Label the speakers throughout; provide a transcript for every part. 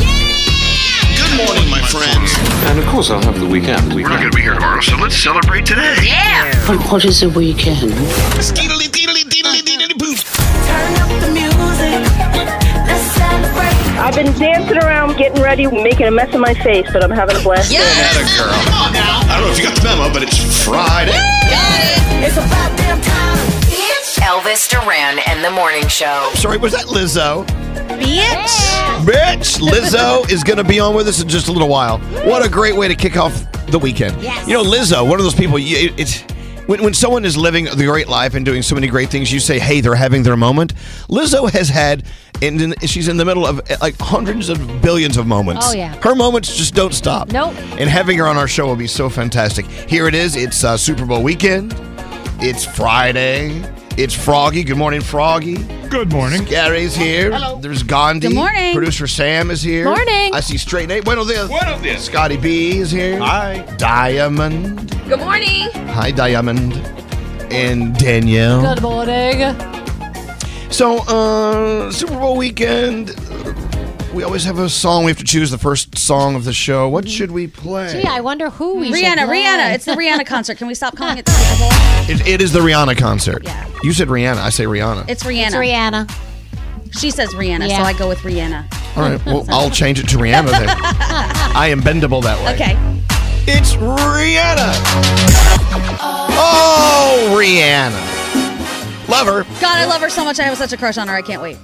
Speaker 1: Yeah!
Speaker 2: Good morning, my friends.
Speaker 3: And of course, I'll have the weekend.
Speaker 4: We're not going to be here tomorrow, so let's celebrate today.
Speaker 1: Yeah!
Speaker 5: But what is a weekend?
Speaker 2: Skeetily, deedily, deedily, deedily, poof.
Speaker 1: Turn up the music. Let's celebrate.
Speaker 6: I've been dancing around, getting ready, making a mess of my face, but I'm having a blast.
Speaker 2: Atta girl. I don't know if you got the memo, but it's Friday.
Speaker 1: It's about damn time. Bitch.
Speaker 7: Elvis Duran and the Morning Show.
Speaker 8: Sorry, was that Lizzo?
Speaker 9: Bitch!
Speaker 8: Bitch, Lizzo is going to be on with us in just a little while. What a great way to kick off the weekend.
Speaker 10: Yes.
Speaker 8: You know, Lizzo, one of those people, you, it, it's. When, when someone is living the great life and doing so many great things, you say, hey, they're having their moment. Lizzo has had, and then she's in the middle of eh, like hundreds of billions of moments.
Speaker 10: Oh, yeah.
Speaker 8: Her moments just don't stop.
Speaker 10: Nope.
Speaker 8: And having her on our show will be so fantastic. Here it is. It's uh, Super Bowl weekend. It's Friday. It's Froggy. Good morning, Froggy.
Speaker 11: Good morning.
Speaker 8: Gary's here. Hello. There's Gandhi.
Speaker 9: Good morning.
Speaker 8: Producer Sam is here.
Speaker 10: Morning.
Speaker 8: I see Straight Nate. Bueno dias.
Speaker 4: Buenos dias.
Speaker 8: Scotty B is here.
Speaker 11: Hi.
Speaker 8: Diamond. Good morning. Hi, Diamond. And Danielle.
Speaker 10: Good morning.
Speaker 8: So, uh, Super Bowl weekend. We always have a song. We have to choose the first song of the show. What should we play?
Speaker 10: Gee, I wonder who we should
Speaker 9: Rihanna,
Speaker 10: play.
Speaker 9: Rihanna. It's the Rihanna concert. Can we stop calling it the Super Bowl?
Speaker 8: It- it is the Rihanna concert.
Speaker 9: Yeah.
Speaker 8: You said Rihanna. I say Rihanna.
Speaker 9: It's Rihanna.
Speaker 10: It's Rihanna.
Speaker 9: She says Rihanna,
Speaker 10: Yeah.
Speaker 9: so I go with Rihanna.
Speaker 8: All right. Well, I'll change it to Rihanna then. I am bendable that way.
Speaker 9: Okay.
Speaker 8: It's Rihanna. Oh, Rihanna. Love her.
Speaker 9: God, I love her so much. I have such a crush on her. I can't wait.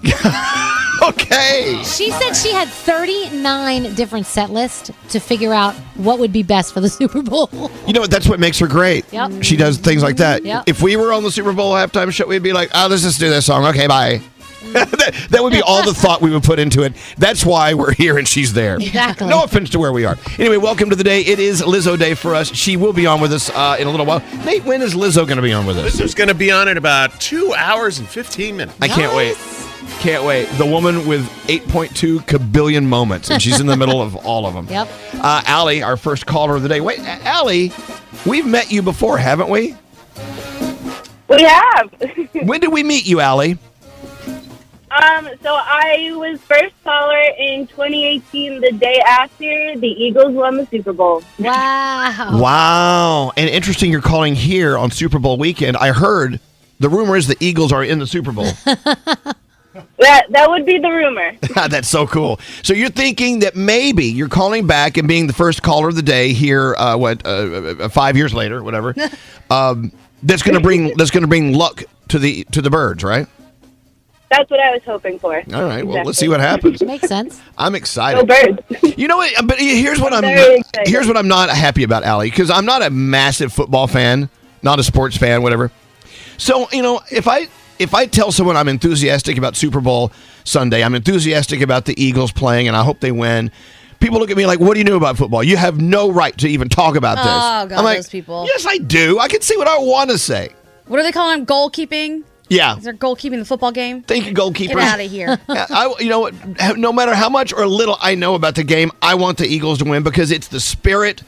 Speaker 8: Okay.
Speaker 10: She said she had 39 different set lists to figure out what would be best for the Super Bowl.
Speaker 8: You know what? That's what makes her great.
Speaker 10: Yep.
Speaker 8: She does things like that.
Speaker 10: Yep.
Speaker 8: If we were on the Super Bowl halftime show, we'd be like, oh, let's just do this song. Okay, bye. that, that would be all the thought we would put into it. That's why we're here and she's there.
Speaker 10: Exactly.
Speaker 8: No offense to where we are. Anyway, welcome to the day. It is Lizzo Day for us. She will be on with us uh, in a little while. Nate, when is Lizzo going to be on with us?
Speaker 4: This is going to be on in about two hours and 15 minutes.
Speaker 8: I can't wait. Can't wait. The woman with 8.2 kabillion moments, and she's in the middle of all of them.
Speaker 10: Yep.
Speaker 8: Uh, Allie, our first caller of the day. Wait, A- Allie, we've met you before, haven't we?
Speaker 6: We have.
Speaker 8: When did we meet you, Allie?
Speaker 6: um, so I was first caller in 2018, the day after the Eagles won the Super Bowl. Oh.
Speaker 10: Wow.
Speaker 8: Wow. And interesting, you're calling here on Super Bowl weekend. I heard the rumor is the Eagles are in the Super Bowl.
Speaker 6: That that would be the rumor.
Speaker 8: Ah, That's so cool. So you're thinking that maybe you're calling back and being the first caller of the day here. Uh, what uh, uh, five years later, whatever. um, that's gonna bring that's gonna bring luck to the to the birds, right?
Speaker 6: That's what I was hoping for.
Speaker 8: All right. Well, let's see what happens.
Speaker 10: Makes sense.
Speaker 8: I'm
Speaker 6: Go
Speaker 8: excited.
Speaker 6: birds.
Speaker 8: You know what? But here's what I'm,
Speaker 6: Very excited.
Speaker 8: here's what I'm not happy about, Allie, because I'm not a massive football fan, not a sports fan, whatever. So you know, if I if I tell someone I'm enthusiastic about Super Bowl Sunday, I'm enthusiastic about the Eagles playing, and I hope they win. People look at me like, "What do you know about football? You have no right to even talk about this."
Speaker 12: Oh, God,
Speaker 8: I'm like,
Speaker 12: those people.
Speaker 8: Yes, I do. I can say what I want to say.
Speaker 12: What are they calling them? Goalkeeping?
Speaker 8: Yeah,
Speaker 12: Is there goalkeeping the football game?
Speaker 8: thank you, goalkeeper.
Speaker 12: Get out of here.
Speaker 8: Yeah, I, you know, what, no matter how much or little I know about the game, I want the Eagles to win because it's the spirit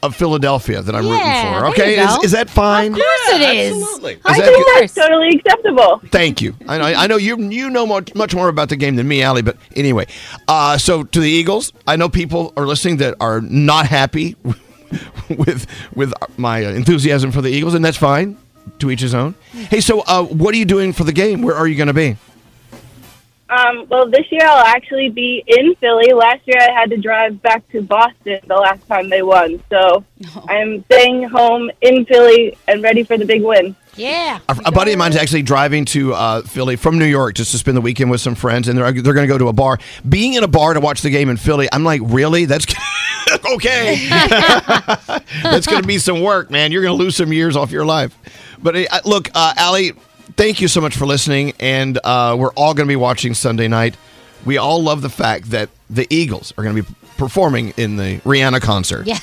Speaker 8: of Philadelphia that I'm
Speaker 10: Yeah,
Speaker 8: rooting
Speaker 10: there
Speaker 8: for. Okay,
Speaker 10: you go.
Speaker 8: is, is that fine?
Speaker 10: Of course it is.
Speaker 13: absolutely.
Speaker 10: Of
Speaker 8: Is that
Speaker 10: course.
Speaker 8: good?
Speaker 6: Totally acceptable.
Speaker 8: Thank you. I know, I know you you know much, much more about the game than me, Allie. But anyway, uh, so to the Eagles, I know people are listening that are not happy with with my enthusiasm for the Eagles, and that's fine. To each his own. Hey, so uh, what are you doing for the game? Where are you going to be?
Speaker 6: Um, well, this year I'll actually be in Philly. Last year I had to drive back to Boston the last time they won, so
Speaker 10: Oh.
Speaker 6: I'm staying home in Philly and ready for the big win.
Speaker 10: Yeah.
Speaker 8: A, a buddy of mine's actually driving to uh, Philly from New York just to spend the weekend with some friends, and they're they're going to go to a bar. Being in a bar to watch the game in Philly, I'm like, really? That's okay. That's going to be some work, man. You're going to lose some years off your life. But uh, look, uh, Allie, thank you so much for listening, and uh, we're all going to be watching Sunday night. We all love the fact that the Eagles are going to be performing in the Rihanna concert. Yeah.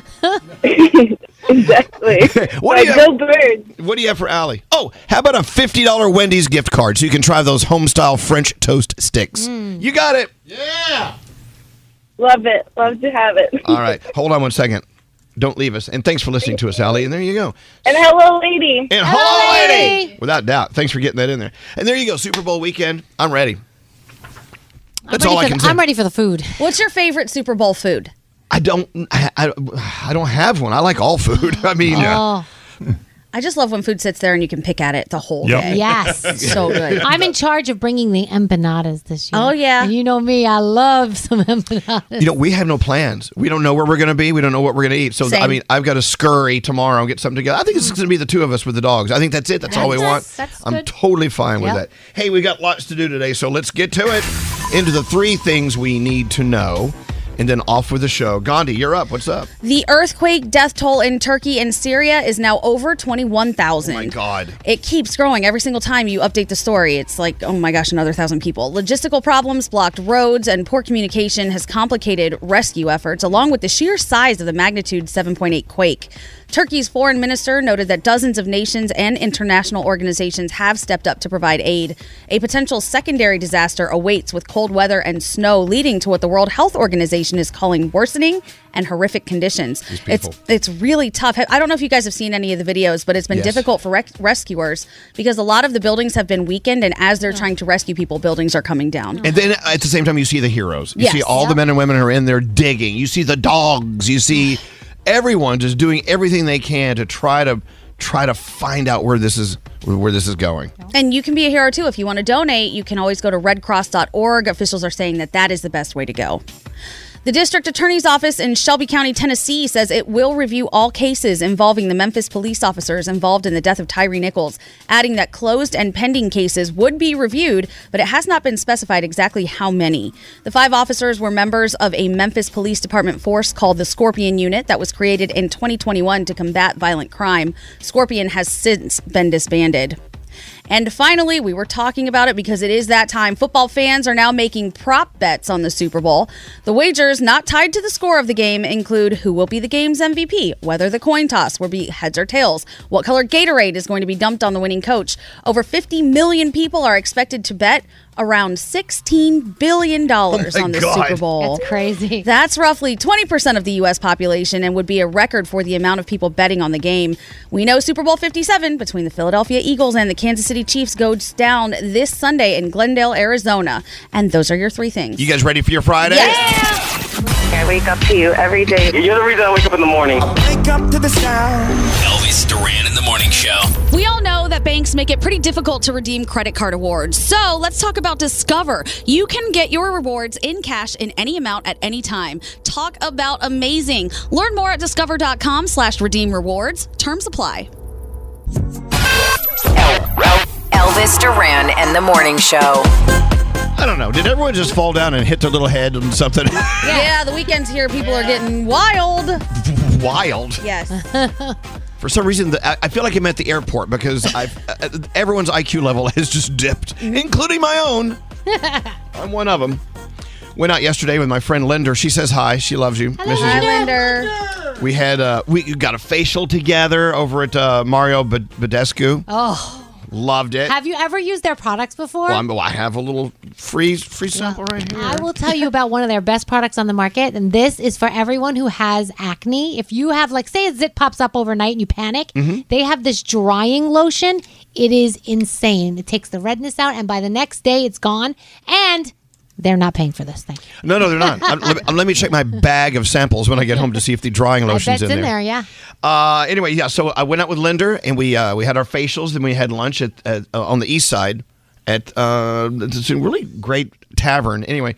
Speaker 6: Exactly.
Speaker 8: What do
Speaker 6: Like,
Speaker 8: you-
Speaker 6: go birds.
Speaker 8: What do you have for Allie? Oh, how about a fifty dollar Wendy's gift card so you can try those home style French toast
Speaker 6: Mm.
Speaker 8: sticks? You got it.
Speaker 6: Love it. Love to have it.
Speaker 8: All right, hold on one second. Don't leave us. And thanks for listening to us, Allie. And there you go.
Speaker 6: And hello, lady.
Speaker 8: And hello, lady. Without doubt. Thanks for getting that in there. And there you go. Super Bowl weekend. I'm ready. That's
Speaker 10: I'm ready
Speaker 8: all I
Speaker 10: for
Speaker 8: can
Speaker 10: the-
Speaker 8: say.
Speaker 10: I'm ready for the food.
Speaker 12: What's your favorite Super Bowl food?
Speaker 8: I don't. I, I, I don't have one. I like all food. I mean, uh,
Speaker 10: Oh,
Speaker 12: I just love when food sits there and you can pick at it the whole day.
Speaker 10: yes.
Speaker 12: So good.
Speaker 10: I'm in charge of bringing the empanadas this year.
Speaker 12: Oh, yeah.
Speaker 10: And you know me, I love some empanadas.
Speaker 8: you know, we have no plans. We don't know where we're going to be. We don't know what we're going to eat. So I
Speaker 12: Same.
Speaker 8: mean, I've got to scurry tomorrow and get something together. I think it's going to be the two of us with the dogs. I think that's it. That's all we
Speaker 10: That's-
Speaker 8: want.
Speaker 10: that's
Speaker 8: I'm
Speaker 10: good.
Speaker 8: totally fine with that.
Speaker 10: Yep.
Speaker 8: Hey, we got lots to do today, so let's get to it. Into the three things we need to know, and then off with the show. Gandhi, you're up. What's up?
Speaker 12: The earthquake death toll in Turkey and Syria is now over 21,000.
Speaker 8: Oh my God.
Speaker 12: It keeps growing every single time you update the story. It's like, oh my gosh, another thousand people. Logistical problems, blocked roads, and poor communication has complicated rescue efforts, along with the sheer size of the magnitude 7.8 quake. Turkey's foreign minister noted that dozens of nations and international organizations have stepped up to provide aid. A potential secondary disaster awaits with cold weather and snow, leading to what the World Health Organization is calling worsening and horrific conditions. It's
Speaker 8: people.
Speaker 12: it's really tough. I don't know if you guys have seen any of the videos, but it's been
Speaker 8: Yes.
Speaker 12: difficult for rec- rescuers because a lot of the buildings have been weakened, and as they're trying to rescue people, buildings are coming down.
Speaker 8: And then at the same time, you see the heroes. You
Speaker 12: Yes.
Speaker 8: see all the men and women who are in there digging. You see the dogs. You see everyone just doing everything they can to try to try to find out where this is where this is going.
Speaker 12: And you can be a hero too. If you want to donate, you can always go to redcross.org. Officials are saying that that is the best way to go. The district attorney's office in Shelby County, Tennessee says it will review all cases involving the Memphis police officers involved in the death of Tyree Nichols, adding that closed and pending cases would be reviewed, but it has not been specified exactly how many. The five officers were members of a Memphis Police Department force called the Scorpion Unit that was created in 2021 to combat violent crime. Scorpion has since been disbanded. And finally, we were talking about it because it is that time. Football fans are now making prop bets on the Super Bowl. The wagers not tied to the score of the game include who will be the game's MVP, whether the coin toss will be heads or tails, what color Gatorade is going to be dumped on the winning coach. Over 50 million people are expected to bet around $16 billion
Speaker 8: Oh my
Speaker 12: on the
Speaker 8: God.
Speaker 12: Super Bowl.
Speaker 10: That's crazy.
Speaker 12: That's roughly 20% of the U.S. population and would be a record for the amount of people betting on the game. We know Super Bowl 57 between the Philadelphia Eagles and the Kansas City Chiefs goes down this Sunday in Glendale, Arizona. And those are your three things.
Speaker 8: You guys ready for your Friday?
Speaker 2: I wake up to you every day.
Speaker 14: You're the reason I wake up in the morning.
Speaker 2: Elvis Duran in the morning show.
Speaker 12: We all know that banks make it pretty difficult to redeem credit card awards. So let's talk about Discover. You can get your rewards in cash in any amount at any time. Talk about amazing. Learn more at discover.com slash redeem rewards. Terms apply.
Speaker 7: Elvis Duran and the Morning Show.
Speaker 8: I don't know. Did everyone just fall down and hit their little head on something
Speaker 12: Yeah, the weekend's here. People are getting wild.
Speaker 8: wild?
Speaker 12: Yes.
Speaker 8: For some reason, the, I- I feel like I'm at the airport because I've, uh, everyone's IQ level has just dipped, including my own. I'm one of them. Went out yesterday with my friend Linder. She says hi. She loves you. Misses you. We had uh, we got a facial together over at uh, Mario Bed- Badescu.
Speaker 10: Oh.
Speaker 8: Loved it.
Speaker 10: Have you ever used their products before?
Speaker 8: Well, I'm- well, I have a little free free sample right here.
Speaker 10: I will tell you about one of their best products on the market, and this is for everyone who has acne. If you have, like, say a zit pops up overnight and you panic,
Speaker 8: Mm-hmm.
Speaker 15: Mhm.
Speaker 10: they have this drying lotion. It is insane. It takes the redness out, and by the next day, it's gone. And they're not paying for this thing.
Speaker 8: No, no, they're not. I'm, let, me, let me check my bag of samples when I get home to see if the drying
Speaker 10: I
Speaker 8: lotion's
Speaker 10: bet's in there. yeah.
Speaker 8: Uh, anyway, yeah. So I went out with Linder, and we uh, we had our facials. Then we had lunch at, at uh, on the east side at uh, it's a really great tavern. Anyway,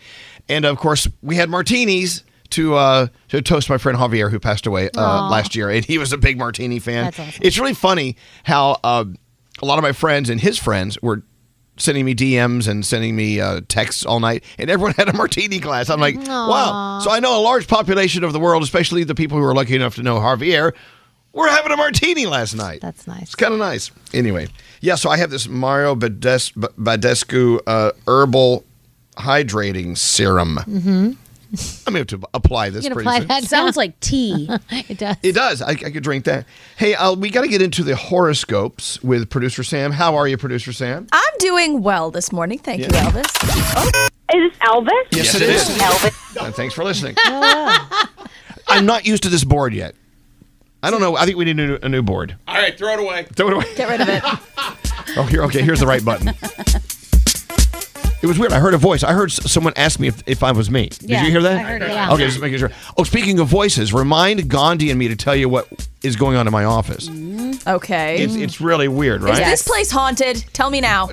Speaker 8: and of course we had martinis to uh, to toast my friend Javier, who passed away uh,
Speaker 2: Aw.
Speaker 8: last year, and he was a big martini fan.
Speaker 2: That's awesome.
Speaker 8: It's really funny how uh, a lot of my friends and his friends were. Sending me DMs and sending me uh, texts all night, and everyone had a martini glass. I'm like, wow.
Speaker 2: Aw.
Speaker 8: So I know a large population of the world, especially the people who are lucky enough to know Javier, we're having a martini last night. That's
Speaker 10: nice.
Speaker 8: It's kind of nice. Anyway, yeah. So I have this Mario Bades- B- Badescu uh, herbal hydrating serum.
Speaker 10: Mm-hmm.
Speaker 8: I'm going to apply this. pretty soon.
Speaker 10: Sounds
Speaker 12: like tea.
Speaker 10: it does.
Speaker 8: It does. I, I could drink that. Hey, uh, we got to get into the horoscopes with producer Sam. How are you, producer Sam?
Speaker 9: I'm doing well this morning. Thank you,
Speaker 8: Yeah.
Speaker 9: Elvis. Is this Elvis?
Speaker 8: Yes, it is. Uh, thanks for listening. I'm not used to this board yet. I don't know. I think we need a new, a new board.
Speaker 4: All right, throw it away.
Speaker 8: Throw it away.
Speaker 9: Get rid of it.
Speaker 8: Oh, here. Okay, here's the right button. It was weird. I heard a voice. I heard s- someone ask me if, if I was me. Did
Speaker 2: Yeah,
Speaker 8: you hear that?
Speaker 2: I heard it, yeah.
Speaker 8: Okay, just making sure. Oh, speaking of voices, remind Gandhi and me to tell you what is going on in my office.
Speaker 9: Okay.
Speaker 8: It's, it's really weird, right?
Speaker 9: Is this place haunted? Tell me now.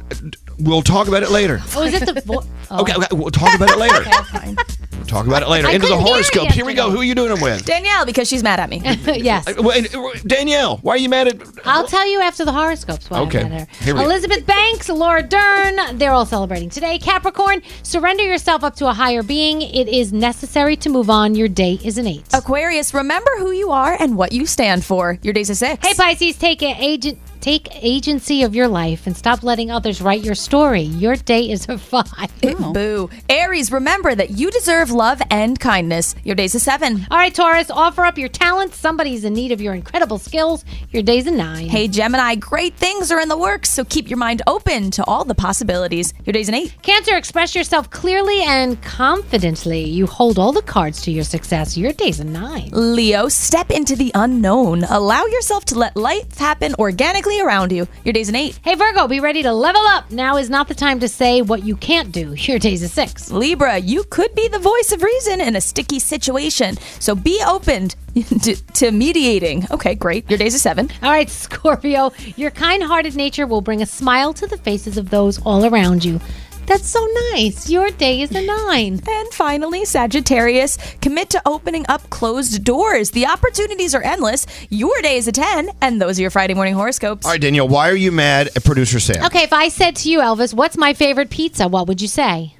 Speaker 8: We'll talk about it later.
Speaker 10: Oh, is it the vo- oh,
Speaker 8: Okay, okay, we'll talk about it later.
Speaker 9: fine.
Speaker 8: We'll talk about it later.
Speaker 9: I
Speaker 8: Into the
Speaker 9: couldn't hear
Speaker 8: horoscopes. Here we go. Who are you doing them with?
Speaker 9: Danielle, because she's mad at me.
Speaker 10: yes.
Speaker 8: Uh, well, and, uh, Danielle, why are you mad at?
Speaker 10: I'll tell you after the horoscopes. Why
Speaker 8: Okay,
Speaker 10: I'm at her.
Speaker 8: here we go.
Speaker 10: Elizabeth Banks, Laura Dern, they're all celebrating today. Capricorn, surrender yourself up to a higher being. It is necessary to move on. Your day is an eight.
Speaker 9: Aquarius, remember who you are and what you stand for. Your day's a six.
Speaker 10: Hey Pisces, take a agent. Take agency of your life and stop letting others write your story. Your day is a five.
Speaker 8: Oh.
Speaker 9: Boo. Aries, remember that you deserve love and kindness. Your day's a seven.
Speaker 10: All right, Taurus, offer up your talents. Somebody's in need of your incredible skills. Your day's a nine.
Speaker 9: Hey, Gemini, great things are in the works, so keep your mind open to all the possibilities. Your day's an eight.
Speaker 10: Cancer, express yourself clearly and confidently. You hold all the cards to your success. Your day's a nine.
Speaker 9: Leo, step into the unknown. Allow yourself to let life happen organically around you. Your day's an eight.
Speaker 10: Hey, Virgo, be ready to level up. Now is not the time to say what you can't do. Your day's a six.
Speaker 9: Libra, you could be the voice of reason in a sticky situation, so be open to, to mediating. Okay, great. Your day's a seven.
Speaker 10: All right, Scorpio, your kind hearted nature will bring a smile to the faces of those all around you. That's so nice. Your day is a nine.
Speaker 9: And finally, Sagittarius, commit to opening up closed doors. The opportunities are endless. Your day is a 10, and those are your Friday morning horoscopes.
Speaker 8: All right, Danielle, why are you mad at producer Sam?
Speaker 10: Okay, if I said to you, Elvis, what's my favorite pizza? What would you say?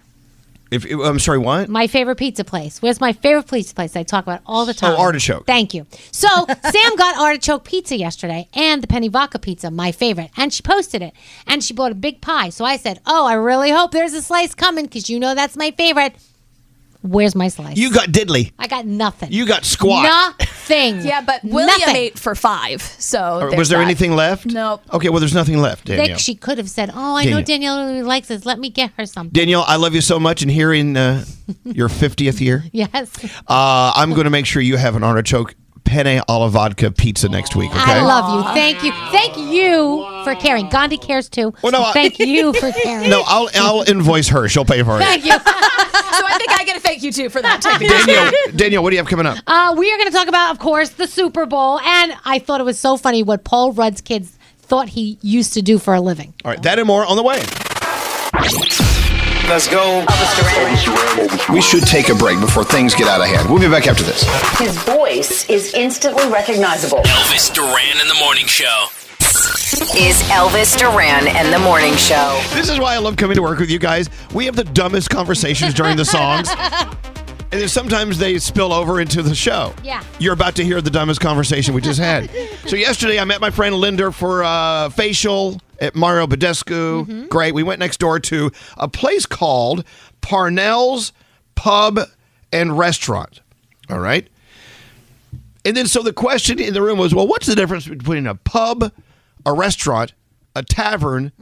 Speaker 8: If I'm sorry, what?
Speaker 10: My favorite pizza place. Where's my favorite pizza place I talk about all the time?
Speaker 8: Oh, artichoke.
Speaker 10: Thank you. So Sam got artichoke pizza yesterday and the penny vodka pizza, my favorite, and she posted it. And she bought a big pie. So I said, "Oh, I really hope there's a slice coming because you know that's my favorite." Where's my slice?
Speaker 8: You got diddly.
Speaker 10: I got nothing.
Speaker 8: You got squat.
Speaker 10: Nothing. yeah,
Speaker 9: but William ate for five. So
Speaker 10: Oh,
Speaker 8: Or was there anything left?
Speaker 9: Nope.
Speaker 8: Okay, well, there's nothing left, Danielle.
Speaker 10: Like she could have said, "Oh, I know Danielle really likes this. Let me get her something."
Speaker 8: Danielle, I love you so much, and here in uh, your 50th year,
Speaker 10: Yes.
Speaker 8: uh, I'm going to make sure you have an artichoke penne alla vodka pizza next week, okay?
Speaker 10: I love you. Thank you. Thank you for caring. Gandhi cares too.
Speaker 8: Well, no, I-
Speaker 10: Thank you for caring.
Speaker 8: No, I'll, I'll invoice her. She'll pay for it.
Speaker 10: Thank you. so
Speaker 9: I think I get a thank you too for that.
Speaker 8: Danielle, Danielle, what do you have coming up?
Speaker 10: Uh, we are going to talk about, of course, the Super Bowl. And I thought it was so funny what Paul Rudd's kids thought he used to do for a living.
Speaker 8: All right, that and more on the way.
Speaker 11: Let's go. We should take a break before things get out of hand. We'll be back after this.
Speaker 16: His voice is instantly recognizable.
Speaker 17: Elvis Duran in the morning show.
Speaker 7: Is Elvis Duran and the Morning Show.
Speaker 8: This is why I love coming to work with you guys. We have the dumbest conversations during the songs. And then sometimes they spill over into the show.
Speaker 10: Yeah.
Speaker 8: You're about to hear the dumbest conversation we just had. so yesterday I met my friend Linda for uh, facial at Mario Badescu. Great. We went next door to a place called Parnell's Pub and Restaurant. All right. And then so the question in the room was, well, what's the difference between a pub, a restaurant, a tavern,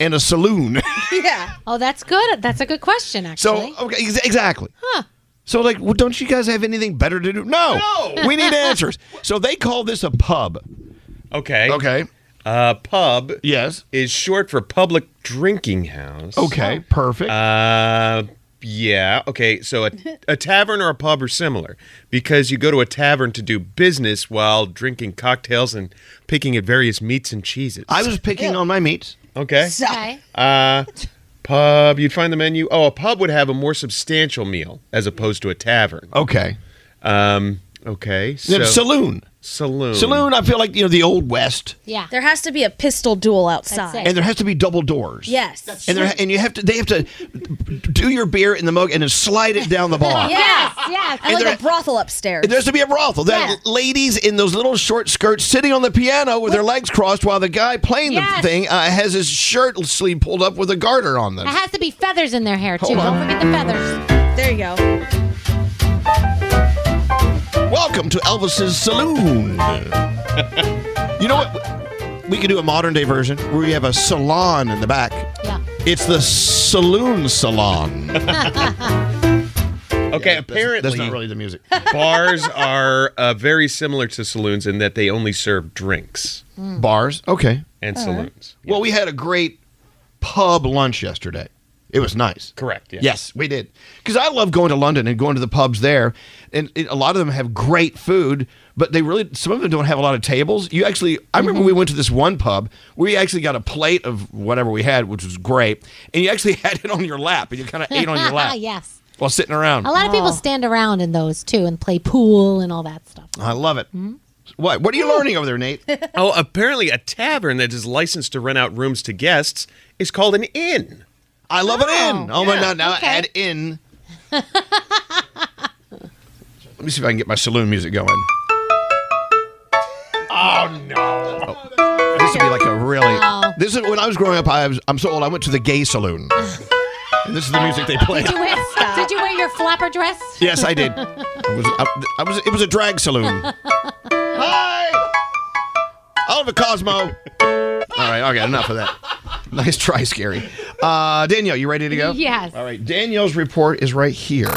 Speaker 8: and a saloon?
Speaker 10: Yeah. oh, that's good. That's a good question, actually.
Speaker 8: So okay, ex- exactly. Huh. So like, well, don't you guys have anything better to do? No.
Speaker 10: No.
Speaker 8: We need answers. So they call this a pub.
Speaker 4: Okay.
Speaker 8: Okay.
Speaker 4: Uh, pub.
Speaker 8: Yes.
Speaker 4: Is short for public drinking house.
Speaker 9: Oh.
Speaker 8: Okay, Perfect.
Speaker 4: Uh, yeah. Okay. So a, a tavern or a pub are similar because you go to a tavern to do business while drinking cocktails and picking at various meats and cheeses.
Speaker 8: I was picking on my meats.
Speaker 4: Okay.
Speaker 10: Okay.
Speaker 4: Uh, pub. You'd find the menu. Oh, a pub would have a more substantial meal as opposed to a tavern.
Speaker 8: Okay.
Speaker 4: Um. Okay. So
Speaker 8: saloon.
Speaker 4: Saloon.
Speaker 8: Saloon. I feel like you know the old west,
Speaker 10: Yeah.
Speaker 9: There has to be a pistol duel outside.
Speaker 8: and there has to be double doors.
Speaker 9: Yes.
Speaker 8: And there and you have to they have to do your beer in the mug and then slide it down the bar.
Speaker 9: Yes, yes. And,
Speaker 8: And
Speaker 9: like
Speaker 8: there-
Speaker 9: a brothel upstairs.
Speaker 8: And there's to be a brothel. That ladies in those little short skirts sitting on the piano with their legs crossed while the guy playing
Speaker 10: Yes.
Speaker 8: the thing uh, has his shirt sleeve pulled up with a garter on them.
Speaker 10: It has to be feathers in their hair, too.
Speaker 8: Hold on.
Speaker 10: Don't forget the feathers.
Speaker 9: There you go.
Speaker 8: Welcome to Elvis's Saloon. you know what? We could do a modern day version where we have a salon in the back.
Speaker 10: Yeah.
Speaker 8: It's the Saloon Salon.
Speaker 4: Okay. apparently,
Speaker 8: That's not really the music.
Speaker 4: bars are uh, very similar to saloons in that they only serve drinks
Speaker 8: Bars. Okay.
Speaker 4: and saloons.
Speaker 8: Well, we had a great pub lunch yesterday. It was nice.
Speaker 4: Correct. Yes.
Speaker 8: Yes, we did. Because I love going to London and going to the pubs there, and it, a lot of them have great food, but they really some of them don't have a lot of tables. You actually, I remember
Speaker 10: Mm-hmm.
Speaker 8: we went to this one pub. We actually got a plate of whatever we had, which was great, and you actually had it on your lap, and you kind of ate on your lap Um,
Speaker 10: yes.
Speaker 8: while sitting around.
Speaker 10: A lot of
Speaker 9: Oh.
Speaker 10: people stand around in those, too, and play pool and all that stuff.
Speaker 8: I love it. What? What are you learning over there, Nate?
Speaker 4: Oh, apparently, a tavern that is licensed to rent out rooms to guests is called an inn.
Speaker 8: I love an inn. Oh my god! Now
Speaker 10: okay.
Speaker 8: add in. Let me see if I can get my saloon music going.
Speaker 4: Oh no!
Speaker 8: This would be like a really.
Speaker 10: Wow.
Speaker 8: This is when I was growing up. I was. I'm so old. I went to the gay saloon. and this is the music they play.
Speaker 10: Did you wear, did you wear your flapper dress?
Speaker 8: Yes, I did. I was, I, I was. It was a drag saloon. Hi, Oliver Oh, Cosmo. All right. Okay. Enough of that. Nice try, Scary. Uh, Danielle, you ready to go?
Speaker 10: Yes.
Speaker 8: All right. Danielle's report is right here.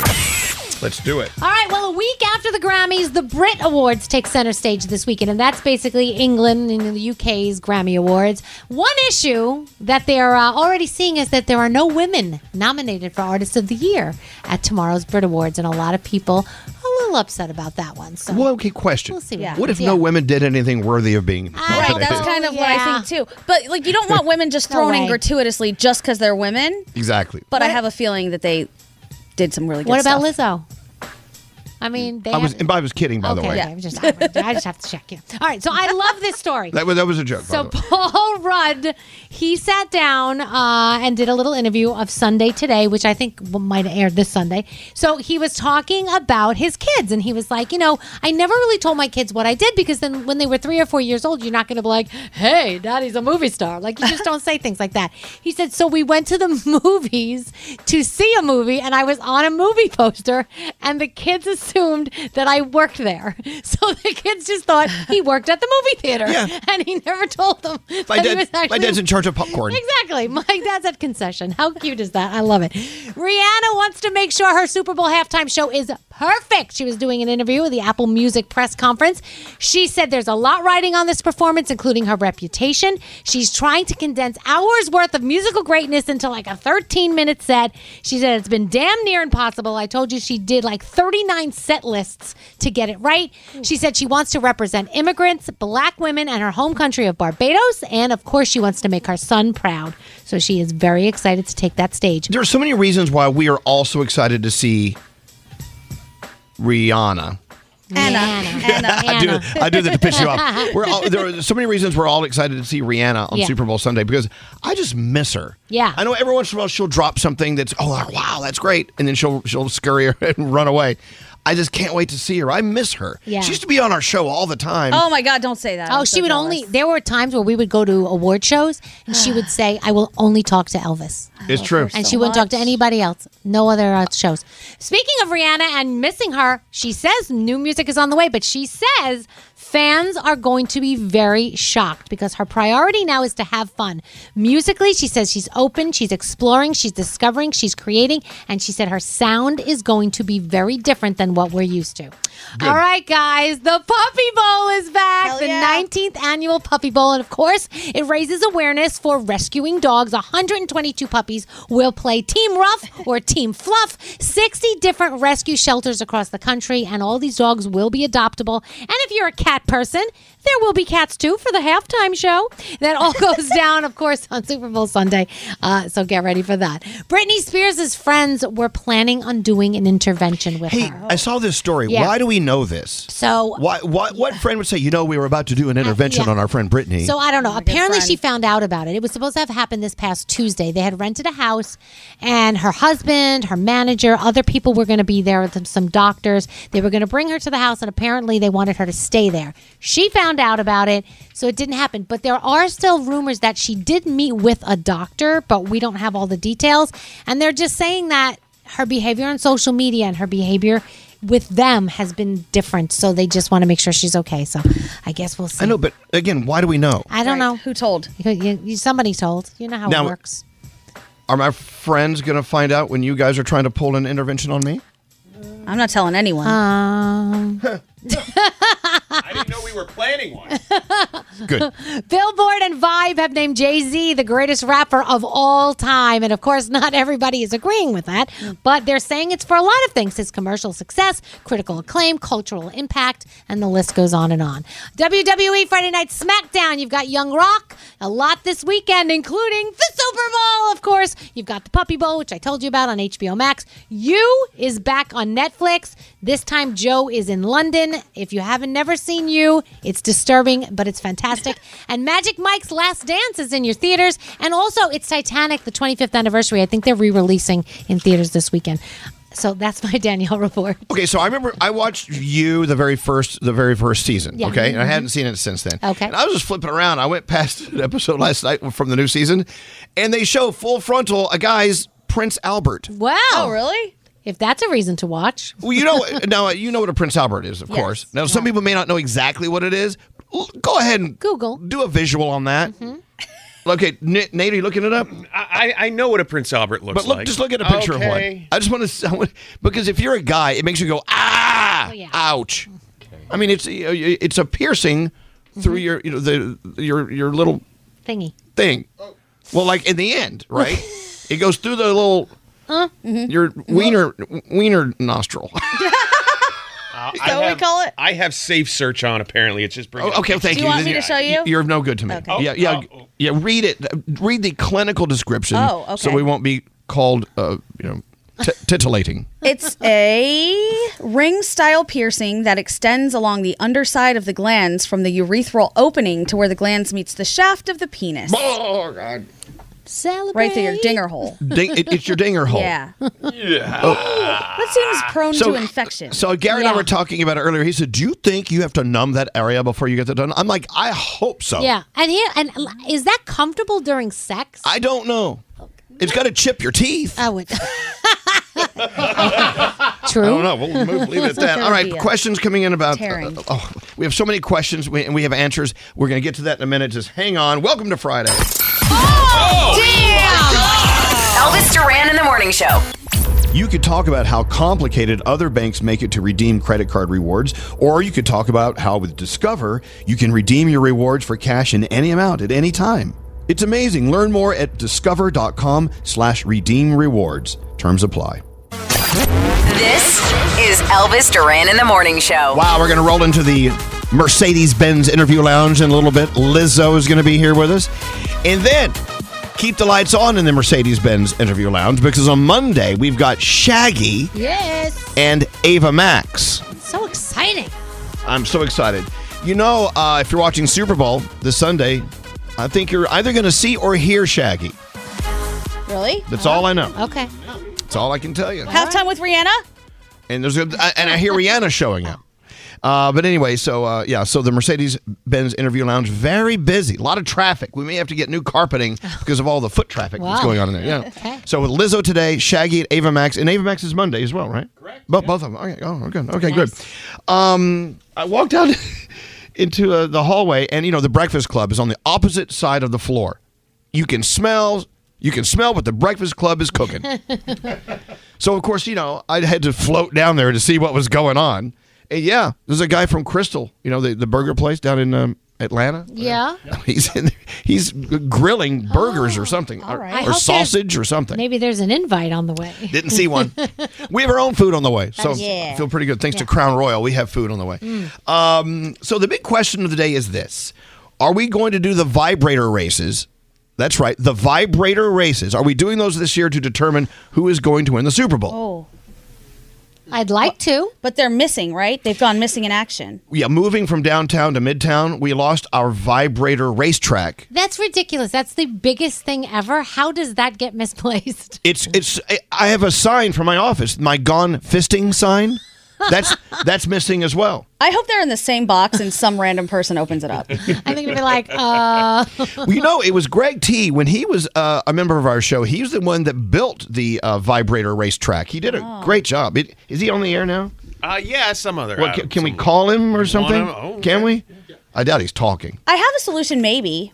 Speaker 8: Let's do it.
Speaker 10: All right, well, a week after the Grammys, the Brit Awards take center stage this weekend, and that's basically England and the UK's Grammy Awards. One issue that they're uh, already seeing is that there are no women nominated for Artist of the Year at tomorrow's Brit Awards, and a lot of people are a little upset about that one. So
Speaker 8: Well, okay. Question.
Speaker 10: we'll see.
Speaker 9: Yeah.
Speaker 8: What if
Speaker 10: happens.
Speaker 8: no
Speaker 10: Yeah.
Speaker 8: women did anything worthy of being?
Speaker 9: Right, that's kind of
Speaker 10: Oh, Yeah.
Speaker 9: what I think too. But like, you don't want women just
Speaker 10: No
Speaker 9: thrown in
Speaker 10: way.
Speaker 9: gratuitously just because they're women.
Speaker 8: exactly.
Speaker 9: But I have a feeling that they did some really good
Speaker 10: What about
Speaker 9: stuff.
Speaker 10: Lizzo? I mean, they
Speaker 8: I was.
Speaker 10: have-
Speaker 8: And I was kidding, by the
Speaker 10: okay,
Speaker 8: way.
Speaker 10: okay, I just, I just have to check you. All right, so I love this story.
Speaker 8: That was that was a joke. by
Speaker 10: So
Speaker 8: the way.
Speaker 10: Paul Rudd, he sat down uh, and did a little interview of Sunday Today, which I think might have aired this Sunday. So he was talking about his kids, and he was like, you know, I never really told my kids what I did because then when they were three or four years old, you're not going to be like, hey, daddy's a movie star. Like you just don't say things like that. He said, so we went to the movies to see a movie, and I was on a movie poster, and the kids assumed that I worked there. So the kids just thought he worked at the movie theater
Speaker 8: Yeah.
Speaker 10: and he never told them
Speaker 8: My,
Speaker 10: that he
Speaker 8: dad-
Speaker 10: was actually.
Speaker 8: my dad's in charge of popcorn.
Speaker 10: Exactly. My dad's at concession. How cute is that? I love it. Rihanna wants to make sure her Super Bowl halftime show is perfect. She was doing an interview at the Apple Music press conference. She said there's a lot riding on this performance, including her reputation. She's trying to condense hours worth of musical greatness into like a 13 minute set. She said it's been damn near impossible. I told you she did like 39 set lists to get it right. She said she wants to represent immigrants, black women, and her home country of Barbados. And of course, she wants to make her son proud. So she is very excited to take that stage.
Speaker 8: There are so many reasons why we are also excited to see Rihanna.
Speaker 10: Anna. Anna.
Speaker 8: I do, I do that to piss you off. We're all, there are so many reasons we're all excited to see Rihanna on
Speaker 10: Yeah.
Speaker 8: Super Bowl Sunday because I just miss her.
Speaker 10: Yeah.
Speaker 8: I know every once in a while she'll drop something that's oh like, wow that's great and then she'll she'll scurry and run away. I just can't wait to see her. I miss her.
Speaker 10: Yeah.
Speaker 8: She used to be on our show all the time.
Speaker 10: Oh,
Speaker 9: my God, don't say that.
Speaker 10: Oh, she would only. There were times where we would go to award shows and she would say, I will only talk to Elvis.
Speaker 8: It's true.
Speaker 10: And she wouldn't talk to anybody else. No other uh, shows. Speaking of Rihanna and missing her, she says new music is on the way, but she says fans are going to be very shocked because her priority now is to have fun. Musically, she says she's open, she's exploring, she's discovering, she's creating, and she said her sound is going to be very different than what we're used to.
Speaker 1: Good.
Speaker 10: All right, guys, the Puppy Bowl is back. the 19th annual Puppy Bowl. And of course, it raises awareness for rescuing dogs. 122 puppies will play Team Rough or Team Fluff. 60 different rescue shelters across the country. And all these dogs will be adoptable. And if you're a cat person, there will be cats too for the halftime show. That all goes down, of course, on Super Bowl Sunday. Uh, so get ready for that. Britney Spears' friends were planning on doing an intervention with her.
Speaker 8: I saw this story.
Speaker 10: Yeah.
Speaker 8: Why do we know this?
Speaker 10: So
Speaker 8: why, why what friend would say you know we were about to do an intervention
Speaker 10: yeah.
Speaker 8: on our friend Brittany?
Speaker 10: So I don't know. Apparently, she found out about it. It was supposed to have happened this past Tuesday. They had rented a house, and her husband, her manager, other people were going to be there with them, some doctors. They were going to bring her to the house, and apparently, they wanted her to stay there. She found out about it, so it didn't happen. But there are still rumors that she did meet with a doctor, but we don't have all the details. And they're just saying that her behavior on social media and her behavior. With them has been different, so they just want to make sure she's okay. So, I guess we'll see.
Speaker 8: I know, but again, why do we know?
Speaker 10: I don't know
Speaker 9: who told.
Speaker 10: You, you- somebody told. You know how
Speaker 8: Now-
Speaker 10: it works.
Speaker 8: Are my friends going to find out when you guys are trying to pull an intervention on me?
Speaker 9: I'm not telling anyone.
Speaker 10: Um.
Speaker 8: Good.
Speaker 10: Billboard and Vibe have named Jay Z the greatest rapper of all time. And of course, not everybody is agreeing with that, but they're saying it's for a lot of things his commercial success, critical acclaim, cultural impact, and the list goes on and on. WWE E Friday Night SmackDown, you've got Young Rock, a lot this weekend, including the Super Bowl, of course. You've got the Puppy Bowl, which I told you about on HBO Max. You is back on Netflix. This time, Joe is in London. If you haven't never seen you, it's disturbing, but it's fantastic. and Magic Mike's Last Dance is in your theaters. And also, it's Titanic, the 25th anniversary. I think they're re releasing in theaters this weekend. So that's my Danielle report.
Speaker 8: Okay, so I remember I watched you the very first the very first season.
Speaker 10: Yeah.
Speaker 8: Okay, and I
Speaker 10: Mhm.
Speaker 8: hadn't seen it since then.
Speaker 10: Okay.
Speaker 8: and I was just flipping around. I went past an episode last night from the new season, and they show full frontal a guy's Prince Albert.
Speaker 10: Wow.
Speaker 9: Oh, really?
Speaker 10: If that's a reason to watch.
Speaker 8: Well, you know now you know what a Prince Albert is, of
Speaker 10: Yes.
Speaker 8: course. Now some people may not know exactly what it is. L- Go ahead and
Speaker 10: Google. Mm-hmm.
Speaker 8: Do a visual on that. Okay, Nate, Nate, are you looking it up?
Speaker 4: I, I know what a Prince Albert looks
Speaker 8: but look,
Speaker 4: like.
Speaker 8: just look at a picture of one.
Speaker 4: Okay.
Speaker 8: I just want to because if you're a guy, it makes you go ah, ouch. I mean, it's it's a piercing
Speaker 9: Mm-hmm.
Speaker 8: through your you know the your your little
Speaker 10: Thingy.
Speaker 8: thing. Well, like in the end, right? it goes through the little
Speaker 10: Huh? Mm-hmm.
Speaker 8: your wiener wiener nostril.
Speaker 4: Uh,
Speaker 9: that what we call it?
Speaker 4: I have safe search on. Apparently, it's just bringing.
Speaker 8: Oh, okay, thank
Speaker 9: Do
Speaker 8: you.
Speaker 9: you want
Speaker 8: Then
Speaker 9: me to show you?
Speaker 8: You're of no good to me.
Speaker 9: Okay.
Speaker 8: Yeah, yeah, yeah. Read it. Read the clinical description.
Speaker 9: Oh,
Speaker 8: So
Speaker 9: okay.
Speaker 8: we won't be called, uh, you know, t- titillating.
Speaker 9: It's a ring style piercing that extends along the underside of the glands from the urethral opening to where the glands meets the shaft of the penis.
Speaker 8: Oh god.
Speaker 10: Celebrate.
Speaker 9: Right through your dinger hole.
Speaker 8: Ding, it, it's your dinger hole.
Speaker 9: Yeah.
Speaker 8: Yeah.
Speaker 9: That seems prone
Speaker 8: So-
Speaker 9: to infection.
Speaker 8: Oh. So Gary and I were talking about it earlier. He said, "Do you think you have to numb that area before you get that done?" I'm like, "I hope so."
Speaker 10: Yeah. And here, and l- is that comfortable during sex?
Speaker 8: I don't know. It's got to chip your teeth.
Speaker 10: I would.
Speaker 8: I don't know. We'll move, leave it at that.
Speaker 10: That
Speaker 8: All
Speaker 10: would
Speaker 8: right.
Speaker 10: be a
Speaker 8: Questions coming in about.
Speaker 10: tearing.
Speaker 8: oh, we have so many questions we, and we have answers. We're going to get to that in a minute. Just hang on. Welcome to Friday.
Speaker 7: Elvis Duran in the morning show.
Speaker 8: You could talk about how complicated other banks make it to redeem credit card rewards, or you could talk about how with Discover, you can redeem your rewards for cash in any amount at any time. It's amazing. Learn more at discover.com slash redeem rewards. Terms apply.
Speaker 7: This is Elvis Duran in the Morning Show.
Speaker 8: Wow, we're going to roll into the Mercedes Benz interview lounge in a little bit. Lizzo is going to be here with us. And then keep the lights on in the Mercedes Benz interview lounge because on Monday we've got Shaggy
Speaker 10: Yes.
Speaker 8: and Ava Max.
Speaker 10: So exciting.
Speaker 8: I'm so excited. You know, uh, if you're watching Super Bowl this Sunday, I think you're either going to see or hear Shaggy.
Speaker 9: Really?
Speaker 8: That's all I know.
Speaker 10: Okay.
Speaker 8: That's all I can tell you.
Speaker 9: Halftime with Rihanna?
Speaker 8: and there's a, and I hear Rihanna showing up. Uh, but anyway, so uh, yeah, so the Mercedes Benz interview lounge very busy, a lot of traffic. We may have to get new carpeting because of all the foot traffic that's
Speaker 12: Oh. Wow.
Speaker 8: going on in there. Yeah.
Speaker 12: Okay.
Speaker 8: So with Lizzo today, Shaggy at Ava Max, and Ava Max is Monday as well, right? Correct. Both, both of them. Okay. Oh, good. Okay, good. Um, I walked out into uh, the hallway, and you know the Breakfast Club is on the opposite side of the floor. You can smell. You can smell what the Breakfast Club is cooking. So of course, you know, I had to float down there to see what was going on. And yeah, there's a guy from Crystal, you know, the, the burger place down in um, Atlanta.
Speaker 10: Yeah.
Speaker 8: He's in there, he's grilling burgers or something, or,
Speaker 10: Oh, right. I
Speaker 8: or
Speaker 10: hope there's-
Speaker 8: sausage or something.
Speaker 10: Maybe there's an invite on the way.
Speaker 8: Didn't see one. we have our own food on the way, so
Speaker 10: Nice. Yeah. Mm.
Speaker 8: I feel pretty good. Thanks to Crown Royal, we have food on the way. Um, so the big question of the day is this: Are we going to do the vibrator races? That's right, the vibrator races. Are we doing those this year to determine who is going to win the Super Bowl?
Speaker 9: Oh.
Speaker 10: I'd like to.
Speaker 9: But they're missing, right? They've gone missing in action.
Speaker 8: yeah, moving from downtown to midtown, we lost our vibrator racetrack.
Speaker 10: That's ridiculous. That's the biggest thing ever. How does that get misplaced?
Speaker 8: It's it's I have a sign for my office, my gone fisting sign. That's that's missing as well.
Speaker 9: I hope they're in the same box and some random person opens it up.
Speaker 10: I think it'd be like, uh.
Speaker 8: Well, you know, it was Greg T when he was uh, a member of our show. He was the one that built the uh, vibrator racetrack. He did a
Speaker 9: Oh.
Speaker 8: great job. It, is he on the air now?
Speaker 4: Uh, yeah, some other.
Speaker 8: What, can, can we call him or something?
Speaker 4: him? Oh,
Speaker 8: can we? I doubt he's talking.
Speaker 9: I have a solution, maybe.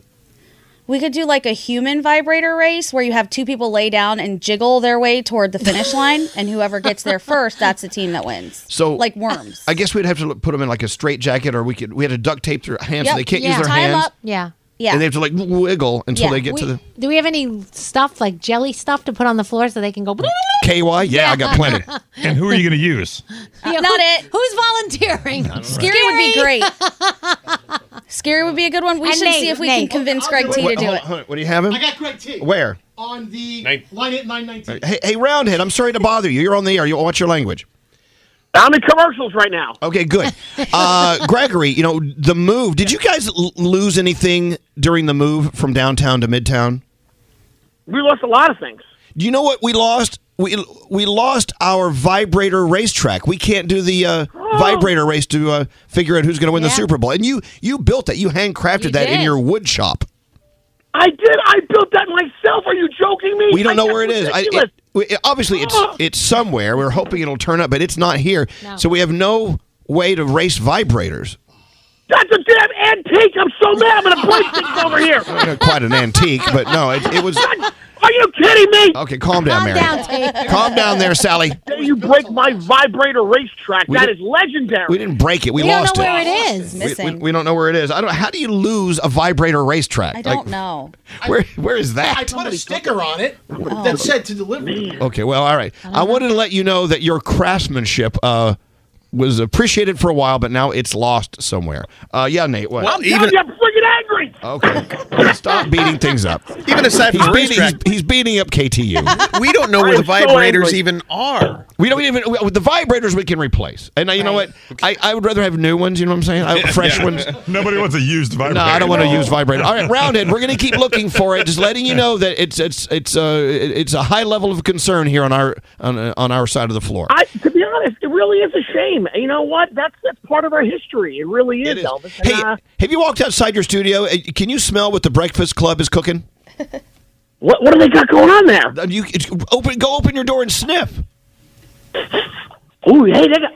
Speaker 9: We could do like a human vibrator race where you have two people lay down and jiggle their way toward the finish line, and whoever gets there first, that's the team that wins.
Speaker 8: So
Speaker 9: like worms.
Speaker 8: I guess we'd have to look- put him in like a straight jacket, or we could we had to duct tape their hands so they can't use their
Speaker 9: Tie 'em
Speaker 8: hands.
Speaker 9: up.
Speaker 10: Yeah.
Speaker 8: And they have to like wiggle until
Speaker 10: Yeah.
Speaker 8: they get to
Speaker 10: We-
Speaker 8: the
Speaker 10: Do we have any stuff like jelly stuff to put on the floor so they can go?
Speaker 9: Uh,
Speaker 8: KY. Yeah, I got plenty.
Speaker 18: And who are you going to use?
Speaker 9: not it.
Speaker 10: Who's volunteering?
Speaker 9: Scary, would be great. Scary would be a good one. We
Speaker 10: And
Speaker 9: should
Speaker 10: Nate,
Speaker 9: see if we
Speaker 10: Nate.
Speaker 9: can convince Greg T to
Speaker 8: Wait,
Speaker 9: do
Speaker 8: hold
Speaker 9: it.
Speaker 8: on, hold on. What do you have him?
Speaker 19: I got Greg T.
Speaker 8: Where?
Speaker 19: On the line at 919.
Speaker 8: Hey, hey, Roundhead, I'm sorry to bother you. You're on the air. You watch your language.
Speaker 19: I'm in commercials right now.
Speaker 8: Okay, good. Uh, Gregory, you know, the move, did you guys l- lose anything during the move from downtown to midtown?
Speaker 19: We lost a lot of things.
Speaker 8: Do you know what we lost? We we lost our vibrator racetrack. We can't do the uh,
Speaker 19: Oh.
Speaker 8: vibrator race to uh, figure out who's going to win the Super Bowl. And you you built that. You handcrafted
Speaker 19: You
Speaker 8: that in
Speaker 19: did.
Speaker 8: your wood shop.
Speaker 19: I did. I built that myself. Are you joking me?
Speaker 8: We don't
Speaker 19: I-
Speaker 8: know
Speaker 19: that's
Speaker 8: where it is. I,
Speaker 19: ridiculous.
Speaker 8: it, we- it- obviously, it's
Speaker 19: Ah.
Speaker 8: it's somewhere. We're hoping it'll turn up, but it's not here. So we have no way to race vibrators.
Speaker 19: That's a damn antique. I'm so mad. I'm going to break things over here.
Speaker 8: Not quite an antique, but no, it, it was.
Speaker 19: Are you kidding me?
Speaker 8: Okay, calm down, Mary.
Speaker 19: Tate.
Speaker 8: Calm down there, Sally.
Speaker 19: Dare you break my vibrator racetrack?
Speaker 8: We
Speaker 19: That
Speaker 8: did-
Speaker 19: is legendary.
Speaker 8: We didn't break it. We,
Speaker 19: We don't
Speaker 8: lost
Speaker 19: know
Speaker 8: it.
Speaker 19: where it is.
Speaker 8: We-
Speaker 19: Missing.
Speaker 8: We, we don't know where it is. I don't. How do you lose a vibrator racetrack?
Speaker 19: I
Speaker 8: Like,
Speaker 19: don't
Speaker 9: know.
Speaker 8: Where Where is
Speaker 19: I
Speaker 8: that?
Speaker 19: put a sticker on it that said to deliver.
Speaker 8: Okay. Well, all right. I, wanted to let you know that your craftsmanship uh, was appreciated for a while, but now it's lost somewhere. Uh, yeah, Nate. What?
Speaker 19: I'm telling you, I'm freaking angry.
Speaker 8: okay. Stop beating things up.
Speaker 4: Even aside from
Speaker 8: he's
Speaker 4: the
Speaker 8: beating, he's,
Speaker 4: racetrack-
Speaker 8: he's beating up KTU.
Speaker 4: We don't know
Speaker 8: I
Speaker 4: where the
Speaker 8: am so
Speaker 4: vibrators
Speaker 8: angry.
Speaker 4: even are.
Speaker 8: We don't even we, the vibrators we can replace. And uh, you know what? I, I would rather have new ones. You know what I'm saying? I, Oh, fresh
Speaker 18: Yeah.
Speaker 8: ones.
Speaker 18: Nobody wants a used vibrator.
Speaker 8: No, I don't want to use vibrator. All right, rounded. We're going to keep looking for it. Just letting you know that it's it's it's uh, it's a high level of concern here on our on, uh, on our side of the floor.
Speaker 19: I, to be honest, it really is a shame. You know what? That's that's part of our history. It really is, Elvis. And,
Speaker 8: Hey,
Speaker 19: uh,
Speaker 8: have you walked outside your studio? Uh, Can you smell what the Breakfast Club is cooking? Uh,
Speaker 19: What what do they got going on there?
Speaker 8: You it's- open go open your door and sniff.
Speaker 19: oh, hey, they got.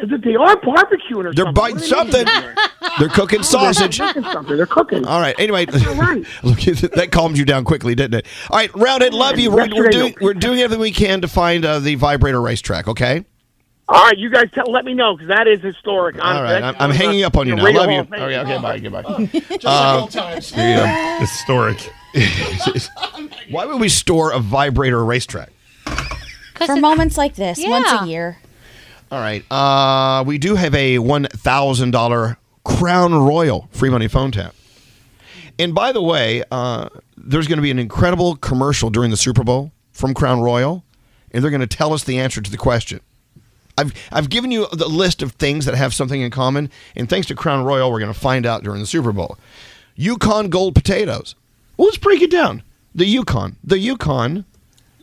Speaker 19: is it- They are barbecuing or
Speaker 8: They're biting
Speaker 19: something. What are they
Speaker 8: something.
Speaker 19: doing there?
Speaker 8: They're cooking sausage.
Speaker 19: They're cooking something. They're cooking.
Speaker 8: All right. Anyway, look, that calmed you down quickly, didn't it? All right, rounded. Love you. We're, we're
Speaker 19: Yesterday-
Speaker 8: doing we're doing everything we can to find uh, the vibrator racetrack. Okay.
Speaker 19: All right, you guys tell, let me know because that is historic.
Speaker 8: All
Speaker 19: honestly.
Speaker 8: right, I'm, I'm hanging up on you now.
Speaker 19: Rated
Speaker 8: Love
Speaker 19: Hall
Speaker 8: you.
Speaker 19: of Fame.
Speaker 8: Okay, okay, bye, Uh, goodbye.
Speaker 19: Uh, Just like old
Speaker 8: Um,
Speaker 19: times.
Speaker 8: Historic. Why would we store a vibrator racetrack?
Speaker 9: For moments like this, once
Speaker 10: Yeah.
Speaker 9: a year.
Speaker 8: All right. Uh, we do have a $1,000 Crown Royal free money phone tap. And by the way, uh, there's going to be an incredible commercial during the Super Bowl from Crown Royal, and they're going to tell us the answer to the question. I've, I've given you the list of things that have something in common, and thanks to Crown Royal, we're going to find out during the Super Bowl. Yukon Gold Potatoes. Well, let's break it down. The Yukon. The Yukon.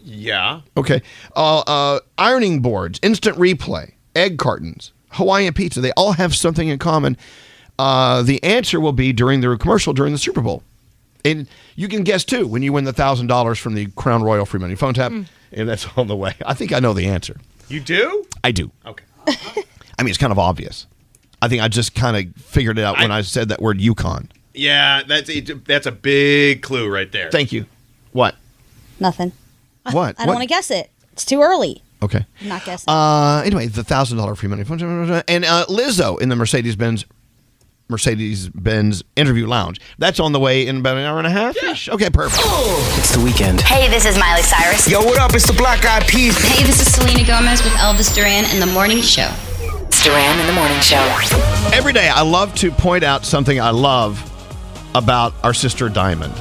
Speaker 4: Yeah.
Speaker 8: Okay. Uh, uh, ironing boards, instant replay, egg cartons, Hawaiian pizza. They all have something in common. Uh, the answer will be during the commercial during the Super Bowl. And you can guess too when you win the $1,000 from the Crown Royal Free Money Phone Tap. And that's on the way. I think I know the answer.
Speaker 4: You do?
Speaker 8: I do.
Speaker 4: Okay.
Speaker 8: I mean, it's kind of obvious. I think I just kind of figured it out when I said that word Yukon.
Speaker 4: Yeah, that's a, that's a big clue right there.
Speaker 8: Thank you. What?
Speaker 12: Nothing.
Speaker 8: What?
Speaker 12: I don't
Speaker 8: What?
Speaker 12: want to guess it. It's too early.
Speaker 8: Okay.
Speaker 12: I'm not guessing.
Speaker 8: Uh, anyway, the thousand dollar free money phone and uh, Lizzo in the Mercedes Benz Mercedes Benz interview lounge. That's on the way in about an hour and a half. Okay, perfect. It's the weekend.
Speaker 20: Hey, this is Miley Cyrus.
Speaker 8: Yo, what up? It's the Black Eyed Peas.
Speaker 20: Hey, this is Selena Gomez with Elvis Duran and the Morning Show. Duran and the Morning Show.
Speaker 8: Every day, I love to point out something I love about our sister Diamond.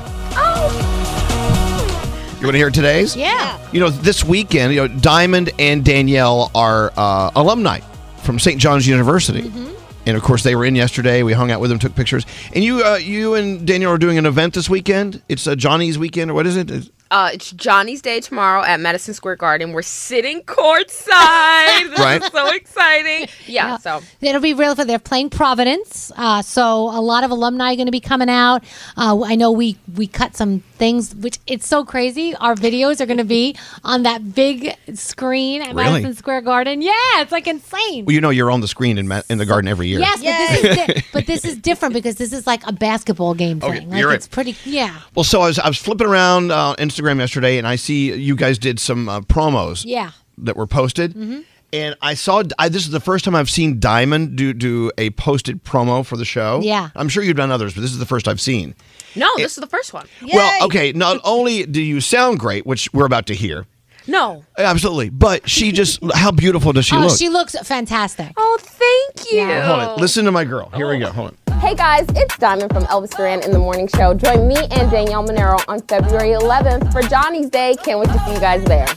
Speaker 8: You want to hear today's?
Speaker 1: Yeah.
Speaker 8: You know, this weekend, you know, Diamond and Danielle are uh, alumni from St. John's University,
Speaker 10: Mm-hmm.
Speaker 8: and of course, they were in yesterday. We hung out with them, took pictures, and you, uh, you and Danielle are doing an event this weekend. It's uh, Johnny's weekend, or what is it? It's-
Speaker 21: Uh, it's Johnny's Day tomorrow at Madison Square Garden. We're sitting courtside. This
Speaker 8: Right.
Speaker 21: is so exciting. Yeah, so
Speaker 10: It'll be real for they're playing Providence, uh, so a lot of alumni are going to be coming out. Uh, I know we we cut some things, which it's so crazy. Our videos are going to be on that big screen at
Speaker 8: Really?
Speaker 10: Madison Square Garden. Yeah, it's like insane.
Speaker 8: Well, you know, you're on the screen in, Ma- in the garden every year.
Speaker 10: Yes, but this, is di- but this is different because this is like a basketball game thing.
Speaker 8: Okay,
Speaker 10: like
Speaker 8: you're right.
Speaker 10: it's pretty, yeah,
Speaker 8: Well, so I was, I was flipping around uh, Instagram yesterday, and I see you guys did some uh, promos
Speaker 10: yeah.
Speaker 8: that were posted.
Speaker 10: Mhm.
Speaker 8: And I saw I, this is the first time I've seen Diamond do do a posted promo for the show.
Speaker 21: Yeah.
Speaker 8: I'm sure you've done others, but this is the first I've seen.
Speaker 21: no, this is the first one.
Speaker 8: Well, okay. Not only do you sound great, which we're about to hear,
Speaker 21: No.
Speaker 8: absolutely, but she just how beautiful does she
Speaker 10: oh,
Speaker 8: look?
Speaker 10: she looks fantastic.
Speaker 21: Oh, thank you.
Speaker 8: Hold on, listen to my girl. Here we go. Hold on.
Speaker 15: Hey guys, it's Diamond from Elvis Duran in the Morning Show. Join me and Danielle Monero on February 11th for Johnny's Day. Can't wait to see you guys there.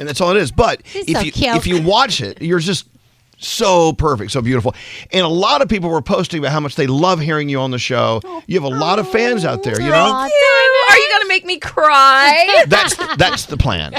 Speaker 8: and that's all it is. But
Speaker 15: She's
Speaker 8: if
Speaker 15: so
Speaker 8: you
Speaker 15: cute.
Speaker 8: if you watch it, you're just so perfect, so beautiful. And a lot of people were posting about how much they love hearing you on the show. You have a lot of fans out there, you know.
Speaker 21: Thank you. Are you going to make me cry?
Speaker 8: That's that's the plan.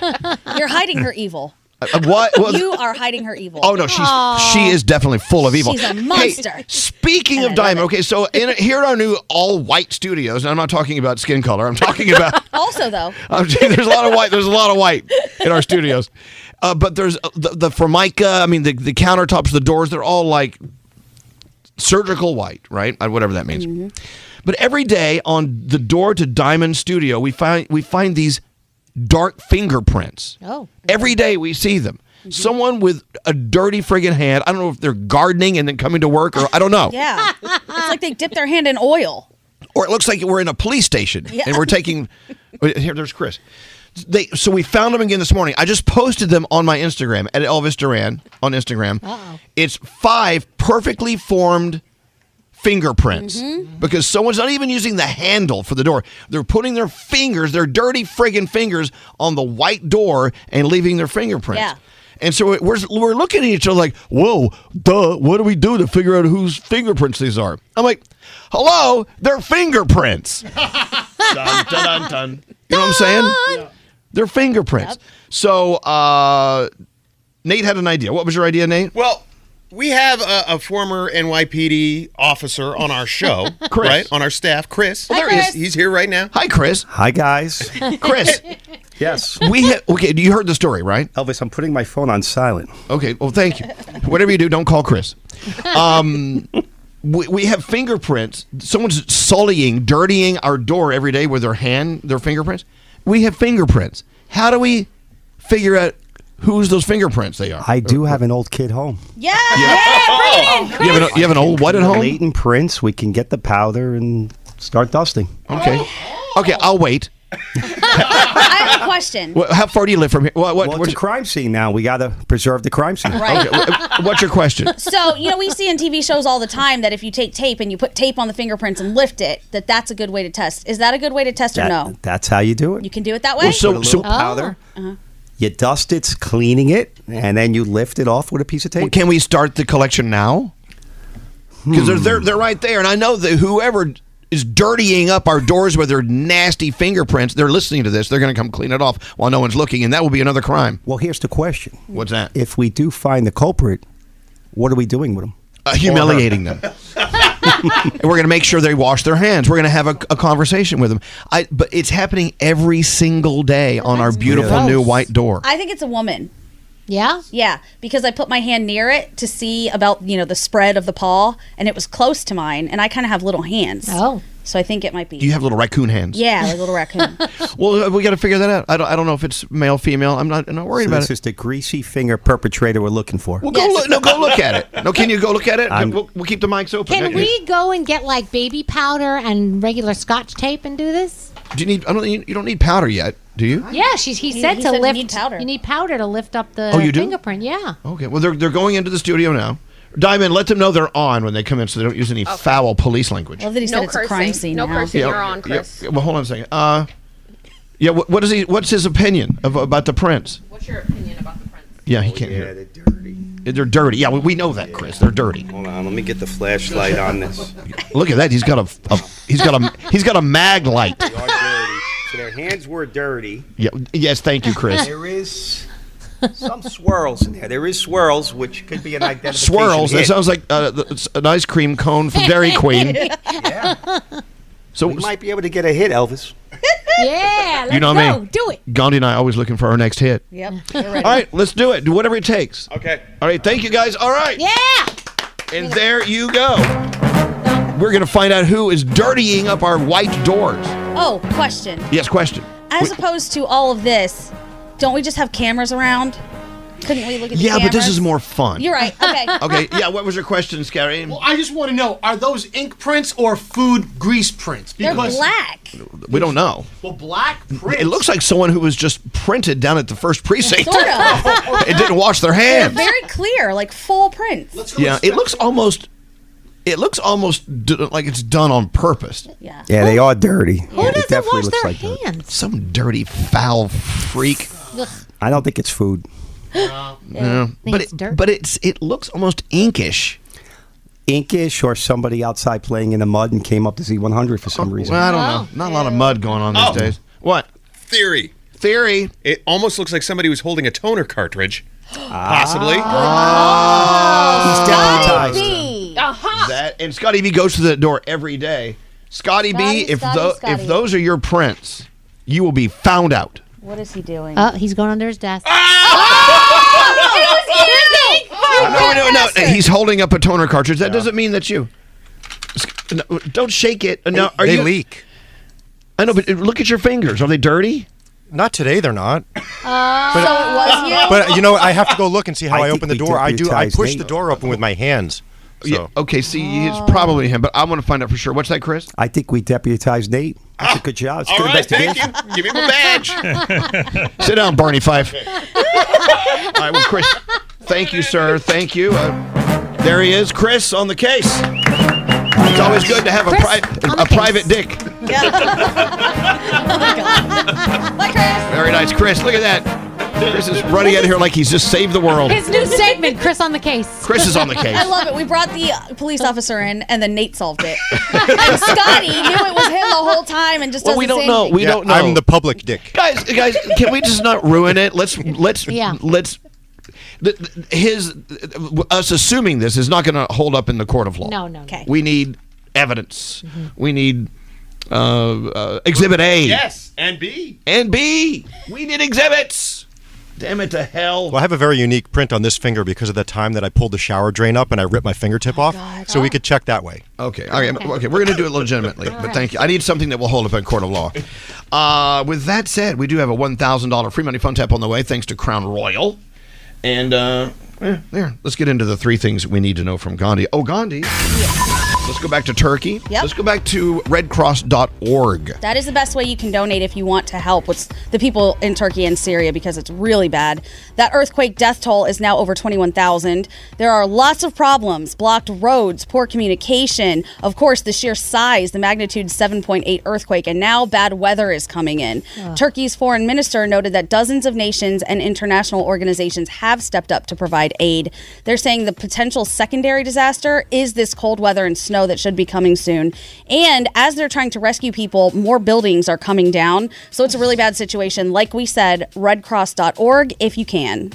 Speaker 12: You're hiding her evil.
Speaker 8: Uh, what? what-
Speaker 12: you are hiding her evil.
Speaker 8: Oh no, she's she is definitely full of evil.
Speaker 12: She's a
Speaker 8: Hey,
Speaker 12: monster.
Speaker 8: Speaking of diamond, okay, so in, here at our new all-white studios, and I'm not talking about skin color. I'm talking about
Speaker 12: also, though,
Speaker 8: I'm just- there's a lot of white. There's a lot of white in our studios, uh, but there's uh, the, the formica. I mean, the, the countertops, the doors, they're all like surgical white, right? Uh, Whatever that means. But every day on the door to Diamond Studio, we find we find these dark fingerprints.
Speaker 10: Oh.
Speaker 8: Every day we see them. Someone with a dirty friggin' hand. I don't know if they're gardening and then coming to work, or I don't know.
Speaker 12: yeah, it's like they dip their hand in oil.
Speaker 8: Or it looks like we're in a police station
Speaker 12: Yeah.
Speaker 8: and we're taking. wait, Here, there's Chris. They so we found them again this morning. I just posted them on my Instagram at Elvis Duran on Instagram.
Speaker 1: Uh-oh.
Speaker 8: It's five perfectly formed fingerprints
Speaker 1: Mhm.
Speaker 8: because someone's not even using the handle for the door. They're putting their fingers, their dirty friggin' fingers, on the white door and leaving their fingerprints.
Speaker 1: Yeah.
Speaker 8: And so we're, we're looking at each other like, whoa, duh, what do we do to figure out whose fingerprints these are? I'm like, hello, they're fingerprints. dun, dun, dun, dun. You know what I'm saying? They're fingerprints. So uh, Nate had an idea. What was your idea, Nate?
Speaker 4: Well, we have a, a former NYPD officer on our show,
Speaker 8: Chris.
Speaker 4: right? On our staff, Chris.
Speaker 8: Hi,
Speaker 4: there he is.
Speaker 8: Chris.
Speaker 4: He's here right now.
Speaker 8: Hi, Chris.
Speaker 22: Hi, guys.
Speaker 8: Chris.
Speaker 22: yes.
Speaker 8: We ha- okay. You heard the story, right?
Speaker 22: Elvis, I'm putting my phone on silent.
Speaker 8: Okay. Well, thank you. Whatever you do, don't call Chris. Um, we, we have fingerprints. Someone's sullying, dirtying our door every day with their hand, their fingerprints. We have fingerprints. How do we figure out whose those fingerprints they are?
Speaker 22: I do have an old kid home.
Speaker 12: Yeah.
Speaker 8: Oh. You have an, you have an old what at home?
Speaker 22: Leighton Prince. We can get the powder and start dusting.
Speaker 8: Okay. Okay, I'll wait.
Speaker 12: I have a question.
Speaker 8: Well, how far do you live from here? What, what,
Speaker 22: Well, it's a crime scene now. We got to preserve the crime scene.
Speaker 12: Right. Okay, wh-
Speaker 8: What's your question?
Speaker 12: So, you know, we see in TV shows all the time that if you take tape and you put tape on the fingerprints and lift it, that that's a good way to test. Is that a good way to test or
Speaker 22: That-
Speaker 12: no?
Speaker 22: That's how you do it.
Speaker 12: You can do it that way?
Speaker 22: Well, so- Put a so- little powder.
Speaker 12: Uh-huh.
Speaker 22: You dust it, cleaning it, and then you lift it off with a piece of tape.
Speaker 8: can we start the collection now? Because they're, they're they're right there, and I know that whoever is dirtying up our doors with their nasty fingerprints, they're listening to this. They're going to come clean it off while no one's looking, and that will be another crime.
Speaker 22: Well, here's the question.
Speaker 8: What's that?
Speaker 22: If we do find the culprit, what are we doing with them?
Speaker 8: Uh, humiliating them. and we're going to make sure they wash their hands. We're going to have a, a conversation with them. I, but it's happening every single day on our beautiful
Speaker 12: gross.
Speaker 8: new white door.
Speaker 12: I think it's a woman.
Speaker 10: Yeah?
Speaker 12: Yeah, because I put my hand near it to see about, you know, the spread of the paw, and it was close to mine, and I kind of have little hands.
Speaker 10: Oh.
Speaker 12: So I think it might be.
Speaker 8: Do you have little raccoon hands?
Speaker 12: yeah, like a little raccoon.
Speaker 8: Well, uh, we got to figure that out. I don't, I don't know if it's male, female. I'm not, I'm not worried
Speaker 22: So
Speaker 8: about
Speaker 22: this
Speaker 8: it.
Speaker 22: is the greasy finger perpetrator we're looking for.
Speaker 8: Well, go look. No, go look at it. No, can you go look at it?
Speaker 22: I'm-
Speaker 8: We'll, we'll keep the mics open.
Speaker 10: Can we go and get like baby powder and regular scotch tape and do this?
Speaker 8: Do you need? I don't. You, you don't need powder yet, do you?
Speaker 10: Yeah, she, he,
Speaker 12: He-
Speaker 10: said
Speaker 12: he
Speaker 10: to
Speaker 12: said you
Speaker 10: lift
Speaker 12: need powder.
Speaker 10: You need powder to lift up the
Speaker 8: Oh, you do? Oh,
Speaker 10: fingerprint. Yeah.
Speaker 8: Okay. Well, they're they're going into the studio now. Diamond, let them know they're on when they come in, so they don't use any foul police language.
Speaker 12: Well, then he
Speaker 21: No
Speaker 12: said it's a crime
Speaker 21: cursing.
Speaker 12: scene.
Speaker 21: No
Speaker 12: now.
Speaker 21: cursing.
Speaker 8: Yeah,
Speaker 21: You're on,
Speaker 8: yeah,
Speaker 21: Chris.
Speaker 8: yeah, well, hold on a second. Uh, yeah. What, what is he? What's his opinion of, about the prints?
Speaker 21: What's your opinion about the prince?
Speaker 8: Yeah,
Speaker 22: Oh,
Speaker 8: he can't hear. They're dirty. They're dirty. Yeah, well, we know that, Chris. They're dirty.
Speaker 22: Hold on, let me get the flashlight on this.
Speaker 8: Look at that. He's got a, a he's got a he's got a mag light.
Speaker 22: They are dirty. So their hands were dirty.
Speaker 8: Yeah, yes, thank you, Chris.
Speaker 22: There is some swirls in there. There is swirls, which could be an identification.
Speaker 8: swirls. That
Speaker 22: hit.
Speaker 8: sounds like uh, th- it's an ice cream cone from Dairy Queen. So
Speaker 22: We might be able to get a hit, Elvis.
Speaker 10: yeah.
Speaker 8: you know
Speaker 10: let's
Speaker 8: what I
Speaker 10: go.
Speaker 8: mean?
Speaker 10: Do it.
Speaker 8: Gandhi and I are always looking for our next hit.
Speaker 12: Yep.
Speaker 8: All right, let's do it. Do whatever it takes.
Speaker 4: Okay.
Speaker 8: All right, thank you guys. All right.
Speaker 10: Yeah.
Speaker 8: And there you go. We're going to find out who is dirtying up our white doors.
Speaker 12: Oh, question.
Speaker 8: Yes, question.
Speaker 12: As
Speaker 8: We-
Speaker 12: opposed to all of this, don't we just have cameras around? Couldn't we look at the
Speaker 8: yeah, but this is
Speaker 12: cameras?
Speaker 8: more fun.
Speaker 12: You're right. Okay.
Speaker 8: Okay, yeah, what was your question, Scary?
Speaker 23: Well, I just want to know: Are those ink prints or food grease prints?
Speaker 12: They're black.
Speaker 8: We don't know.
Speaker 23: Well, black prints.
Speaker 8: It looks like someone who was just printed down at the first precinct.
Speaker 12: Sort of.
Speaker 8: it didn't wash their
Speaker 12: They're
Speaker 8: hands.
Speaker 12: very clear, like full prints.
Speaker 8: Yeah, it looks almost. It looks almost d- like it's done on purpose.
Speaker 12: Yeah.
Speaker 22: Yeah, they are dirty. Who
Speaker 10: doesn't wash their hands?
Speaker 8: Some dirty foul freak.
Speaker 10: Ugh.
Speaker 22: I don't think it's food.
Speaker 8: Yeah. But it, but it's it looks almost inkish.
Speaker 22: Inkish or somebody outside playing in the mud and came up to Z100 for some reason.
Speaker 8: Oh, Well, I don't know. Not a lot of mud going on these
Speaker 4: Oh.
Speaker 8: days. What?
Speaker 4: Theory.
Speaker 8: Theory.
Speaker 4: It almost looks like somebody was holding a toner cartridge. Possibly.
Speaker 9: Ah.
Speaker 8: Ah. Uh-huh.
Speaker 22: He's
Speaker 8: Uh,
Speaker 22: traumatized.
Speaker 8: That and Scotty B goes to the door every day. Scotty
Speaker 12: Scotty,
Speaker 8: B, if
Speaker 12: Scotty,
Speaker 8: tho-
Speaker 12: Scotty.
Speaker 8: if those are your prints, you will be found out.
Speaker 12: What is he doing?
Speaker 10: Oh, he's going under his desk.
Speaker 3: Oh,
Speaker 8: no, Oh, no, no, He's holding up a toner cartridge. That doesn't mean that's you. Sc- no, don't shake it. No, are
Speaker 24: they
Speaker 8: you-
Speaker 24: leak.
Speaker 8: I know, but uh, look at your fingers. Are they dirty?
Speaker 24: Not today, they're not.
Speaker 12: Oh,
Speaker 10: Oh.
Speaker 12: so it was you.
Speaker 24: But you know, I have to go look and see how
Speaker 22: I
Speaker 24: I,
Speaker 22: think
Speaker 24: open the
Speaker 22: we
Speaker 24: door. I do. I
Speaker 22: deputized
Speaker 24: push
Speaker 22: Nate.
Speaker 24: the door open with my hands. So
Speaker 8: Yeah. Okay. See, it's probably him, but I want to find out for sure. What's that, Chris? Ah.
Speaker 22: I think we deputized Nate. That's a good job. It's a
Speaker 4: All
Speaker 22: good
Speaker 4: right, thank
Speaker 22: investigation.
Speaker 4: you. Give me my badge.
Speaker 8: Sit down, Barney Fife. All right. Well, Chris, thank you, sir. Thank you. Uh, there he is, Chris on the case. It's always good to have a,
Speaker 10: Chris
Speaker 8: pri-
Speaker 10: on
Speaker 8: a
Speaker 10: the case.
Speaker 8: private dick. Very nice, Chris. Look at that. Chris is running out of here like he's just saved the world.
Speaker 10: His new segment, Chris on the case.
Speaker 8: Chris is on the case.
Speaker 12: I love it. We brought the uh, police officer in, and then Nate solved it. and Scotty knew it was him the whole time, and just
Speaker 8: Well,
Speaker 12: doesn't
Speaker 8: we
Speaker 12: say
Speaker 8: don't know.
Speaker 12: anything.
Speaker 8: We don't know.
Speaker 24: I'm the public dick.
Speaker 8: guys guys can we just not ruin it let's let's
Speaker 10: Yeah.
Speaker 8: let's th- th- his us assuming this is not going to hold up in the court of law
Speaker 10: No, Mm-hmm. no.
Speaker 12: Okay.
Speaker 8: we need evidence we need uh, uh, exhibit a
Speaker 4: Yes, and B.
Speaker 8: and b we need exhibits damn it to hell
Speaker 24: Well, I have a very unique print on this finger because of the time that I pulled the shower drain up and I ripped my fingertip off. So we could check that way.
Speaker 8: okay okay, okay we're going to do it legitimately but thank you i need something that will hold up in court of law uh, with that said we do have a $1000 free money fun tap on the way thanks to crown royal and uh, yeah, there let's get into the three things we need to know from gandhi oh gandhi Let's go back to Turkey.
Speaker 12: Yep.
Speaker 8: Let's go back to redcross.org.
Speaker 12: That is the best way you can donate if you want to help with the people in Turkey and Syria because it's really bad. That earthquake death toll is now over 21,000. There are lots of problems blocked roads, poor communication, of course, the sheer size, the magnitude 7.8 earthquake, and now bad weather is coming in.
Speaker 3: Ugh.
Speaker 12: Turkey's foreign minister noted that dozens of nations and international organizations have stepped up to provide aid. They're saying the potential secondary disaster is this cold weather and snow that should be coming soon. And as they're trying to rescue people, more buildings are coming down. So it's a really bad situation. Like we said, redcross.org if you can.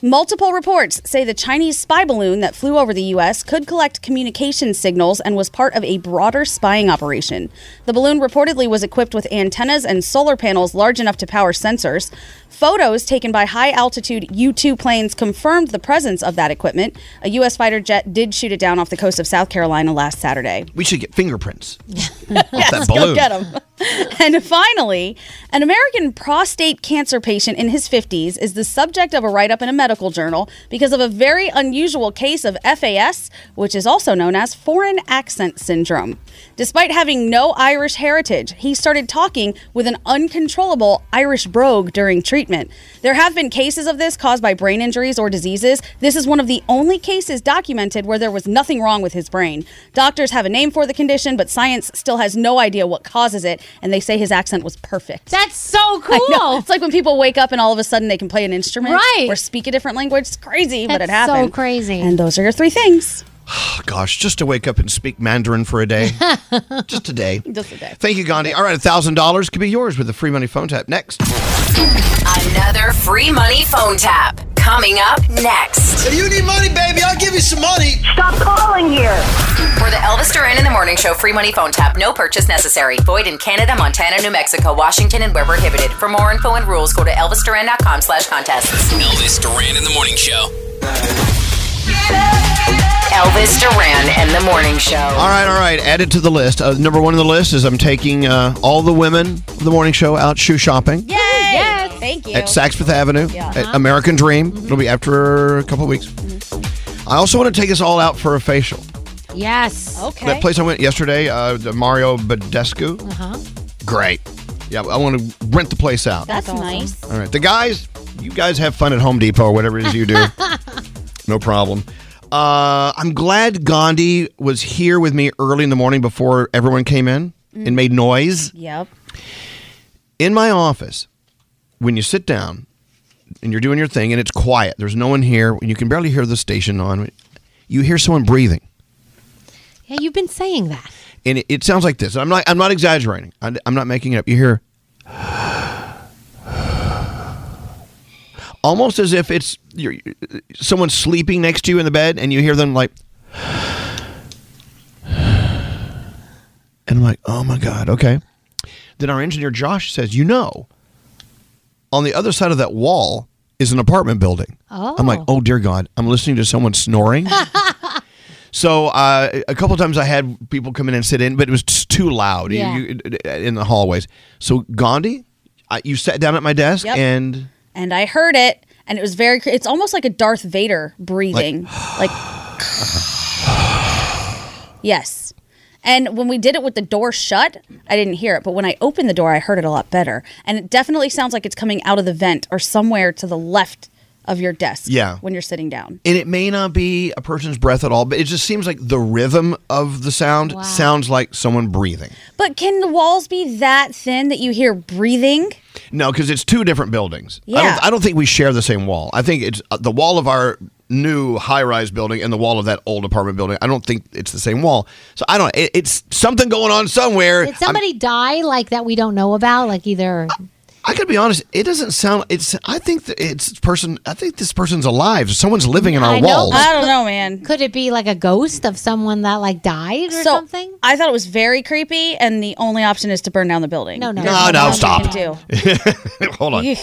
Speaker 12: Multiple reports say the Chinese spy balloon that flew over the U.S. could collect communication signals and was part of a broader spying operation. The balloon reportedly was equipped with antennas and solar panels large enough to power sensors. Photos taken by high altitude U 2 planes confirmed the presence of that equipment. A U.S. fighter jet did shoot it down off the coast of South Carolina last Saturday.
Speaker 8: We should get fingerprints.
Speaker 12: yes,
Speaker 8: that
Speaker 12: go
Speaker 8: balloon.
Speaker 12: get 'em. and finally, an American prostate cancer patient in his 50s is the subject of a write up in a medical journal because of a very unusual case of FAS, which is also known as foreign accent syndrome. Despite having no Irish heritage, he started talking with an uncontrollable Irish brogue during treatment. There have been cases of this caused by brain injuries or diseases. This is one of the only cases documented where there was nothing wrong with his brain. Doctors have a name for the condition, but science still has no idea what causes it, and they say his accent was perfect.
Speaker 10: That's so
Speaker 12: I know.
Speaker 10: cool.
Speaker 12: It's like when people wake up and all of a sudden they can play an instrument
Speaker 10: Right.
Speaker 12: or speak a different language. It's crazy, but it
Speaker 10: That's so
Speaker 12: happened.
Speaker 10: crazy.
Speaker 12: And those are your three things.
Speaker 8: Oh, gosh, just to wake up and speak Mandarin for a day. just a day.
Speaker 12: Just a day.
Speaker 8: Thank you, Gandhi. All right, $1,000 could be yours with the free money phone tap. Next.
Speaker 7: Another free money phone tap coming up next.
Speaker 2: If you need money, baby, I'll give you some money.
Speaker 7: Stop calling here. For the Elvis Duran in the Morning Show free money phone tap, no purchase necessary. Void in Canada, Montana, New Mexico, Washington, and where prohibited. For more info and rules, go to elvisduran.com slash contests.
Speaker 6: Elvis Duran in the Morning Show.
Speaker 7: Elvis Duran and the Morning Show.
Speaker 8: All right, all right. Added to the list. Uh, number one on the list is I'm taking uh, all the women of the morning show out shoe shopping.
Speaker 12: Yay! Yes. Thank you.
Speaker 8: at Saks Fifth Avenue
Speaker 12: Yeah. Mm-hmm.
Speaker 8: at American Dream. It'll be after a couple of weeks. I also want to take us all out for a facial.
Speaker 10: Yes.
Speaker 12: Okay.
Speaker 8: That place I went yesterday, uh, the Mario Badescu,
Speaker 10: Uh-huh.
Speaker 8: great. Yeah, I want to rent the place out.
Speaker 12: That's nice.
Speaker 8: all right, the guys, you guys have fun at Home Depot or whatever it is you do. no problem. Uh, I'm glad Gandhi was here with me early in the morning before everyone came in
Speaker 12: Mm.
Speaker 8: and made noise.
Speaker 12: Yep.
Speaker 8: in my office, when you sit down and you're doing your thing and it's quiet, there's no one here, and you can barely hear the station on, you hear someone breathing.
Speaker 10: Yeah, you've been saying that.
Speaker 8: And it, it sounds like this. I'm not, I'm not exaggerating. I, am not making it up. You hear almost as if it's you're, someone sleeping next to you in the bed, and you hear them like, and I'm like, oh my God, okay. Then our engineer Josh says, you know, on the other side of that wall is an apartment building. I'm like, oh dear God, I'm listening to someone snoring. so uh, a couple times I had people come in and sit in, but it was just too loud you-
Speaker 12: Yeah.
Speaker 8: you- in the hallways. So Gandhi, I, you sat down at my desk
Speaker 12: Yep.
Speaker 8: and
Speaker 12: And I heard it, and it was very. cre- It's almost like a Darth Vader breathing, like. yes. And when we did it with the door shut, I didn't hear it. But when I opened the door, I heard it a lot better. And it definitely sounds like it's coming out of the vent or somewhere to the left of your desk.
Speaker 8: Yeah.
Speaker 12: When you're sitting down.
Speaker 8: and it may not be a person's breath at all, but it just seems like the rhythm of the sound
Speaker 12: Wow.
Speaker 8: sounds like someone breathing.
Speaker 12: But can the walls be that thin that you hear breathing?
Speaker 8: No, because it's two different buildings. I,
Speaker 12: Yeah.
Speaker 8: don't, I don't think we share the same wall. I think it's uh, the wall of our new high-rise building and the wall of that old apartment building. I don't think it's the same wall. So I don't. It, it's something going on somewhere.
Speaker 10: Did somebody die like that we don't know about? Like either
Speaker 8: I'm, I gotta be honest. It doesn't sound. It's. I think that it's person. I think this person's alive. Someone's living in our
Speaker 10: I know,
Speaker 8: walls.
Speaker 10: but
Speaker 12: don't know, man.
Speaker 10: Could it be like a ghost of someone that like died or
Speaker 12: so
Speaker 10: something?
Speaker 12: I thought it was very creepy, and the only option is to burn down the building. No,
Speaker 8: No, no, stop. Hold on.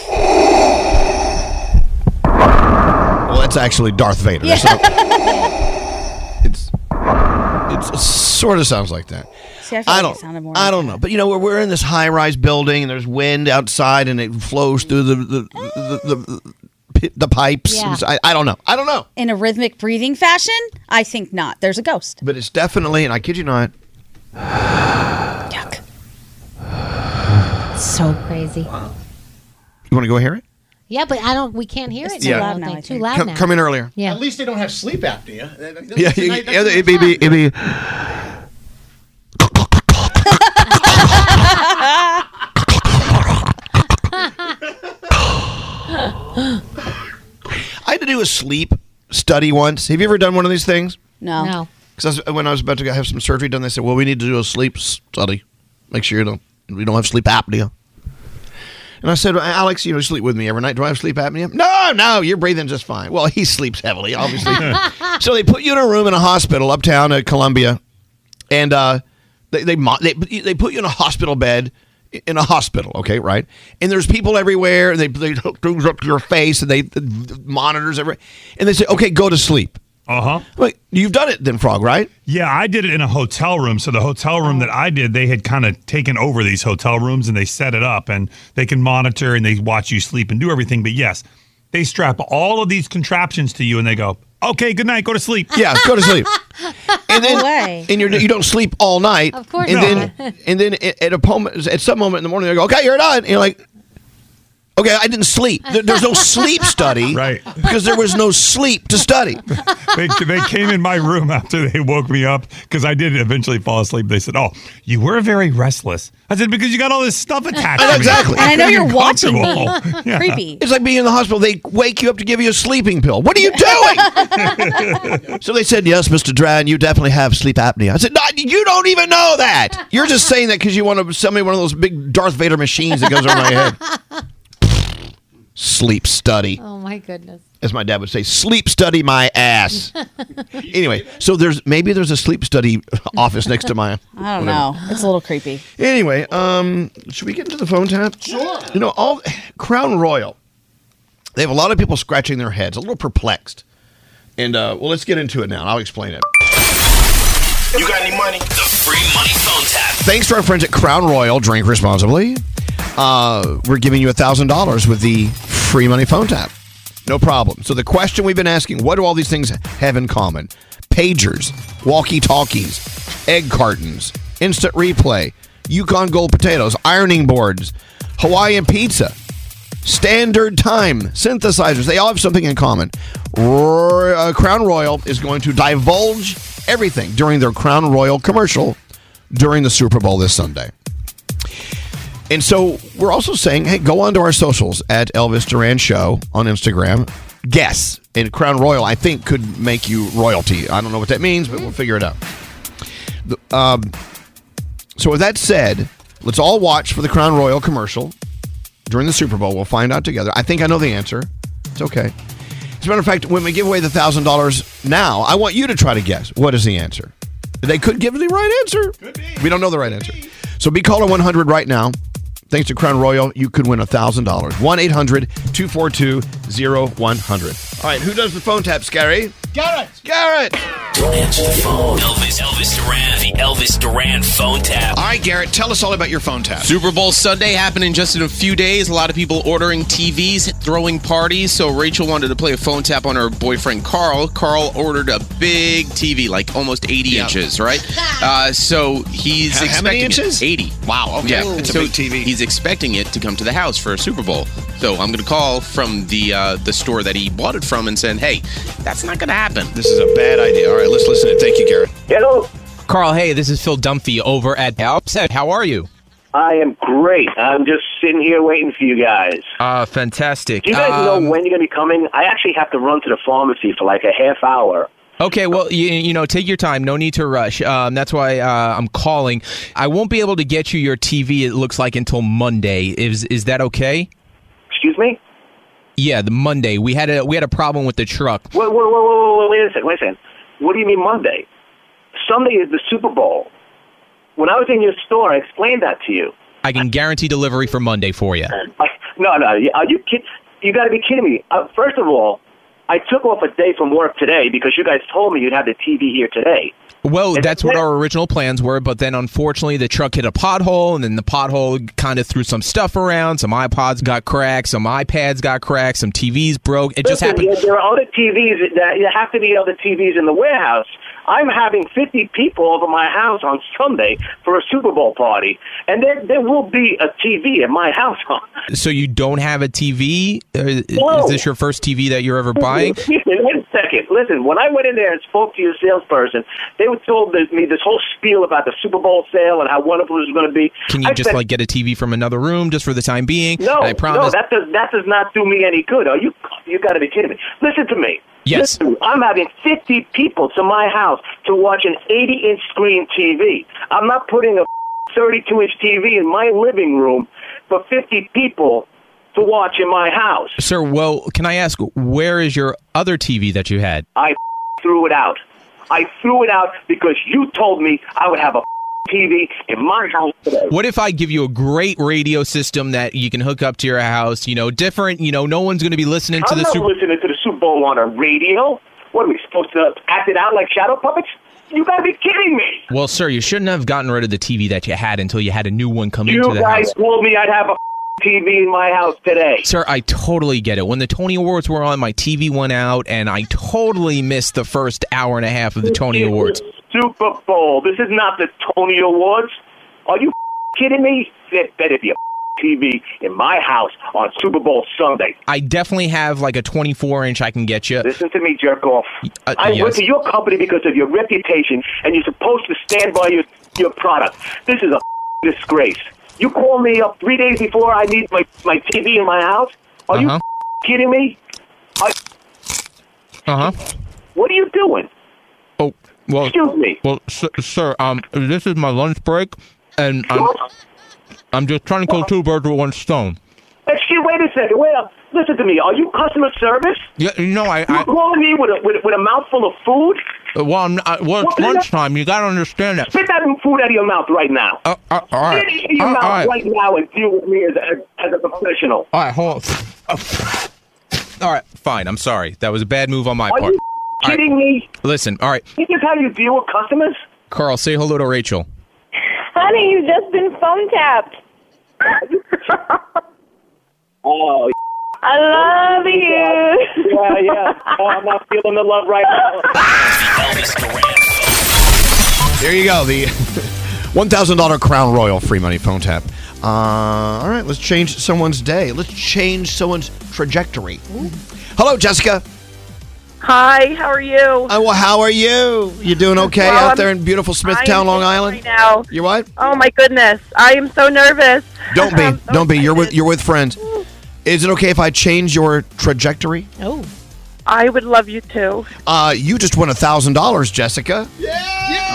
Speaker 8: Well, that's actually Darth Vader.
Speaker 12: Yeah.
Speaker 8: So it's, it sort of sounds like that.
Speaker 12: See, I, feel
Speaker 8: I
Speaker 12: like
Speaker 8: don't.
Speaker 12: It sounded more
Speaker 8: I don't know, but you know, we're, we're in this high-rise building, and there's wind outside, and it flows through the the, the, the, the p- the pipes.
Speaker 12: Yeah.
Speaker 8: And so- I, I don't know. I don't know.
Speaker 12: In a rhythmic breathing fashion? I think not. There's a ghost.
Speaker 8: But it's definitely, and I kid you not,
Speaker 10: So crazy.
Speaker 8: you want to go hear it?
Speaker 10: Yeah, but I don't. We can't hear it.
Speaker 8: too
Speaker 10: now,
Speaker 8: loud
Speaker 10: I don't
Speaker 8: now,
Speaker 10: think.
Speaker 8: I
Speaker 10: Too
Speaker 8: think.
Speaker 10: loud
Speaker 8: Come-
Speaker 10: now.
Speaker 8: come in earlier.
Speaker 10: Yeah.
Speaker 19: At least they don't have sleep apnea. That- that-
Speaker 8: Yeah,
Speaker 19: that's the night- that's the
Speaker 8: it'd be, it'd be. I had to do a sleep study once. Have you ever done one of these things?
Speaker 12: No.
Speaker 10: No.
Speaker 8: Because when I was about to have some surgery done, they said, "Well, we need to do a sleep study. Make sure you don't we don't have sleep apnea." And I said, "Alex, you know, you sleep with me every night. Do I have sleep apnea?" No, no, you're breathing just fine. Well, he sleeps heavily, obviously. so they put you in a room in a hospital uptown at Columbia, and uh, they they mo- they they put you in a hospital bed in a hospital. Okay, right? And there's people everywhere, and they they hook things up to your face, and they monitors every, and they say, "Okay, go to sleep."
Speaker 18: Uh huh.
Speaker 8: Wait, you've done it then, Frog, right?
Speaker 18: Yeah, I did it in a hotel room. So the hotel room that I did, they had kind of taken over these hotel rooms and they set it up and they can monitor and they watch you sleep and do everything. But yes, they strap all of these contraptions to you and they go, okay, good night, go to sleep.
Speaker 8: Yeah, go to sleep. and then
Speaker 18: No way.
Speaker 8: and you're, you don't sleep all night.
Speaker 18: Of course
Speaker 8: And
Speaker 18: not.
Speaker 8: then and then at at a moment, at some moment in the morning, they go, "Okay, you're done." And you're like, "Okay, I didn't sleep." There- There's no sleep study, right? Because there was no sleep to study.
Speaker 18: they, they came in my room after they woke me up because I did eventually fall asleep. They said, "Oh, you were very restless." I said, "Because you got all this stuff attached to me."
Speaker 8: exactly.
Speaker 18: It feels uncomfortable. Yeah.
Speaker 8: It's like being in the hospital. They wake you up to give you a sleeping pill. What are you doing? so they said, "Yes, Mr. Dran, you definitely have sleep apnea." I said, no, "You don't even know that. You're just saying that because you want to sell me one of those big Darth Vader machines that goes over my head." sleep study.
Speaker 10: Oh my goodness.
Speaker 8: as my dad would say, sleep study my ass. anyway, so there's maybe there's a sleep study office next to my.
Speaker 12: I
Speaker 8: whatever.
Speaker 12: don't know. It's a little creepy.
Speaker 8: Anyway, um, should we get into the phone tap? Sure. You know, all Crown Royal. They have a lot of people scratching their heads, a little perplexed. And uh, well, let's get into it now. and I'll explain it.
Speaker 2: You got any money? The free money phone tap.
Speaker 8: Thanks to our friends at Crown Royal, drink responsibly. Uh, we're giving you $1,000 with the free money phone tap. No problem. So, the question we've been asking what do all these things have in common? Pagers, walkie talkies, egg cartons, instant replay, Yukon gold potatoes, ironing boards, Hawaiian pizza, standard time, synthesizers. They all have something in common. Ro- uh, Crown Royal is going to divulge everything during their Crown Royal commercial during the Super Bowl this Sunday. And so we're also saying, hey, go onto our socials at Elvis Duran Show on Instagram. Guess. And Crown Royal, I think, could make you royalty. I don't know what that means, but we'll figure it out. The- um, so, with that said, let's all watch for the Crown Royal commercial during the Super Bowl. We'll find out together. I think I know the answer. It's okay. As a matter of fact, when we give away the $1,000 now, I want you to try to guess what is the answer. They could give the right answer. We don't know the right answer. So be caller 100 right now. Thanks to Crown Royal, you could win $1,000. 1 800 242 0100. All right, who does the phone tap, Scary? Garrett! Garrett!
Speaker 2: Don't answer the phone. Elvis, Elvis Duran, the Elvis Duran phone tap.
Speaker 16: All right, Garrett, tell us all about your phone tap. Super Bowl Sunday happening just in a few days. A lot of people ordering TVs, throwing parties. So Rachel wanted to play a phone tap on her boyfriend Carl. Carl ordered a big TV, like almost 80
Speaker 25: Yeah.
Speaker 16: inches, right? Uh, so he's
Speaker 25: How- how
Speaker 16: expecting
Speaker 25: many
Speaker 16: it-
Speaker 25: inches?
Speaker 16: 80.
Speaker 25: Wow, okay.
Speaker 16: Yeah.
Speaker 25: It's a
Speaker 16: so
Speaker 25: big
Speaker 16: TV. He's expecting it to come to the house for a Super Bowl. So I'm going to call from the uh, the store that he bought it from and saying, "Hey, that's not going to happen. This is a bad idea." All right, let's listen to it. Thank you, Garrett.
Speaker 5: Hello.
Speaker 16: Carl, hey, this is Phil Dumphy over at Outset. How are you?
Speaker 5: I am great. I'm just sitting here waiting for you guys.
Speaker 16: Uh, fantastic.
Speaker 5: Do you guys
Speaker 16: Um,
Speaker 5: know when you're going to be coming? I actually have to run to the pharmacy for like a half hour.
Speaker 16: Okay, well, you, you know, take your time. No need to rush. Um, that's why uh, I'm calling. I won't be able to get you your TV. It looks like until Monday. Is is that okay?
Speaker 5: Excuse me?
Speaker 16: Yeah, the Monday. We had a we had a problem with the truck.
Speaker 5: Wait, wait, wait, wait, wait, wait a second. Wait a second. What do you mean Monday? Sunday is the Super Bowl. When I was in your store, I explained that to you.
Speaker 16: I can guarantee delivery for Monday for you.
Speaker 5: Uh, No, no. Are you kidding? You got to be kidding me. Uh, first of all, I took off a day from work today because you guys told me you'd have the TV here today.
Speaker 16: Well, that's what our original plans were, but then unfortunately the truck hit a pothole, and then the pothole kind of threw some stuff around. Some iPods got cracked, some iPads got cracked, some TVs broke. It just
Speaker 5: Listen,
Speaker 16: happened.
Speaker 5: There, there are other TVs that there have to be other TVs in the warehouse. I'm having 50 people over my house on Sunday for a Super Bowl party, and there there will be a TV at my house.
Speaker 16: So you don't have a TV? Is,
Speaker 5: No. Mm-hmm.
Speaker 16: is this your first TV that you're ever buying?
Speaker 5: Excuse me, Wait a second. Listen, when I went in there and spoke to your salesperson, they were told this- me this whole spiel about the Super Bowl sale and how wonderful it was going to be.
Speaker 16: Can you
Speaker 5: I
Speaker 16: just
Speaker 5: said,
Speaker 16: like get a TV from another room just for the time being?
Speaker 5: No,
Speaker 16: I
Speaker 5: no,
Speaker 16: promise.
Speaker 5: that does that does not do me any good. Are you you got to be kidding me? Listen to me.
Speaker 16: Yes.
Speaker 5: Listen, I'm having 50 people to my house to watch an 80 inch screen TV. I'm not putting a 32 inch TV in my living room for 50 people to watch in my house.
Speaker 16: Sir, well, can I ask where is your other TV that you had?
Speaker 5: I threw it out. I threw it out because you told me I would have a TV in my house today.
Speaker 16: What if I give you a great radio system that you can hook up to your house? You know, different. You know, no one's going to be listening to
Speaker 5: I'm
Speaker 16: the
Speaker 5: not
Speaker 16: Super.
Speaker 5: listening to the Super Bowl on a radio. What are we supposed to act it out like shadow puppets? You gotta be kidding me!
Speaker 16: Well, sir, you shouldn't have gotten rid of the TV that you had until you had a new one come
Speaker 5: You
Speaker 16: into the
Speaker 5: guys
Speaker 16: house.
Speaker 5: told me I'd have a TV in my house today.
Speaker 16: Sir, I totally get it. When the Tony Awards were on, my TV went out, and I totally missed the first hour and a half of the Tony Awards.
Speaker 5: Super Bowl. This is not the Tony Awards. Are you kidding me? There better be a TV in my house on Super Bowl Sunday.
Speaker 16: I definitely have like a 24 inch I can get you.
Speaker 5: Listen to me, jerk off. I
Speaker 16: Uh, yes.
Speaker 5: went to your company because of your reputation, and you're supposed to stand by your your product. This is a disgrace. You call me up three days before I need my my TV in my house. Are you kidding me? Are,
Speaker 16: Uh huh.
Speaker 5: what are you doing?
Speaker 16: Oh, well.
Speaker 5: Excuse me.
Speaker 16: Well, sir, sir, um, this is my lunch break, and I'm, I'm just trying to kill two birds with one stone.
Speaker 5: Excuse, wait a second. Wait up. Listen to me. Are you customer service?
Speaker 16: Yeah, you know, I. Uh,
Speaker 5: You're calling me with a, with, a- with a mouthful of food?
Speaker 16: Well, I'm not, well, it's lunchtime. You gotta understand that.
Speaker 5: Spit that food out of your mouth right now.
Speaker 16: Uh, uh, all
Speaker 5: Spit
Speaker 16: right.
Speaker 5: it out of your
Speaker 16: all
Speaker 5: mouth
Speaker 16: right.
Speaker 5: right now and deal with me as a, as a professional.
Speaker 16: All right, hold on. All right, fine. I'm sorry. That was a bad move on my
Speaker 5: Are
Speaker 16: part.
Speaker 5: you
Speaker 16: All right,
Speaker 5: kidding me?
Speaker 16: Listen, all right,
Speaker 5: This is how you deal with customers?
Speaker 16: Carl, say hello to Rachel.
Speaker 6: Honey, you've just been phone tapped.
Speaker 5: Oh,
Speaker 6: I love you.
Speaker 5: yeah, yeah. Oh, I'm not feeling the love right now.
Speaker 8: There you go. The $1,000 Crown Royal free money phone tap. Uh, all right, let's change someone's day. Let's change someone's trajectory. Hello, Jessica.
Speaker 2: Hi, how are you?
Speaker 8: Uh, well, how are you? You doing okay
Speaker 2: Well,
Speaker 8: out
Speaker 2: I'm-
Speaker 8: there in beautiful
Speaker 2: I
Speaker 8: Smithtown,
Speaker 2: am
Speaker 8: Long
Speaker 2: nervous
Speaker 8: Island?
Speaker 2: Right now.
Speaker 8: You what?
Speaker 2: Oh my goodness, I am so nervous.
Speaker 8: Don't be. Don't be. You're with you're with friends. Is it okay if I change your trajectory?
Speaker 2: Oh. I would love you too.
Speaker 8: Uh, you just won $1,000, Jessica.
Speaker 2: Jessica! Yay!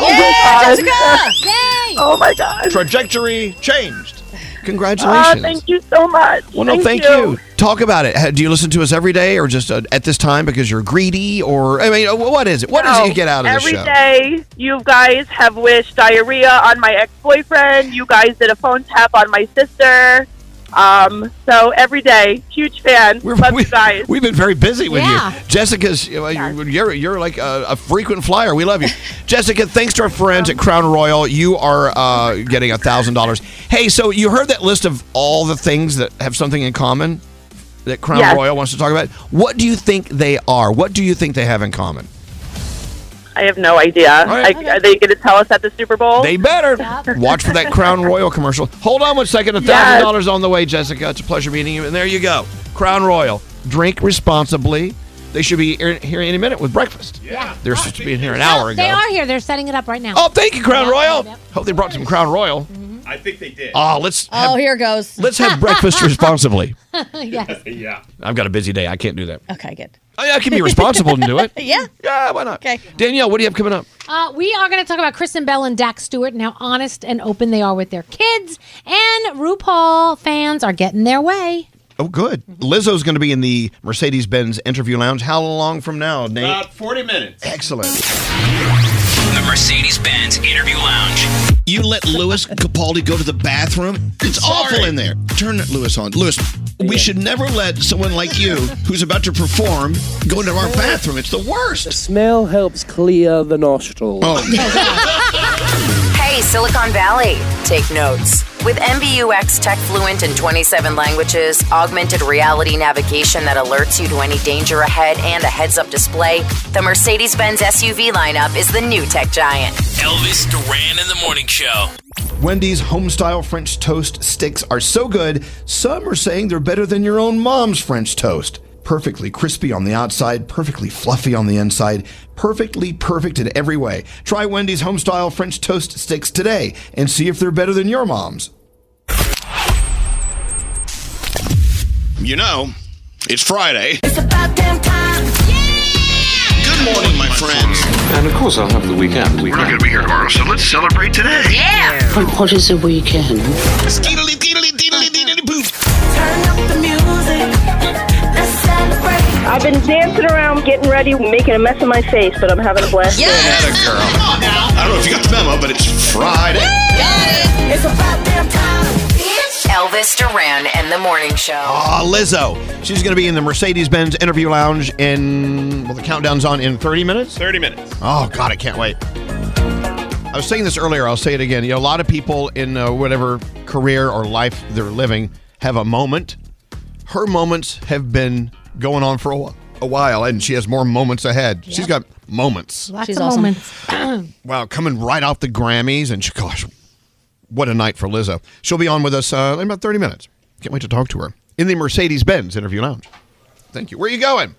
Speaker 2: Oh my God.
Speaker 8: Trajectory changed.
Speaker 2: Uh, Ah,
Speaker 8: Congratulations.
Speaker 2: thank you so much.
Speaker 8: Well, no, thank, you. Talk about it. Ha- Do you listen to us every day, or just uh, at this time because you're greedy, or I mean, uh, what is it? What does you get out of the
Speaker 2: Every
Speaker 8: show?
Speaker 2: day, you guys have wished diarrhea on my ex-boyfriend. You guys did a phone tap on my sister. Um, so every day, huge fan. love you guys.
Speaker 8: We've been very busy with
Speaker 2: Yeah.
Speaker 8: you, Jessica's. uh, you know, You're you're, you're like a, a frequent flyer. We love you, Jessica. Thanks to our friends at Crown Royal, you are uh, getting a thousand dollars. Hey, so you heard that list of all the things that have something in common that Crown
Speaker 2: Yes.
Speaker 8: Royal wants to talk about. What do you think they are? What do you think they have in common?
Speaker 2: I have no idea. I, are they going to tell us at the Super Bowl?
Speaker 8: They better watch for that Crown Royal commercial. Hold on one second. A thousand
Speaker 2: Yes.
Speaker 8: dollars on the way, Jessica. It's a pleasure meeting you. And there you go, Crown Royal. Drink responsibly. They should be here here any minute with breakfast.
Speaker 10: Yeah.
Speaker 8: They're supposed to be in here an hour ago.
Speaker 10: They are here. They're setting it up right now.
Speaker 8: Oh, thank you, Crown Royal. Hope they brought some Crown Royal.
Speaker 12: I think they did.
Speaker 8: Oh, let's
Speaker 26: Oh,
Speaker 8: have,
Speaker 26: here goes.
Speaker 8: let's have breakfast responsibly.
Speaker 26: yes.
Speaker 12: yeah.
Speaker 8: I've got a busy day. I can't do that.
Speaker 26: Okay, good.
Speaker 8: I, I can be responsible and do it.
Speaker 26: Yeah.
Speaker 8: Yeah, why not? Okay. Danielle, what do you have coming up?
Speaker 10: Uh, we are going to talk about Kristen Bell and Dak Stewart and how honest and open they are with their kids. And RuPaul fans are getting their way.
Speaker 8: Oh, good. Lizzo's going to be in the Mercedes Benz interview lounge. How long from now, Nate?
Speaker 12: About 40 minutes.
Speaker 8: Excellent.
Speaker 27: The Mercedes Benz Interview Lounge.
Speaker 8: You let Lewis Capaldi go to the bathroom? It's awful in there. Turn Lewis on. Lewis,
Speaker 2: We should never let someone like you, who's about to perform, go into our bathroom. It's the worst. The
Speaker 16: smell helps clear the nostrils.
Speaker 8: Oh.
Speaker 7: Hey, Silicon Valley, take notes. With MBUX Tech Fluent in 27 languages, augmented reality navigation that alerts you to any danger ahead, and a heads up display, the Mercedes Benz SUV lineup is the new tech giant.
Speaker 6: Elvis Duran in the morning show.
Speaker 8: Wendy's homestyle French toast sticks are so good, some are saying they're better than your own mom's French toast. Perfectly crispy on the outside, perfectly fluffy on the inside, perfectly perfect in every way. Try Wendy's homestyle French toast sticks today and see if they're better than your mom's.
Speaker 2: You know, it's Friday.
Speaker 1: About damn time.
Speaker 2: Good morning, my friends.
Speaker 17: And of course, I'll have the weekend.
Speaker 2: We're not going to be here tomorrow, so let's celebrate today.
Speaker 17: Yeah. But what is a weekend?
Speaker 2: Skeetily, deedily, deedily, deedily, boo.
Speaker 1: Turn up the music. Let's celebrate.
Speaker 11: I've been dancing around, getting ready, making a mess of my face, but I'm having a blast.
Speaker 2: Atta girl. I don't know if you got the memo, but it's Friday.
Speaker 1: It's about damn time.
Speaker 7: Elvis Duran and the morning show.
Speaker 8: Ah, Lizzo. She's going to be in the Mercedes Benz interview lounge in, well, the countdown's on in 30 minutes?
Speaker 4: 30 minutes.
Speaker 8: Oh, God, I can't wait. I was saying this earlier, I'll say it again. You know, a lot of people in uh, whatever career or life they're living have a moment. Her moments have been going on for a while. A while, and she has more moments ahead. She's got moments.
Speaker 10: Lots
Speaker 22: She's
Speaker 10: of
Speaker 22: awesome.
Speaker 10: moments.
Speaker 8: Wow, coming right off the Grammys, and she, gosh, what a night for Lizzo. She'll be on with us uh, in about 30 minutes. Can't wait to talk to her in the Mercedes Benz interview lounge. Thank you. Where are you going?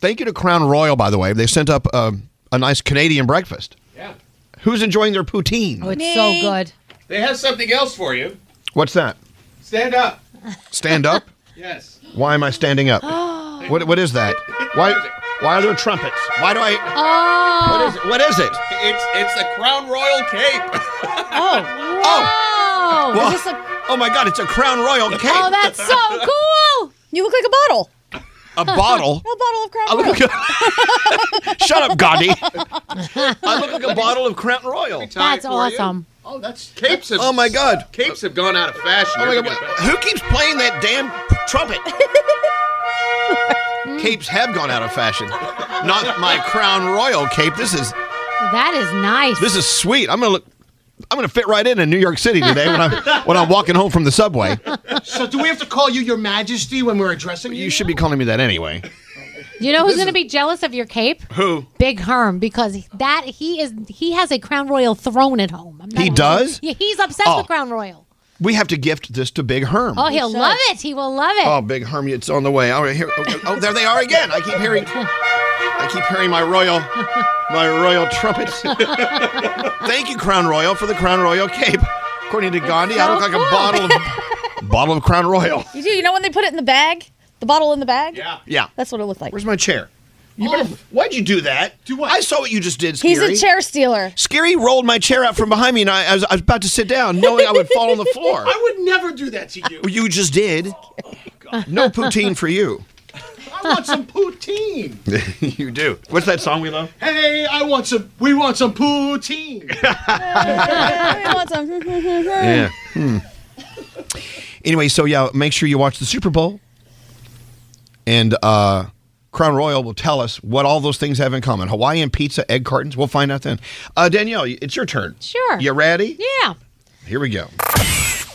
Speaker 8: Thank you to Crown Royal, by the way. They sent up uh, a nice Canadian breakfast.
Speaker 4: Yeah.
Speaker 8: Who's enjoying their poutine?
Speaker 4: Oh, so good. They have something else for you.
Speaker 8: What's that?
Speaker 4: Stand up.
Speaker 8: Stand up?
Speaker 4: Yes.
Speaker 8: Why am I standing up? what, what is that? Why, why are there trumpets? Why do I.
Speaker 4: Oh.
Speaker 8: What is it? What is it?
Speaker 4: It's it's a crown royal cape.
Speaker 8: Oh. Oh. Wha- oh my God, it's a Crown Royal cake.
Speaker 12: Oh, that's so cool! You look like a bottle.
Speaker 8: A bottle?
Speaker 12: a bottle of Crown
Speaker 8: I look
Speaker 12: Royal.
Speaker 8: Shut up, Gandhi. I look like a bottle of Crown Royal.
Speaker 10: That's awesome.
Speaker 4: Oh, that's capes. Have,
Speaker 8: Oh my God.
Speaker 4: capes have gone out of fashion.
Speaker 8: Oh my
Speaker 4: You're
Speaker 8: God.
Speaker 4: gonna-
Speaker 8: Who keeps playing that damn trumpet? Capes have gone out of fashion. Not my Crown Royal cape. This is
Speaker 10: That is nice.
Speaker 8: this is sweet. I'm gonna look. I'm gonna fit right in in New York City today when I'm when I'm walking home from the subway.
Speaker 23: So do we have to call you Your Majesty when we're addressing you?
Speaker 8: You should be calling me that anyway.
Speaker 10: You know who's going to be jealous of your cape?
Speaker 8: Who?
Speaker 10: Big Herm, because that he is he has a crown royal throne at home. I'm not
Speaker 8: He
Speaker 10: kidding.
Speaker 8: does?
Speaker 10: Yeah, he's obsessed
Speaker 8: Oh.
Speaker 10: with crown royal.
Speaker 8: We have to gift this to Big Herm.
Speaker 10: Oh, he'll love it. He will love it.
Speaker 8: Oh, big Hermia, it's on the way. All right, here. Oh, oh, there they are again. I keep hearing. I keep hearing my royal, my royal trumpets. Thank you, Crown Royal, for the Crown Royal cape. According to Gandhi, I
Speaker 12: so
Speaker 8: look like
Speaker 12: cool.
Speaker 8: a bottle of bottle of Crown Royal.
Speaker 12: You do. You know when they put it in the bag? The bottle in the bag? Yeah.
Speaker 8: Yeah.
Speaker 12: That's what it looked like. Oh.
Speaker 8: Where's my chair? You better, why'd you do that? Do what? I saw what you just did, Scary.
Speaker 12: He's a chair stealer.
Speaker 8: Scary rolled my chair out from behind me, and I, I, was, I was about to sit down, knowing I Oh, would fall on the floor.
Speaker 23: I would never do that to you.
Speaker 8: You just did. No poutine for you.
Speaker 23: I want some poutine.
Speaker 8: you do. What's that song we love?
Speaker 23: Hey, I want some. We want some poutine.
Speaker 8: Yeah. Hmm. Anyway, so yeah, make sure you watch the Super Bowl, and uh, Crown Royal will tell us what all those things have in common: Hawaiian pizza, egg cartons. We'll find out then. Uh, Danielle, it's your turn.
Speaker 10: Sure.
Speaker 8: You ready?
Speaker 10: Yeah.
Speaker 8: Here we go.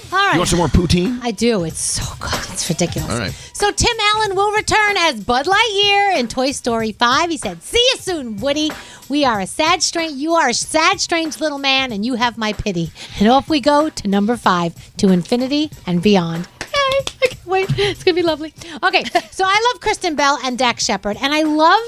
Speaker 10: All right.
Speaker 8: You want some more poutine?
Speaker 10: I do. It's so good. It's ridiculous.
Speaker 8: All right.
Speaker 10: So Tim Allen will return as Bud Lightyear in Toy Story 5. He said, "See you soon, Woody. We are a sad strange. You are a sad strange little man, and you have my pity." And off we go to number five, to infinity and beyond. Yay! I can't wait. It's gonna be lovely. Okay, so I love Kristen Bell and Dak Shepard, and I love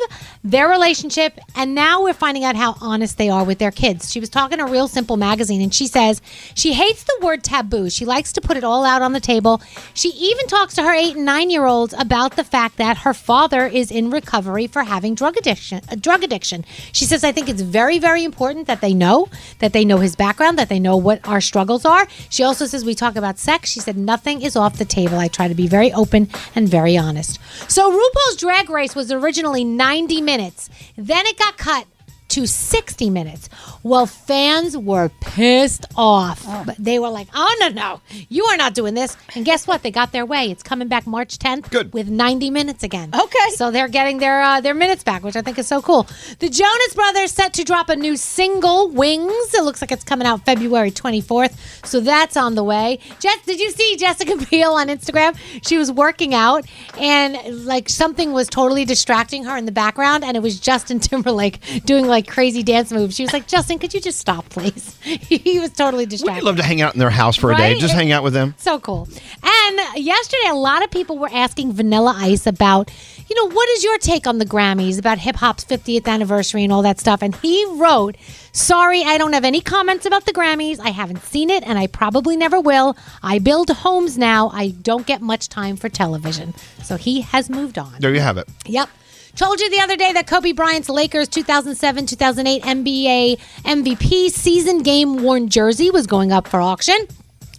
Speaker 10: their relationship. And now we're finding out how honest they are with their kids. She was talking to Real Simple magazine, and she says she hates the word taboo. She likes to put it all out on the table. She even talks to her eight and nine year olds about the fact that her father is in recovery for having drug addiction. uh, Drug addiction. She says, "I think it's very, very important that they know that they know his background, that they know what our struggles are." She also says we talk about sex. She said nothing is off the table. I try to be very open and very honest. So RuPaul's Drag Race was originally 90 minutes. Then it got cut to 60 minutes. Well, fans were pissed off. But they were like, oh, no, no, you are not doing this. And guess what? They got their way. It's coming back March 10th Good. with 90 minutes again. Okay. So they're getting their, uh, their minutes back, which I think is so cool. The Jonas Brothers set to drop a new single, Wings. It looks like it's coming out February 24th. So that's on the way. Jess, did you see Jessica Biel on Instagram? She was working out and like something was totally distracting her in the background and it was Justin Timberlake doing like crazy dance moves. She was like, Justin, could you just stop, please? he was totally
Speaker 8: I'd
Speaker 10: distracted.
Speaker 8: love to hang out in their house for a
Speaker 10: Right?
Speaker 8: day. Just hang out with them.
Speaker 10: So cool. And yesterday, a lot of people were asking Vanilla Ice about, you know, what is your take on the Grammys, about hip hop's 50th anniversary and all that stuff. And he wrote, Sorry, I don't have any comments about the Grammys. I haven't seen it and I probably never will. I build homes now. I don't get much time for television. So he has moved on.
Speaker 8: There you have it.
Speaker 10: Yep. Told you the other day that Kobe Bryant's Lakers 2007 2008 NBA MVP season game worn jersey was going up for auction.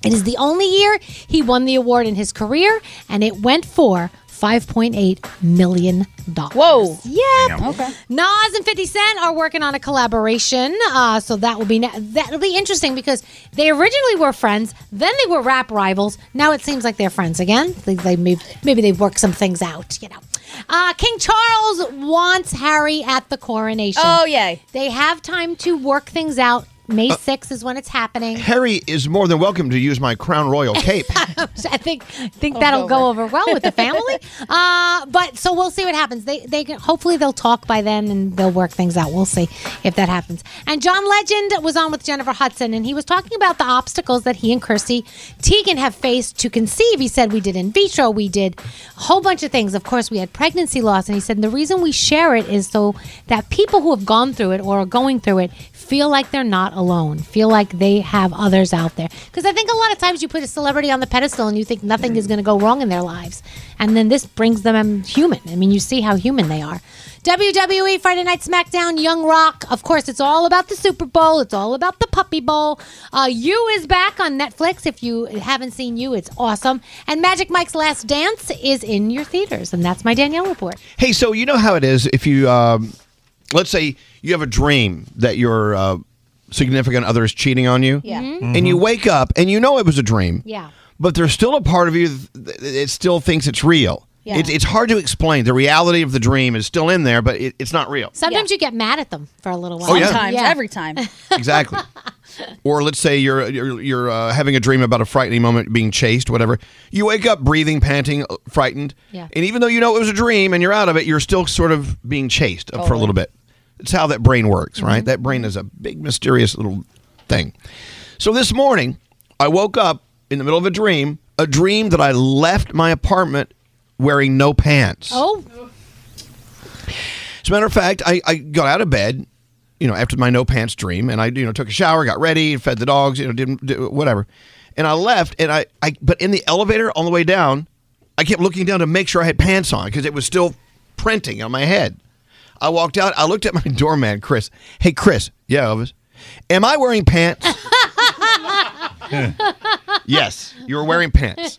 Speaker 10: It is the only year he won the award in his career, and it went for $5.8 million. Whoa. Yep.
Speaker 28: Damn. Okay.
Speaker 10: Nas and 50 Cent are working on a collaboration, uh, so that will be ne- that'll be interesting because they originally were friends, then they were rap rivals. Now it seems like they're friends again. They, they maybe, maybe they've worked some things out, you know. Uh, King Charles wants Harry at the coronation.
Speaker 12: Oh,
Speaker 10: yay! They have time to work things out. May 6th is when it's happening.
Speaker 8: Harry is more than welcome to use my crown royal cape.
Speaker 10: I think I think that'll go over well with the family. uh, but so we'll see what happens. They they can, hopefully they'll talk by then and they'll work things out. We'll see if that happens. And John Legend was on with Jennifer Hudson and he was talking about the obstacles that he and Kirsty Teigen have faced to conceive. He said we did in vitro, we did a whole bunch of things. Of course, we had pregnancy loss, and he said the reason we share it is so that people who have gone through it or are going through it feel like they're not alone, feel like they have others out there. Because I think a lot of times you put a celebrity on the pedestal and you think nothing is going to go wrong in their lives. And then this brings them human. I mean, you see how human they are. WWE Friday Night SmackDown, Young Rock. Of course, it's all about the Super Bowl. It's all about the Puppy Bowl. Uh, you is back on Netflix. If you haven't seen you, it's awesome. And Magic Mike's Last Dance is in your theaters. And that's my Danielle report.
Speaker 8: Hey, so you know how it is if you, um, let's say you have a dream that your uh, significant other is cheating on you,
Speaker 10: Yeah. Mhm.
Speaker 8: and you wake up and you know it was a dream,
Speaker 10: Yeah.
Speaker 8: but there's still a part of you th- that it still thinks it's real.
Speaker 10: Yeah.
Speaker 8: It's, it's hard to explain. The reality of the dream is still in there, but it, it's not real.
Speaker 10: Sometimes you get mad at them for a little while.
Speaker 8: Oh, yeah.
Speaker 12: Sometimes, every time.
Speaker 8: Exactly. or let's say you're you're, you're uh, having a dream about a frightening moment, being chased, whatever. You wake up breathing, panting, uh, frightened.
Speaker 10: Yeah.
Speaker 8: And even though you know it was a dream and you're out of it, you're still sort of being chased up for a
Speaker 10: Totally. Mm-hmm.
Speaker 8: little bit. It's how that brain works, right? That brain is a big mysterious little thing. So this morning, I woke up in the middle of a dream, a dream that I left my apartment wearing no pants.
Speaker 10: Oh,
Speaker 8: As a matter of fact, I, I got out of bed, you know, after my no pants dream, and I you know took a shower, got ready, fed the dogs, you know, did, did whatever, and I left, and I, I but in the elevator on the way down, I kept looking down to make sure I had pants on because it was still printing on my head. I walked out. I looked at my doorman, Chris. Hey, Chris. Yeah, Elvis. Am I wearing pants? yes, you were wearing pants.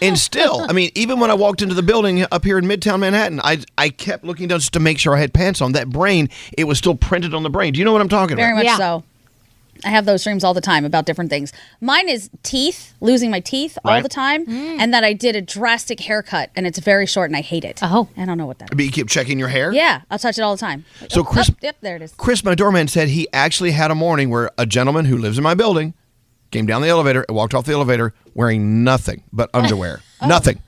Speaker 8: And still, I mean, even when I walked into the building up here in Midtown Manhattan, I I kept looking down just to make sure I had pants on. That brain, it was still printed on the brain. Do you know what I'm talking
Speaker 12: Very
Speaker 8: about?
Speaker 12: much so. I have those dreams all the time about different things. Mine is teeth, losing my teeth all
Speaker 8: Right.
Speaker 12: the time,
Speaker 10: Mm.
Speaker 12: and that I did a drastic haircut and it's very short and I hate it. Oh. I don't know what that
Speaker 8: But you keep checking your hair.
Speaker 12: Yeah, I'll touch it all the time. Like,
Speaker 8: So
Speaker 12: oh,
Speaker 8: Chris-
Speaker 12: oh, yep, there it is.
Speaker 8: Chris, my doorman, said he actually had a morning where a gentleman who lives in my building came down the elevator and walked off the elevator wearing nothing but underwear,
Speaker 12: Oh.
Speaker 8: nothing,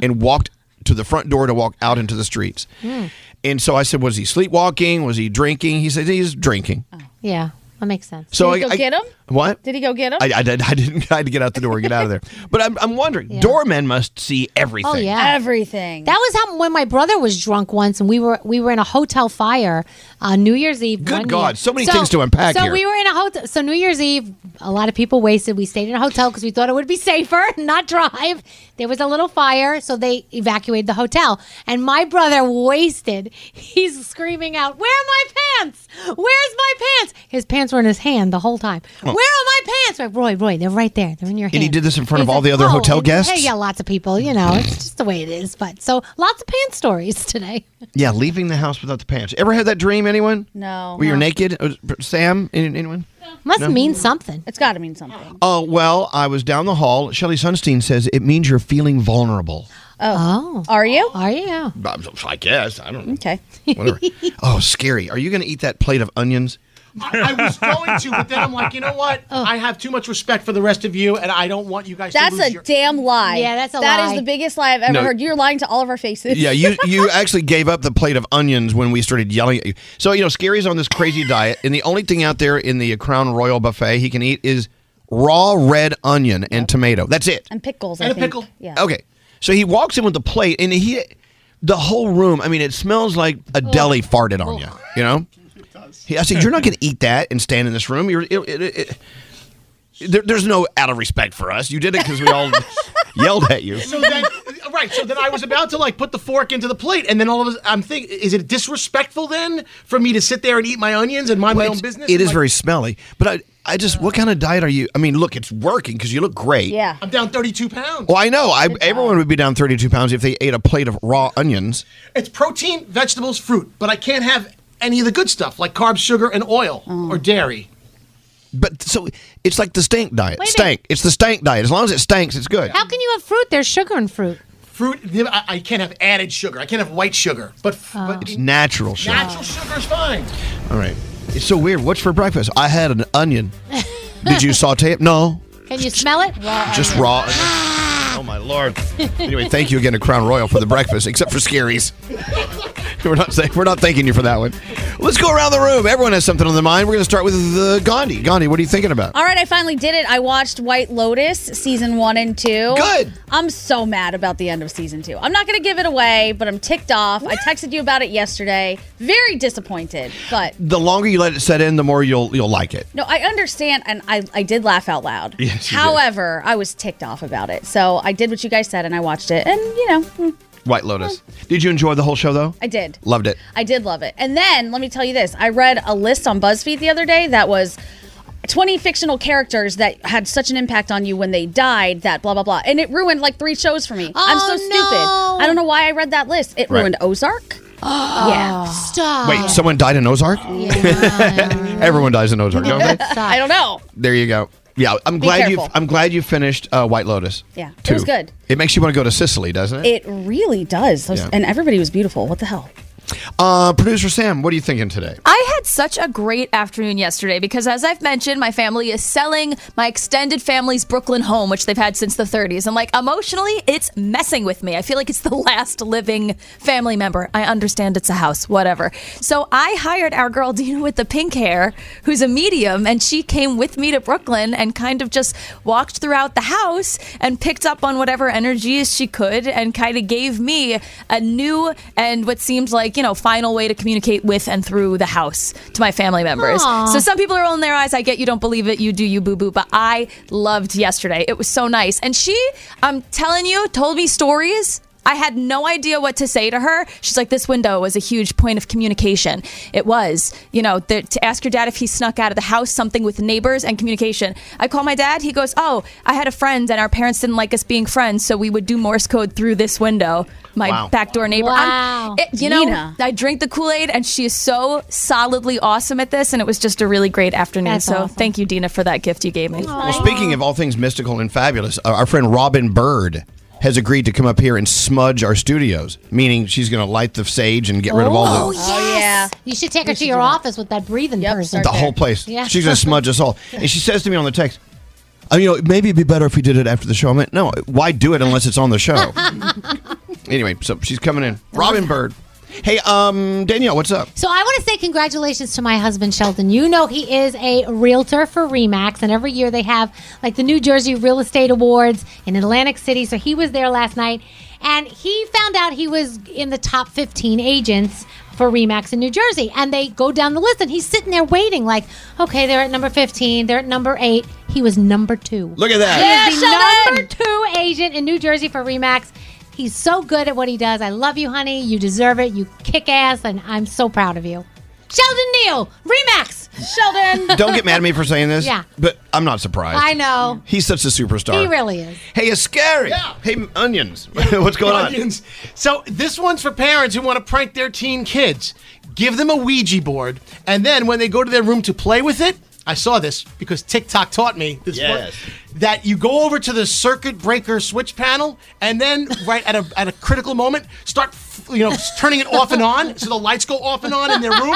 Speaker 8: and walked to the front door to walk out into the streets.
Speaker 10: Hmm.
Speaker 8: And so I said, was he sleepwalking? Was he drinking? He said he's drinking.
Speaker 10: yeah. That makes sense.
Speaker 8: So I, I- What?
Speaker 12: Did he go get
Speaker 8: I, I, did, I didn't. I had to get out the door and get out of there. But I'm, I'm wondering. Doormen must see everything.
Speaker 10: Oh yeah,
Speaker 12: everything.
Speaker 10: That was how when my brother was drunk once, and we were we were in a hotel fire on New Year's Eve.
Speaker 8: Good
Speaker 10: one
Speaker 8: God,
Speaker 10: year.
Speaker 8: so many things to unpack
Speaker 10: So
Speaker 8: here.
Speaker 10: we were in a hotel. So New Year's Eve, a lot of people wasted. We stayed in a hotel because we thought it would be safer, not drive. There was a little fire, so they evacuated the hotel. And my brother wasted. He's screaming out, "Where are my pants? Where's my pants?" His pants were in his hand the whole time.
Speaker 28: Oh.
Speaker 10: Where are my my pants. Like, Roy, Roy, they're right there. They're in your hand.
Speaker 8: And he did this in front of
Speaker 10: He's
Speaker 8: all the other hotel
Speaker 10: and-
Speaker 8: guests?
Speaker 10: Hey, yeah, lots of people. You know, it's just the way it is. But so lots of pants stories today.
Speaker 8: Yeah, leaving the house without the pants. Ever had that dream, anyone?
Speaker 10: Oh, No.
Speaker 8: Where you're naked? Uh, Sam, Any- anyone?
Speaker 10: Must
Speaker 8: No?
Speaker 10: mean something.
Speaker 12: It's got to mean something.
Speaker 8: Oh, well, I was down the hall. Shelly Sunstein says it means you're feeling vulnerable.
Speaker 12: Oh. Are you?
Speaker 10: Are you?
Speaker 8: I guess. I don't know.
Speaker 12: Okay.
Speaker 8: Whatever. oh, scary. Are you going to eat that plate of onions?
Speaker 19: I, I was going to, but then I'm like, you know what? I have too much respect for the rest of you, and I don't want you guys.
Speaker 12: Oh. That's
Speaker 19: to lose
Speaker 12: a
Speaker 19: your-
Speaker 12: damn lie.
Speaker 10: Yeah, that's a
Speaker 12: That
Speaker 10: lie.
Speaker 12: is the biggest lie I've ever
Speaker 8: No.
Speaker 12: heard. You're lying to all of our faces.
Speaker 8: Yeah, you you actually gave up the plate of onions when we started yelling at you. So you know, Scary's on this crazy diet, and the only thing out there in the Crown Royal buffet he can eat is raw red onion and tomato. That's it.
Speaker 12: And pickles.
Speaker 19: And
Speaker 12: I
Speaker 19: a
Speaker 12: think.
Speaker 19: pickle.
Speaker 12: Yeah.
Speaker 8: Okay, so he walks in with the plate, and he the whole room. I mean, it smells like a deli farted on you. You know. He, I said, "You're not going to eat that and stand in this room. You're it, it, it, there, there's no out of respect for us. You did it because we all yelled at you."
Speaker 19: So then, right. So then I was about to like put the fork into the plate, and then all of us, I'm thinking, is it disrespectful then for me to sit there and eat my onions and mind my own business?
Speaker 8: It
Speaker 19: I'm
Speaker 8: is
Speaker 19: like,
Speaker 8: very smelly, but I, I just, what kind of diet are you? I mean, look, it's working because you look great.
Speaker 19: Yeah. I'm down 32 pounds.
Speaker 8: Well, I know. I, everyone would be down 32 pounds if they ate a plate of raw onions.
Speaker 19: It's protein, vegetables, fruit, but I can't have any of the good stuff like carbs, sugar, and oil
Speaker 10: Oh.
Speaker 19: or dairy.
Speaker 8: But so it's like the stank diet.
Speaker 10: Wait a
Speaker 8: stank. It's the stank diet. As long as it stanks, it's good.
Speaker 10: How can you have fruit? There's sugar in fruit.
Speaker 19: Fruit, I, I can't have added sugar. I can't have white sugar, but, f-
Speaker 10: Oh.
Speaker 19: but
Speaker 8: It's natural sugar.
Speaker 19: natural sugar is fine.
Speaker 8: All right. It's so weird. What's for breakfast? I had an onion. Did you saute it? No.
Speaker 10: Can you smell it?
Speaker 8: Just raw. oh, my Lord. Anyway, thank you again to Crown Royal for the breakfast, except for Scaries. We're not saying, we're not thanking you for that one. Let's go around the room. Everyone has something on their mind. We're going to start with uh, Gandhi. Gandhi, what are you thinking about?
Speaker 12: All right, I finally did it. I watched White Lotus season one and two. Good. I'm so mad about the end of season two. I'm not going to give it away, but I'm ticked off. I texted you about it yesterday. Very disappointed, but
Speaker 8: The longer you let it set in, the more you'll you'll like it.
Speaker 12: no, I understand, and I, I did laugh out loud.
Speaker 8: Yes, you did.
Speaker 12: However, I was ticked off about it, so I did what you guys said, and I watched it, and you know, mm,
Speaker 8: White Lotus. Did you enjoy the whole show though?
Speaker 12: I did.
Speaker 8: Loved it.
Speaker 12: I did love it. And then let me tell you this I read a list on BuzzFeed the other day that was 20 fictional characters that had such an impact on you when they died that blah blah blah and it ruined like three shows for me i'm so stupid i don't know why i read that list it
Speaker 8: Right.
Speaker 12: ruined ozark yeah Oh.
Speaker 10: stop
Speaker 8: Wait, someone died in Ozark? Everyone dies in Ozark, don't they?
Speaker 12: i don't know
Speaker 8: There you go. Yeah, I'm
Speaker 12: Be
Speaker 8: glad you
Speaker 12: careful.
Speaker 8: I'm glad you finished uh, White Lotus.
Speaker 12: yeah it
Speaker 8: Two.
Speaker 12: was good
Speaker 8: It makes you want to go to Sicily, doesn't it?
Speaker 12: it really does Those-
Speaker 8: Yeah.
Speaker 12: and everybody was beautiful what the hell
Speaker 8: Uh, Producer Sam, what are you thinking today?
Speaker 9: I had such a great afternoon yesterday because, as I've mentioned, my family is selling my extended family's Brooklyn home, which they've had since the 30s. And, like, emotionally, it's messing with me. I feel like it's the last living family member. I understand it's a house, whatever. So, I hired our girl, Dina, with the pink hair, who's a medium, and she came with me to Brooklyn and kind of just walked throughout the house and picked up on whatever energies she could and kind of gave me a new and what seemed like, you know, final way to communicate with and through the house to my family members.
Speaker 15: Aw.
Speaker 9: So some people are rolling their eyes. I get you don't believe it. You do you boo boo. But I loved yesterday. It was so nice. And she, I'm telling you, told me stories. I had no idea what to say to her. She's like, this window was a huge point of communication. It was, you know, the, to ask your dad if he snuck out of the house, something with neighbors and communication. I call my dad. He goes, oh, I had a friend and our parents didn't like us being friends, so we would do Morse code through this window. My
Speaker 15: Wow.
Speaker 9: backdoor neighbor. I'm-
Speaker 15: Wow.
Speaker 9: it- you
Speaker 15: Gina.
Speaker 9: know, I drink the Kool Aid, and she is so solidly awesome at this, and it was just a really great afternoon.
Speaker 15: That's
Speaker 9: so thank you, Dina, for that gift you gave me.
Speaker 8: Well, speaking of all things mystical and fabulous, uh, our friend Robin Bird has agreed to come up here and smudge our studios, meaning she's going to light the sage and get rid of
Speaker 10: Oh,
Speaker 8: all the
Speaker 10: yes. You should take her to your office with that breathing person.
Speaker 8: the whole place.
Speaker 10: Yeah.
Speaker 8: She's going to smudge us all. And she says to me on the text, oh, you know, maybe it'd be better if we did it after the show. I went, no, why do it unless it's on the show? anyway, so she's coming in. Robin Bird. Hey, um, Danielle, what's up?
Speaker 10: So I want to say congratulations to my husband Sheldon. You know he is a realtor for Remax, and every year they have like the New Jersey Real Estate Awards in Atlantic City. So he was there last night, and he found out he was in the top 15 agents for Remax in New Jersey. And they go down the list, and he's sitting there waiting, like, okay, they're at number 15, they're at number eight. He was number two.
Speaker 8: Look at that.
Speaker 10: He is the number two agent in New Jersey for Remax. He's so good at what he does. I love you, honey. You deserve it. You kick ass, and I'm so proud of you. Sheldon Neal, Remax, Sheldon.
Speaker 8: Don't get mad at me for saying this.
Speaker 10: Yeah.
Speaker 8: But I'm not surprised.
Speaker 10: I know.
Speaker 8: He's such a superstar.
Speaker 10: He really is.
Speaker 8: Hey, it's scary. Hey, onions. What's going on?
Speaker 19: Onions. So this one's for parents who want to prank their teen kids. Give them a Ouija board, and then when they go to their room to play with it, I saw this because TikTok taught me this one,
Speaker 29: Yes.
Speaker 19: that you go over to the circuit breaker switch panel, and then right at a at a critical moment, start f- you know turning it off and on, so the lights go off and on in their room.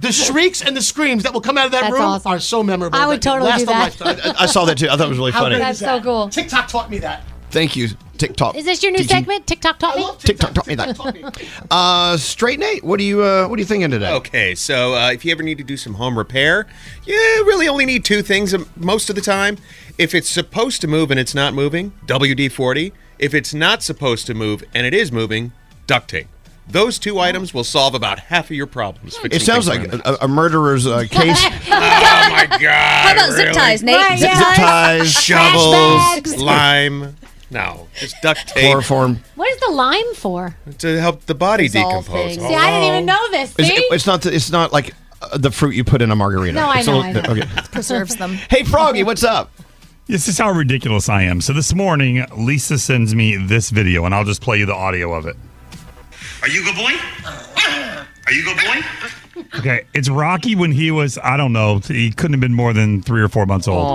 Speaker 19: The shrieks and the screams that will come out of that
Speaker 10: That's
Speaker 19: room
Speaker 10: awesome.
Speaker 19: are so memorable.
Speaker 10: I would
Speaker 19: that they
Speaker 10: totally
Speaker 19: last
Speaker 10: do
Speaker 19: a
Speaker 10: that.
Speaker 19: lifetime.
Speaker 8: I saw that too. I thought it was really
Speaker 19: How
Speaker 8: funny.
Speaker 19: great
Speaker 10: That's
Speaker 19: is
Speaker 10: so
Speaker 19: that?
Speaker 10: cool.
Speaker 19: TikTok taught me that.
Speaker 8: Thank you, TikTok.
Speaker 10: Is this your new
Speaker 8: Did you-
Speaker 10: segment? TikTok taught me.
Speaker 8: TikTok taught me that. uh, straight Nate, what do you uh, what are you thinking today?
Speaker 4: Okay, so uh, if you ever need to do some home repair, you really only need two things um, most of the time. If it's supposed to move and it's not moving, WD 40. If it's not supposed to move and it is moving, duct tape. Those two items will solve about half of your problems. fixing
Speaker 8: It sounds
Speaker 4: things
Speaker 8: like a, a murderer's uh, case.
Speaker 4: How
Speaker 12: about zip ties, Nate?
Speaker 8: Zip ties,
Speaker 4: shovels,
Speaker 10: bags.
Speaker 4: lime. No, just duct tape.
Speaker 8: Chloroform.
Speaker 10: What is the lime for?
Speaker 4: To help the body
Speaker 10: Dissolve
Speaker 4: decompose. Oh.
Speaker 10: things. See, I didn't
Speaker 8: Oh.
Speaker 10: even know this.
Speaker 8: It's,
Speaker 10: See?
Speaker 8: it's not. The, it's not like uh, the fruit you put in a margarita.
Speaker 10: No, I
Speaker 8: It's
Speaker 10: know,
Speaker 8: all-
Speaker 10: I know.
Speaker 8: Okay.
Speaker 30: Preserves them.
Speaker 8: Hey, Froggy, what's up?
Speaker 18: This is how ridiculous I am. So this morning, Lisa sends me this video, and I'll just play you the audio of it.
Speaker 2: Are you good boy? Are you good boy?
Speaker 18: Okay, it's Rocky when he was, I don't know, he couldn't have been more than three or four months old.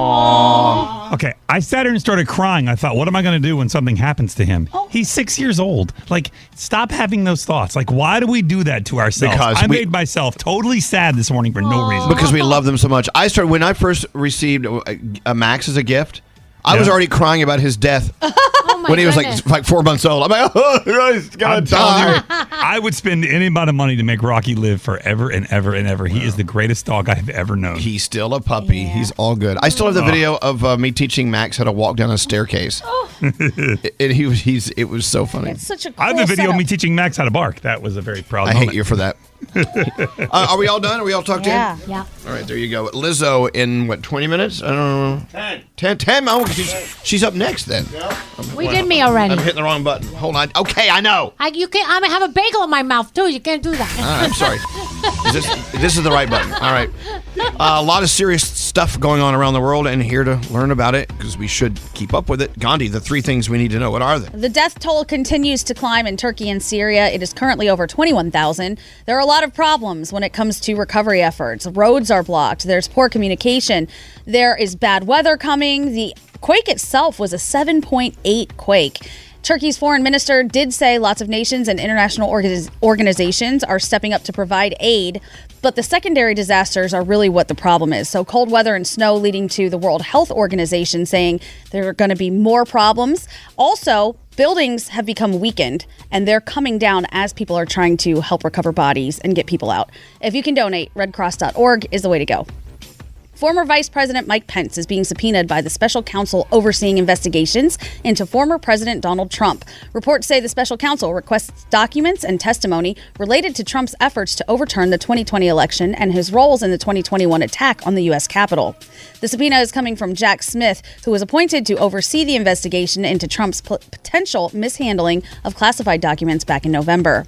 Speaker 18: Okay, I sat here and started crying. I thought, what am I going to do when something happens to him? He's six years old. Like, stop having those thoughts. Like, why do we do that to ourselves?
Speaker 8: Because
Speaker 18: I
Speaker 8: we-
Speaker 18: made myself totally sad this morning for no reason.
Speaker 8: Because we love them so much. I started when I first received a, a Max as a gift. I was
Speaker 18: Yeah.
Speaker 8: already crying about his death
Speaker 10: Oh
Speaker 8: when he was like like four months old. I'm like, oh, he's gonna
Speaker 18: I'm telling
Speaker 8: die.
Speaker 18: you, I would spend any amount of money to make Rocky live forever and ever and ever. He is the greatest dog I have ever known.
Speaker 8: He's still a puppy. He's all good. I still have the
Speaker 18: Oh.
Speaker 8: video of uh, me teaching Max how to walk down a staircase.
Speaker 12: Oh.
Speaker 8: and he was he's it was so funny.
Speaker 12: It's such a
Speaker 18: I have
Speaker 12: cool
Speaker 18: a video
Speaker 12: setup.
Speaker 18: of me teaching Max how to bark. That was a very proud.
Speaker 8: I hate you for that. Uh, are we all done? Are we all talked
Speaker 12: Yeah.
Speaker 8: in? All right, there you go. Lizzo in what twenty minutes? I don't know. Ten. Ten. Ten. Oh, she's, she's up next then.
Speaker 10: We did me already.
Speaker 8: I'm hitting the wrong button. Hold on. Okay, I know.
Speaker 10: I, you can not I have a bagel in my mouth too. You can't do that.
Speaker 8: All right, Ah, I'm sorry. Is this this is the right button. All right. Uh, a lot of serious stuff going on around the world, and here to learn about it because we should keep up with it. Gandhi, the three things we need to know. What are they?
Speaker 12: The death toll continues to climb in Turkey and Syria. It is currently over 21,000. There are a lot of problems when it comes to recovery efforts. Roads are blocked, there's poor communication, there is bad weather coming. The quake itself was a 7.8 quake. Turkey's foreign minister did say lots of nations and international organiz- organizations are stepping up to provide aid, but the secondary disasters are really what the problem is. So, cold weather and snow leading to the World Health Organization saying there are going to be more problems. Also, buildings have become weakened and they're coming down as people are trying to help recover bodies and get people out. If you can donate, redcross.org is the way to go. Former Vice President Mike Pence is being subpoenaed by the special counsel overseeing investigations into former President Donald Trump. Reports say the special counsel requests documents and testimony related to Trump's efforts to overturn the 2020 election and his roles in the 2021 attack on the U.S. Capitol. The subpoena is coming from Jack Smith, who was appointed to oversee the investigation into Trump's p- potential mishandling of classified documents back in November.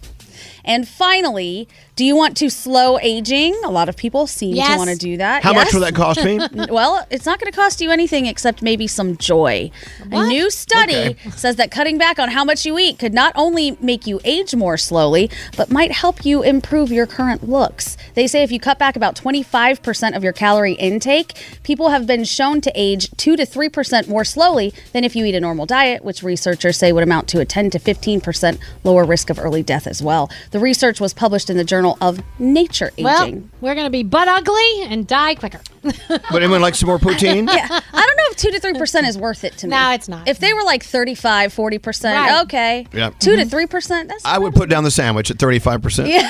Speaker 12: And finally, do you want to slow Oh, aging? A lot of people seem to
Speaker 8: Yes.
Speaker 12: want to do that.
Speaker 8: How much
Speaker 12: Yes.
Speaker 8: will that cost me?
Speaker 12: well, it's not going to cost you anything except maybe some joy. A new study
Speaker 8: Okay.
Speaker 12: says that cutting back on how much you eat could not only make you age more slowly, but might help you improve your current looks. They say if you cut back about 25% of your calorie intake, people have been shown to age 2 to 3% more slowly than if you eat a normal diet, which researchers say would amount to a 10 to 15% lower risk of early death as well. The research was published in the Journal of Nature Aging.
Speaker 10: Well, we're gonna be butt ugly and die quicker.
Speaker 8: Would anyone like some more poutine?
Speaker 12: yeah, I don't know if two to three percent is worth it to me. No, it's not. If they were like 35, 40 percent,
Speaker 10: Right.
Speaker 12: okay.
Speaker 8: Yeah. Mm-hmm.
Speaker 12: Two to three percent. That's
Speaker 8: I would put down the sandwich at 35%.
Speaker 12: yeah.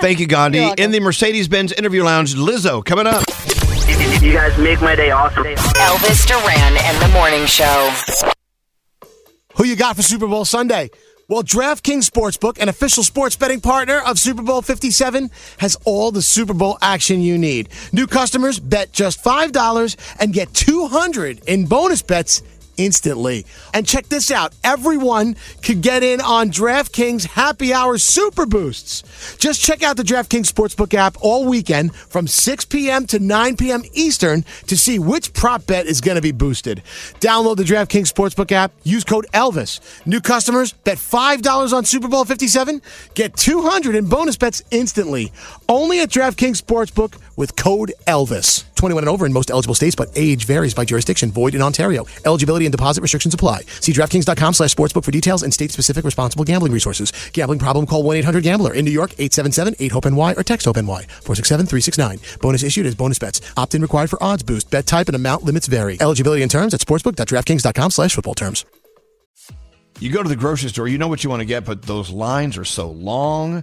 Speaker 8: Thank you, Gandhi. In the Mercedes Benz interview lounge, Lizzo coming up.
Speaker 2: You guys make my day awesome.
Speaker 7: Elvis Duran and the Morning Show.
Speaker 19: Who you got for Super Bowl Sunday? Well, DraftKings Sportsbook, an official sports betting partner of Super Bowl 57, has all the Super Bowl action you need. New customers bet just $5 and get 200 in bonus bets instantly. And check this out everyone could get in on DraftKings Happy Hour Super Boosts. Just check out the DraftKings Sportsbook app all weekend from 6 p.m. to 9 p.m. Eastern to see which prop bet is going to be boosted. Download the DraftKings Sportsbook app, use code ELVIS. New customers bet $5 on Super Bowl 57, get 200 in bonus bets instantly. Only at DraftKings Sportsbook with code ELVIS. 21 and over in most eligible states, but age varies by jurisdiction. Void in Ontario. Eligibility and deposit restrictions apply. See DraftKings.com slash sportsbook for details and state-specific responsible gambling resources. Gambling problem, call 1-800-GAMBLER. In New York, 877-8-HOPE-NY or text HOPE-NY. 467-369. Bonus issued as bonus bets. Opt-in required for odds boost. Bet type and amount limits vary. Eligibility and terms at sportsbook.draftkings.com slash football terms.
Speaker 8: You go to the grocery store, you know what you want to get, but those lines are so long.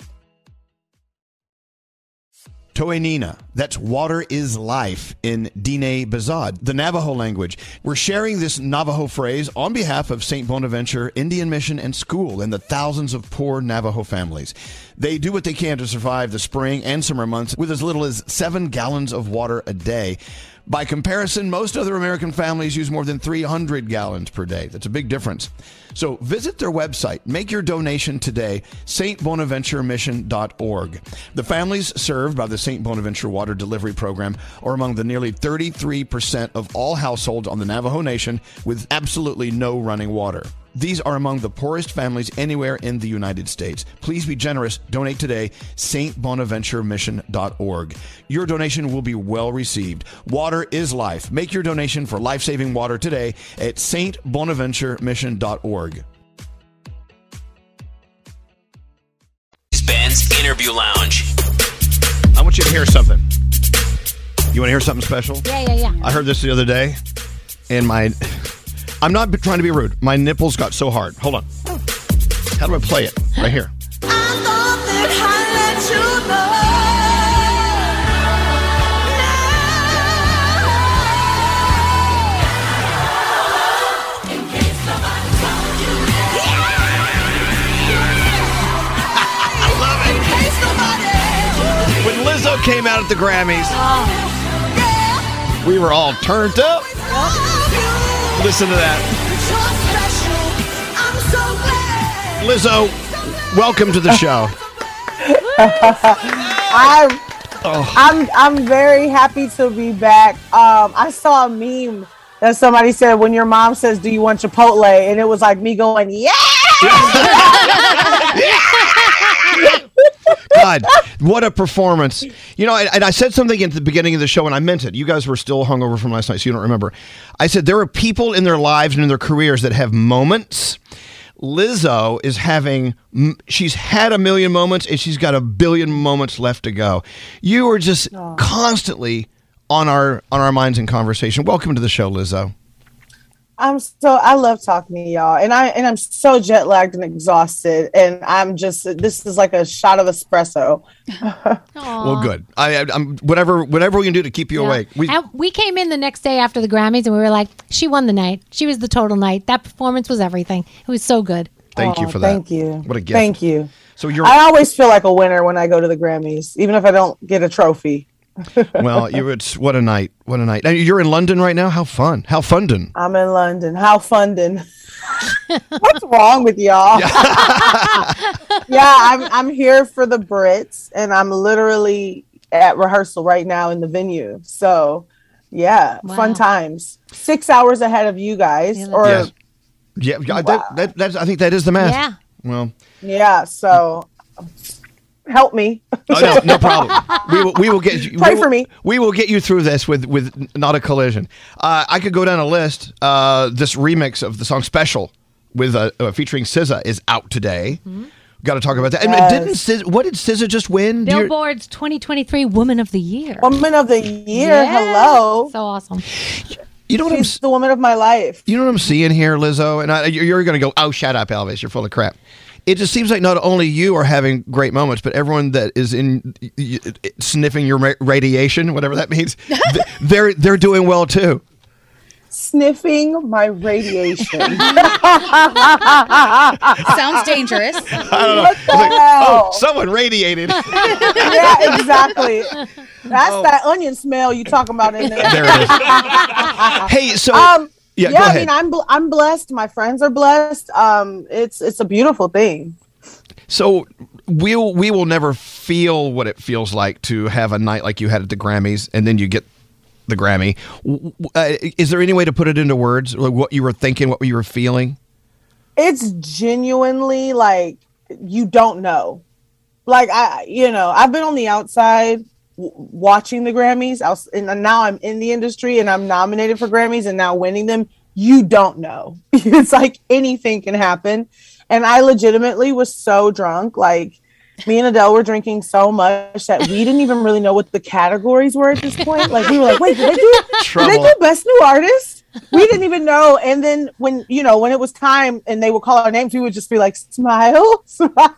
Speaker 8: Toenina. That's water is life in Diné Bazad, the Navajo language. We're sharing this Navajo phrase on behalf of St. Bonaventure Indian Mission and School and the thousands of poor Navajo families. They do what they can to survive the spring and summer months with as little as seven gallons of water a day. By comparison, most other American families use more than 300 gallons per day. That's a big difference. So visit their website, make your donation today, stbonaventuremission.org. The families served by the St. Bonaventure Water Delivery Program are among the nearly 33% of all households on the Navajo Nation with absolutely no running water. These are among the poorest families anywhere in the United States. Please be generous. Donate today, stbonaventuremission.org. Your donation will be well received. Water is life. Make your donation for life saving water today at stbonaventuremission.org.
Speaker 2: Ben's Interview Lounge.
Speaker 8: I want want you to hear something. You want to hear something special?
Speaker 10: Yeah, yeah, yeah.
Speaker 8: I heard this the other day, and my. I'm not trying to be rude. My nipples got so hard. Hold on. How do I play it? Right here. When Lizzo came out at the Grammys, we were all turned up. Listen to that. Lizzo, welcome to the show. Uh-huh.
Speaker 21: I'm,
Speaker 8: Oh.
Speaker 21: I'm, I'm very happy to be back. Um, I saw a meme that somebody said when your mom says, "Do you want Chipotle?" and it was like me going, "Yeah."
Speaker 8: God, what a performance. You know, and, and I said something at the beginning of the show, and I meant it. You guys were still hungover from last night, so you don't remember. I said there are people in their lives and in their careers that have moments. Lizzo is having, m- she's had a million moments, and she's got a billion moments left to go. You are just constantly on our on our minds in conversation. Welcome to the show, Lizzo.
Speaker 21: I'm so I love talking to y'all, and I and I'm so jet lagged and exhausted, and I'm just this is like a shot of espresso.
Speaker 8: Well, good. I, I, I'm whatever whatever we can do to keep you awake. We,
Speaker 10: and we came in the next day after the Grammys and we were like, she won the night. She was the total night. That performance was everything. It was so good.
Speaker 8: thank you
Speaker 21: Aw,
Speaker 8: for that.
Speaker 21: Oh, thank you.
Speaker 8: What a gift.
Speaker 21: Thank you.
Speaker 8: So you're
Speaker 21: I always feel like a winner when I go to the Grammys, even if I don't get a trophy.
Speaker 8: well, you it's what a night. What a night. Now, you're in London right now. How fun. How fundin.
Speaker 21: I'm in London. How funding? What's wrong with y'all? Yeah, I'm I'm here for the Brits, and I'm literally at rehearsal right now in the venue. So, yeah, fun times. Six hours ahead of you guys, or
Speaker 8: Yes. Yeah, yeah, that, that, that's, I think that is the math.
Speaker 21: Yeah.
Speaker 8: Well,
Speaker 21: yeah. So, help me.
Speaker 8: oh, no, no problem. We will, we will get you.
Speaker 21: Pray
Speaker 8: we will-
Speaker 21: for me.
Speaker 8: We will get you through this with with not a collision. Uh, I could go down a list. Uh, this remix of the song "Special" with uh, uh, featuring SZA is out today. Got to talk about that. And uh,
Speaker 10: Yes.
Speaker 8: didn't SZA, what did SZA just win? Do you-
Speaker 10: Billboard's 2023 Woman of the Year.
Speaker 21: Woman of the Year. Hello.
Speaker 10: So awesome.
Speaker 8: You know what
Speaker 21: She's the woman of my life.
Speaker 8: You know what I'm seeing here, Lizzo? And I, you're going to go, oh, shut up, Elvis. You're full of crap. It just seems like not only you are having great moments, but everyone that is in y- y- sniffing your ra- radiation, whatever that means, th- they're they're doing well too.
Speaker 21: Sniffing my radiation.
Speaker 31: Sounds dangerous.
Speaker 8: I don't know. oh, It's
Speaker 21: What the
Speaker 8: like,
Speaker 21: hell?
Speaker 8: oh, someone radiated.
Speaker 21: yeah, exactly. That's that onion smell you talking about in there.
Speaker 8: There it hey, so
Speaker 21: Um,
Speaker 8: yeah,
Speaker 21: yeah,
Speaker 8: go
Speaker 21: I
Speaker 8: ahead.
Speaker 21: mean, I'm bl- I'm blessed. My friends are blessed. Um, it's it's a beautiful thing.
Speaker 8: so we'll we will never feel what it feels like to have a night like you had at the Grammys, and then you get the Grammy. W- w- Uh, is there any way to put it into words, like what you were thinking, what you were feeling?
Speaker 21: It's genuinely like you don't know. Like I, you know, I've been on the outside w- watching the Grammys, I was, and now I'm in the industry and I'm nominated for Grammys and now winning them. You don't know. it's like anything can happen, and I legitimately was so drunk, like. me and Adele were drinking so much that we didn't even really know what the categories were at this point. Like we were like, wait, did they do, did they
Speaker 32: Trouble.
Speaker 21: do best new artist? We didn't even know. And then when you know when it was time and they would call our names, we would just be like, smile, smile.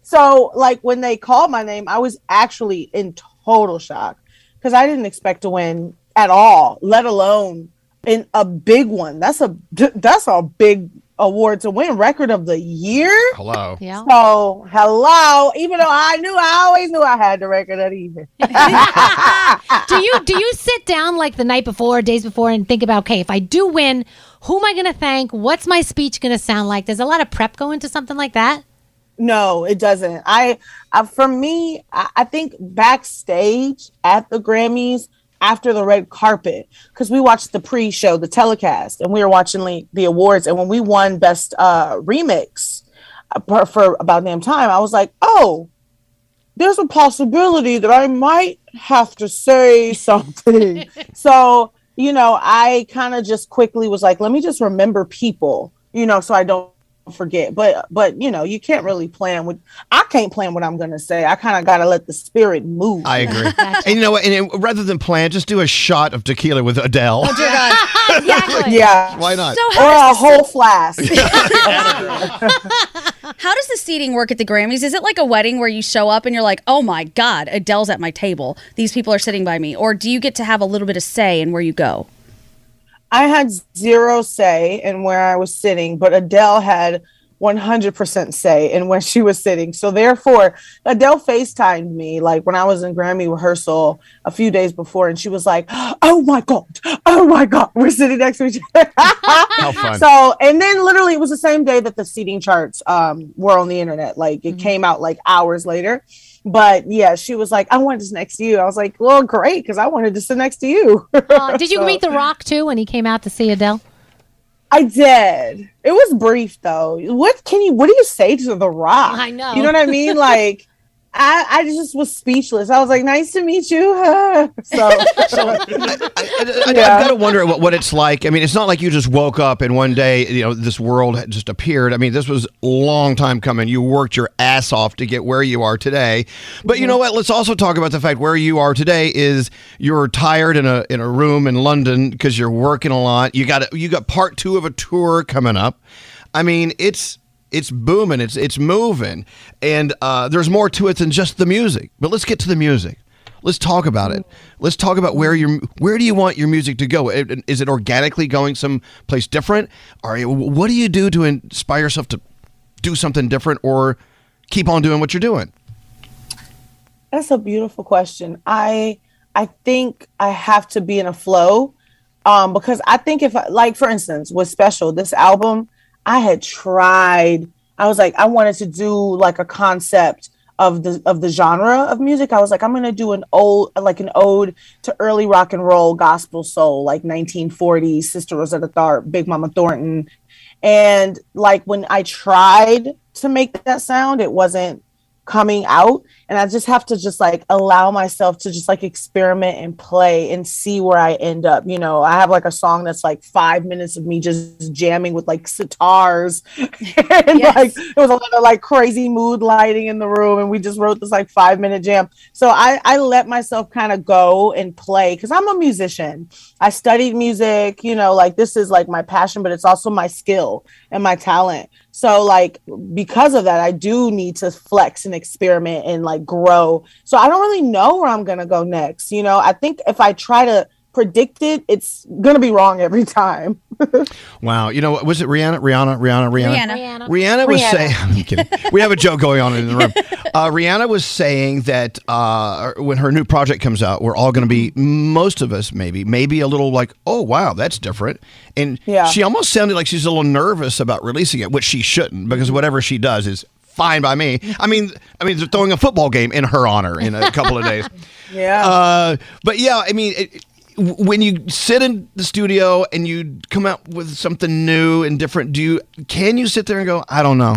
Speaker 21: so like when they called my name, I was actually in total shock because I didn't expect to win at all, let alone in a big one. That's a that's a big award to win. Record of the year.
Speaker 8: Hello.
Speaker 10: Yeah.
Speaker 21: So hello, even though I knew I always knew I had the record of the year.
Speaker 10: do you do you sit down like the night before, days before, and think about, okay, if I do win, who am I going to thank? What's my speech going to sound like? There's a lot of prep go into something like that.
Speaker 21: No, it doesn't. I, I for me, I, I think backstage at the Grammys after the red carpet because we watched the pre-show, the telecast, and we were watching like, the awards. And when we won Best uh, Remix uh, for, for about damn time, I was like, oh, there's a possibility that I might have to say something. so, you know, I kind of just quickly was like, let me just remember people, you know, so I don't forget. But but you know, you can't really plan what I can't plan what I'm gonna say. I kind of gotta let the spirit move.
Speaker 8: I agree. and you know what? And it, rather than plan, just do a shot of tequila with Adele.
Speaker 21: exactly. Yeah.
Speaker 8: Why not?
Speaker 12: So
Speaker 21: or
Speaker 12: how
Speaker 21: a whole flask.
Speaker 12: How does the seating work at the Grammys? Is it like a wedding where you show up and you're like, oh my God, Adele's at my table. These people are sitting by me. Or do you get to have a little bit of say in where you go?
Speaker 21: I had zero say in where I was sitting, but Adele had 100% say in where she was sitting. So therefore, Adele FaceTimed me like when I was in Grammy rehearsal a few days before, and she was like, "Oh my god, oh my god, we're sitting next to each other."
Speaker 2: fun.
Speaker 21: So and then literally it was the same day that the seating charts um, were on the internet. Like
Speaker 10: Mm-hmm.
Speaker 21: it came out like hours later. But yeah, she was like, "I wanted to sit next to you." I was like, "Well, great, because I wanted to sit next to you."
Speaker 10: Uh, did you
Speaker 21: So-
Speaker 10: meet The Rock too when he came out to see Adele?
Speaker 21: I did. It was brief though. What can you what do you say to the rock?
Speaker 10: I know.
Speaker 21: You know what I mean? Like I, I just was speechless. I was like, nice to meet you. so
Speaker 8: I,
Speaker 21: Yeah.
Speaker 8: I've got to wonder what, what it's like. I mean, it's not like you just woke up and one day, you know, this world had just appeared. I mean, this was a long time coming. You worked your ass off to get where you are today. But you know what? Let's also talk about the fact where you are today is you're tired in a in a room in London because you're working a lot. You got a- you got part two of a tour coming up. I mean, it's it's booming. It's it's moving, and uh, there's more to it than just the music. But let's get to the music. Let's talk about it. Let's talk about where your where do you want your music to go? It- Is it organically going someplace different? Are you, what do you do to inspire yourself to do something different or keep on doing what you're doing?
Speaker 21: That's a beautiful question. I I think I have to be in a flow um because I think if I, like for instance with special this album I had tried I was like I wanted to do like a concept of the of the genre of music I was like I'm going to do an old like an ode to early rock and roll gospel soul like 1940s Sister Rosetta Tharpe Big Mama Thornton and like when I tried to make that sound it wasn't coming out and i just have to just like allow myself to just like experiment and play and see where i end up you know i have like a song that's like five minutes of me just jamming with like sitars and like it was a lot of like crazy mood lighting in the room and we just wrote this like five minute jam so i i let myself kind of go and play because i'm a musician i studied music you know like this is like my passion but it's also my skill and my talent so like because of that, I do need to flex and experiment and like grow. So I don't really know where I'm gonna go next. You know, I think if I try to predict it, it's gonna be wrong every time.
Speaker 8: Wow, you know what was it? Rihanna, Rihanna, Rihanna, Rihanna.
Speaker 21: Rihanna.
Speaker 8: Rihanna was
Speaker 21: Rihanna.
Speaker 8: saying, "I'm kidding." We have a joke going on in the room. Uh, Rihanna was saying that uh, when her new project comes out, we're all going to be most of us maybe, maybe a little like, "Oh wow, that's different." And
Speaker 2: Yeah.
Speaker 8: she almost sounded like she's a little nervous about releasing it, which she shouldn't, because whatever she does is fine by me. I mean, I mean, they're throwing a football game in her honor in a couple of days.
Speaker 21: Yeah.
Speaker 8: Uh, but yeah, I mean, it, w- when you sit in the studio and you come out with something new and different, do you can you sit there and go, I don't know,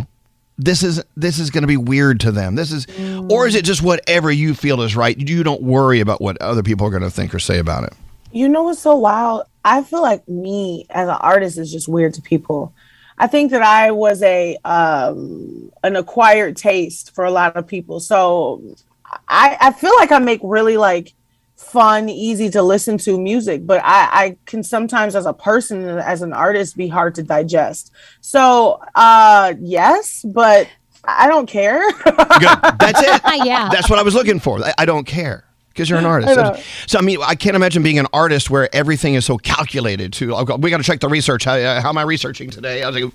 Speaker 8: this is this is going to be weird to them. This is, or is it just whatever you feel is right? You don't worry about what other people are going to think or say about it.
Speaker 21: You know what's so wild? I feel like me as an artist is just weird to people. I think that I was a um, an acquired taste for a lot of people. So I, I feel like I make really like fun, easy to listen to music, but I, I can sometimes as a person and as an artist be hard to digest. So uh yes, but I don't care.
Speaker 8: That's it.
Speaker 10: yeah.
Speaker 8: That's what I was looking for. I, I don't care because you're an artist.
Speaker 21: I know.
Speaker 8: so I mean, I can't imagine being an artist where everything is so calculated. To oh, God, we got to check the research. How, uh, how am I researching today? I was like,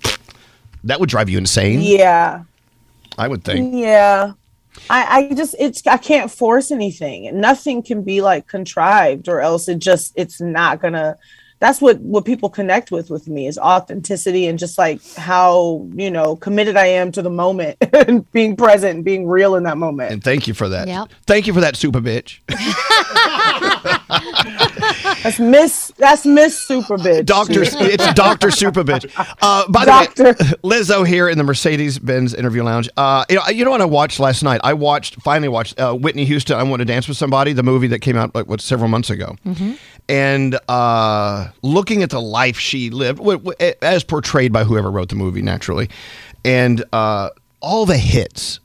Speaker 8: that would drive you insane.
Speaker 21: Yeah.
Speaker 8: I would think.
Speaker 21: Yeah. I, I just it's I can't force anything. Nothing can be like contrived or else it just it's not gonna that's what what people connect with with me is authenticity and just like how you know committed I am to the moment and being present and being real in that moment.
Speaker 8: And thank you for that.
Speaker 21: Yep.
Speaker 8: Thank you for that, super bitch.
Speaker 21: That's Miss that's Miss Super Bitch.
Speaker 8: Doctor, it's Doctor Super Bitch. Uh, by the way, Lizzo here in the Mercedes Benz interview lounge. Uh, you know, you know what I watched last night? I watched finally watched uh, Whitney Houston. I want to dance with somebody, the movie that came out like what several months ago.
Speaker 21: Mm-hmm.
Speaker 8: and uh, looking at the life she lived, w- w- as portrayed by whoever wrote the movie, naturally, and uh, all the hits.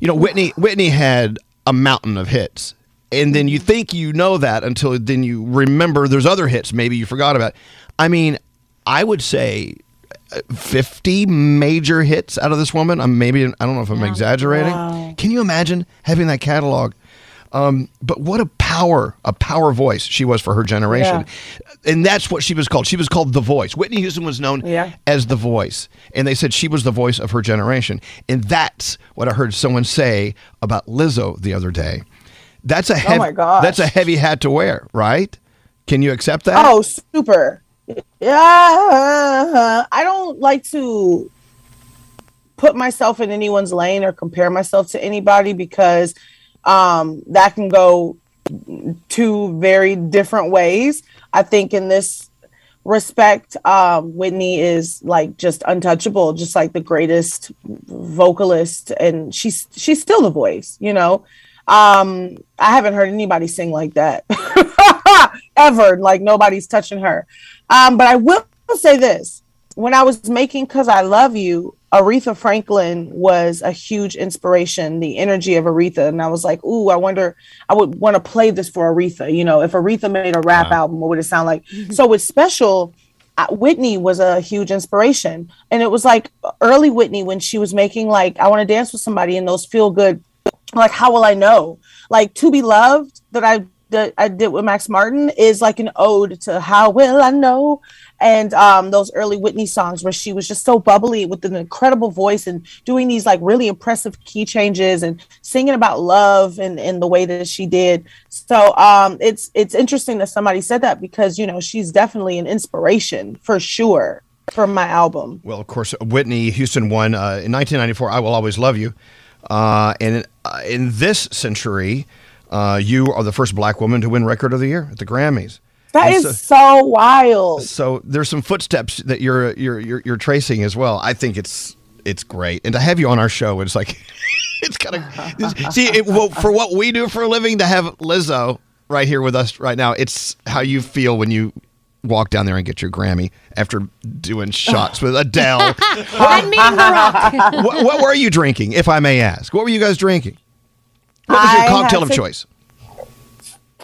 Speaker 8: You know, Whitney Whitney had a mountain of hits, and then you think you know that until then you remember there's other hits maybe you forgot about. I mean, I would say. uh, 50 major hits out of this woman. I'm maybe, I don't know if I'm exaggerating. Can you imagine having that catalog? Um, but what a power, a power voice she was for her generation. And that's what she was called. She was called the voice. Whitney Houston was known as the voice. And they said she was the voice of her generation. And that's what I heard someone say about Lizzo the other day. That's a
Speaker 21: Oh
Speaker 8: heavy,
Speaker 21: my gosh.
Speaker 8: that's a heavy hat to wear, right? Can you accept that?
Speaker 21: Oh, super. Yeah, I don't like to put myself in anyone's lane or compare myself to anybody because um, that can go two very different ways. I think in this respect, um, Whitney is like just untouchable, just like the greatest vocalist, and she's she's still the voice. You know, um, I haven't heard anybody sing like that ever. Like nobody's touching her. Um, but I will say this: when I was making "Cause I Love You," Aretha Franklin was a huge inspiration. The energy of Aretha, and I was like, "Ooh, I wonder. I would want to play this for Aretha. You know, if Aretha made a rap album, what would it sound like?" so it's special. uh, Whitney was a huge inspiration, and it was like early Whitney when she was making like "I Want to Dance with Somebody" and those feel good like how will I know? Like to be loved that I that I did with Max Martin is like an ode to how will I know? And um those early Whitney songs where she was just so bubbly with an incredible voice and doing these like really impressive key changes and singing about love and in the way that she did. So um it's it's interesting that somebody said that because you know she's definitely an inspiration for sure for my album.
Speaker 8: Well, of course, Whitney Houston won uh, in 1994. I will always love you. Uh, and uh, in this century, uh, you are the first black woman to win Record of the Year at the Grammys.
Speaker 21: That
Speaker 8: And
Speaker 21: is
Speaker 8: so-
Speaker 21: so wild.
Speaker 8: So there's some footsteps that you're you're you're, you're tracing as well. I think it's it's great, and to have you on our show, it's like it's kind of see it, well, for what we do for a living to have Lizzo right here with us right now. It's how you feel when you walk down there and get your Grammy after doing shots with Adele.
Speaker 10: and me and The Rock.
Speaker 8: what, what were you drinking, if I may ask? What were you guys drinking? What was your
Speaker 21: I had
Speaker 8: cocktail of
Speaker 21: to-
Speaker 8: choice?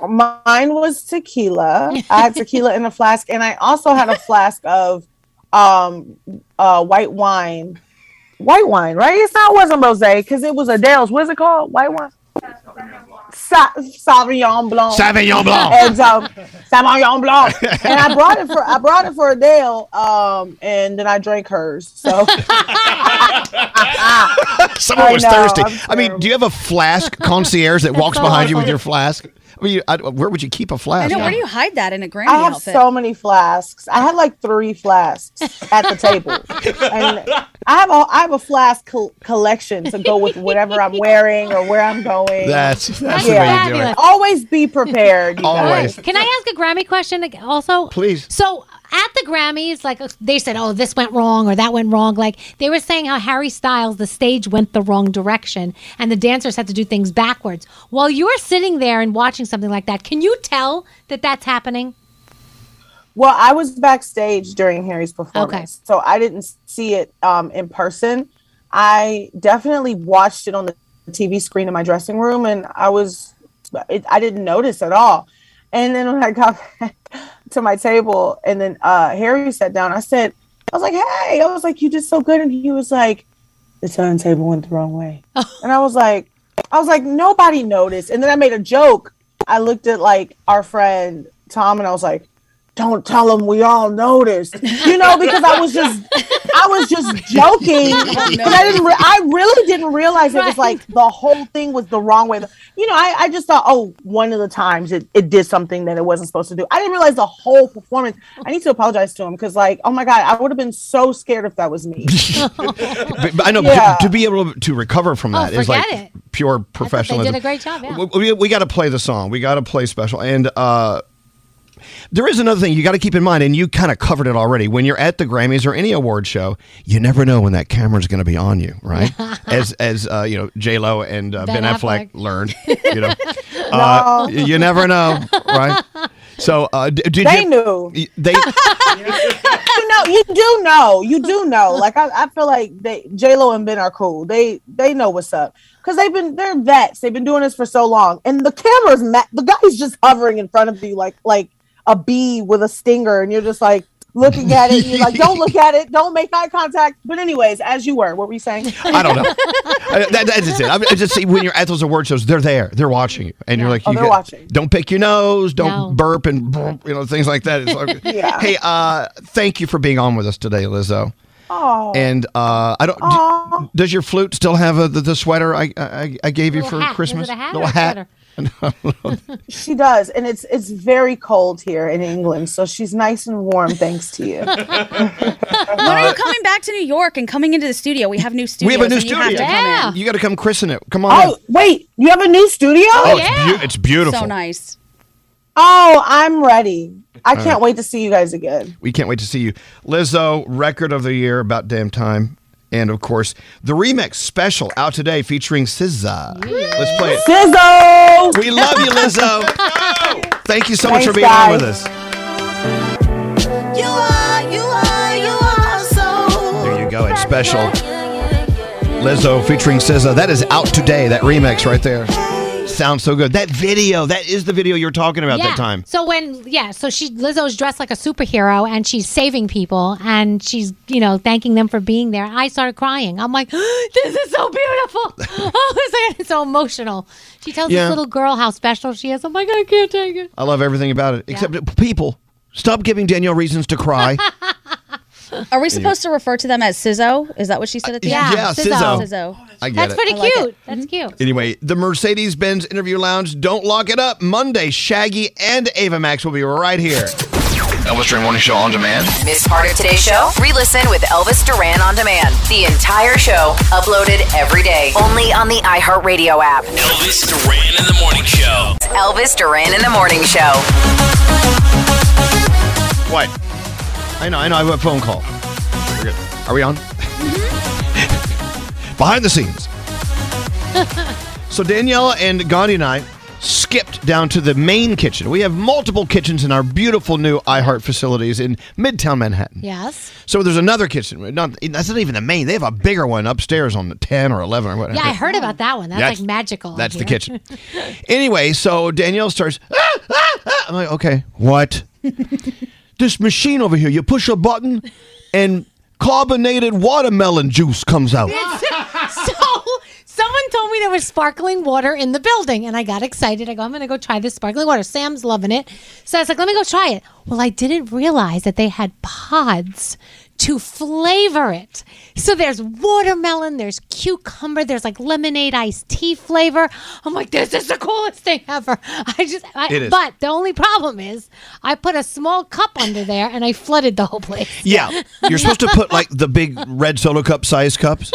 Speaker 21: mine was tequila. I had tequila in a flask, and I also had a flask of um uh white wine. White wine, right? It's not wasn't rosé because it was Adele's. What's it called? White wine. Sa- Sauvignon Blanc.
Speaker 8: Sauvignon Blanc.
Speaker 21: And um, Sauvignon Blanc. And I brought it for I brought it for Adele. Um, and then I drank hers. So
Speaker 8: Someone
Speaker 21: I
Speaker 8: was
Speaker 21: know,
Speaker 8: thirsty.
Speaker 21: I'm
Speaker 8: I mean, do you have a flask concierge that walks behind you with your flask? I mean, you- I, where would you keep a
Speaker 12: I
Speaker 8: flask?
Speaker 12: know. Where do you hide that in a Grammy
Speaker 21: I have
Speaker 12: outfit?
Speaker 21: so many flasks. I had like three flasks at the table, and I have a I have a flask col- collection to go with whatever I'm wearing or where I'm going.
Speaker 8: That's- that's the way you do it.
Speaker 21: Always be prepared. you guys.
Speaker 8: Always.
Speaker 10: Can I ask a Grammy question ag- also?
Speaker 8: Please.
Speaker 10: So at the Grammys, like they said, oh, this went wrong or that went wrong. Like they were saying how Harry Styles, the stage went the wrong direction and the dancers had to do things backwards. While you're sitting there and watching something like that, can you tell that that's happening?
Speaker 21: Well, I was backstage during Harry's performance, so I didn't see it um, in person. I definitely watched it on the TV screen in my dressing room, and I was it, I didn't notice at all. And then when I got back to my table, and then uh, Harry sat down, I said, I was like, "Hey," I was like, "You did so good," and he was like, "The turntable went the wrong way," and I was like, I was like, nobody noticed. And then I made a joke. I looked at like our friend Tom and I was like, don't tell him we all noticed. You know, because I was just I was just joking. But I didn't re- I really didn't realize it was like the whole thing was the wrong way. You know, I, I just thought, oh, one of the times it, it did something that it wasn't supposed to do. I didn't realize the whole performance. I need to apologize to him because like, oh my God, I would have been so scared if that was me.
Speaker 8: But, but I know to-
Speaker 21: Yeah.
Speaker 8: to, be able to recover from
Speaker 21: Oh,
Speaker 8: that is like
Speaker 21: forget it.
Speaker 8: pure
Speaker 10: They
Speaker 8: professionalism.
Speaker 10: did a great job. Yeah.
Speaker 8: We- we, we got to play the song. We got to play special. And uh, there is another thing you got to keep in mind, and you kind of covered it already. When you're at the Grammys or any award show, you never know when that camera's going to be on you, right? as as uh, you know, J Lo and uh,
Speaker 2: Ben
Speaker 8: Ben, Affleck.
Speaker 2: Affleck.
Speaker 8: learned. You know, uh,
Speaker 2: No.
Speaker 8: you never know, right? So uh, d- did
Speaker 21: They
Speaker 8: you,
Speaker 21: knew.
Speaker 8: y- They
Speaker 21: you know, you do know, you do know. Like I, I feel like they J Lo and Ben are cool. They they know what's up because they've been they're vets. They've been doing this for so long, and the camera's ma- the guy's just hovering in front of you like like a bee with a stinger, and you're just like looking at it. And you're like, don't look at it, don't make eye contact. But anyways, as you were, what were you saying?
Speaker 8: I don't know. I- Uh, that, that's just it. I, mean, I just see when you're at those award shows, they're there, they're watching you, and you're like,
Speaker 21: Oh,
Speaker 8: you
Speaker 21: they're watching.
Speaker 8: don't pick your nose, don't
Speaker 21: No.
Speaker 8: burp and burp, you know things like that. It's like,
Speaker 21: Yeah.
Speaker 8: Hey, uh, thank you for being on with us today, Lizzo.
Speaker 21: Oh,
Speaker 8: And uh, I don't. d- does your flute still have a, the, the sweater I, I I gave you
Speaker 21: Little
Speaker 8: for
Speaker 21: hat. Is it
Speaker 8: Christmas?
Speaker 21: a hat
Speaker 8: Little
Speaker 21: or a
Speaker 8: hat.
Speaker 21: she does, and it's it's very cold here in England, so she's nice and warm thanks to you.
Speaker 12: When are you coming back to New York and coming into the studio? We have new
Speaker 8: Uh-huh. We
Speaker 12: studios.
Speaker 8: have a new
Speaker 12: and
Speaker 8: studio.
Speaker 12: You have to come in.
Speaker 8: You got to come christen it. Come on.
Speaker 21: Oh wait, you have a new studio?
Speaker 8: Oh, it's Yeah. beau- it's beautiful. So
Speaker 12: nice.
Speaker 21: Oh, I'm ready. I
Speaker 8: All
Speaker 21: can't
Speaker 8: right.
Speaker 21: wait to see you guys again.
Speaker 8: We can't wait to see you. Lizzo, record of the year, about damn time. And of course, the remix special out today featuring SZA. Let's play it.
Speaker 21: SZA!
Speaker 8: We love you, Lizzo. Thank you so much
Speaker 2: Thanks,
Speaker 8: for being on with
Speaker 2: guys.
Speaker 8: us.
Speaker 2: You are, you are, you are so.
Speaker 8: There you go. It's special. Lizzo featuring SZA. That is out today. That remix right there. Sounds so good. That video. That is the video you were talking about
Speaker 10: yeah.
Speaker 8: that time.
Speaker 10: So when yeah, so she Lizzo's dressed like a superhero and she's saving people and she's you know thanking them for being there. I started crying. I'm like, this is so beautiful. oh, it's, like, it's so emotional. She tells
Speaker 8: Yeah.
Speaker 10: this little girl how special she is. I'm like, I can't take it.
Speaker 8: I love everything about it. Except that people, stop giving Danielle reasons to cry.
Speaker 12: Are we supposed to refer to them as Sizzo? Is that what she said at the
Speaker 8: Yeah,
Speaker 12: end?
Speaker 8: yeah, Sizzo. I get
Speaker 10: That's
Speaker 8: it.
Speaker 10: pretty
Speaker 12: I like Mm-hmm.
Speaker 10: cute. That's cute.
Speaker 8: Anyway, the Mercedes Benz Interview Lounge. Don't lock it up. Monday, Shaggy and Ava Max will be right here. Elvis Duran Morning Show on demand.
Speaker 7: Miss part of today's show? Re-listen with Elvis Duran on demand. The entire show uploaded every day, only on the iHeartRadio app.
Speaker 33: Elvis Duran in the morning show.
Speaker 7: It's Elvis Duran in the morning show.
Speaker 8: What? I know, I know. I have a phone call. We're good. Are we on? Behind the scenes. So Danielle and Gandhi and I skipped down to the main kitchen. We have multiple kitchens in our beautiful new iHeart facilities in Midtown Manhattan.
Speaker 10: Yes.
Speaker 8: So there's another kitchen. Not, that's not even the main. They have a bigger one upstairs on the 10 or 11 or whatever.
Speaker 10: Yeah, I heard about that one. That's,
Speaker 8: That's-
Speaker 10: like magical.
Speaker 8: That's the
Speaker 10: here.
Speaker 8: kitchen. anyway, so Danielle starts. "Ah, ah, ah." I'm like, okay, what? this machine over here. You push a button, and carbonated watermelon juice comes out.
Speaker 10: It's- so someone told me there was sparkling water in the building, and I got excited. I go, I'm going to go try this sparkling water. Sam's loving it, so I was like, let me go try it. Well, I didn't realize that they had pods to flavor it. So there's watermelon, there's cucumber, there's like lemonade iced tea flavor. I'm like, this is the coolest thing ever. I just, I,
Speaker 8: It is.
Speaker 10: but the only problem is, I put a small cup under there and I flooded the whole place.
Speaker 8: Yeah, you're supposed to put like the big red solo cup size cups,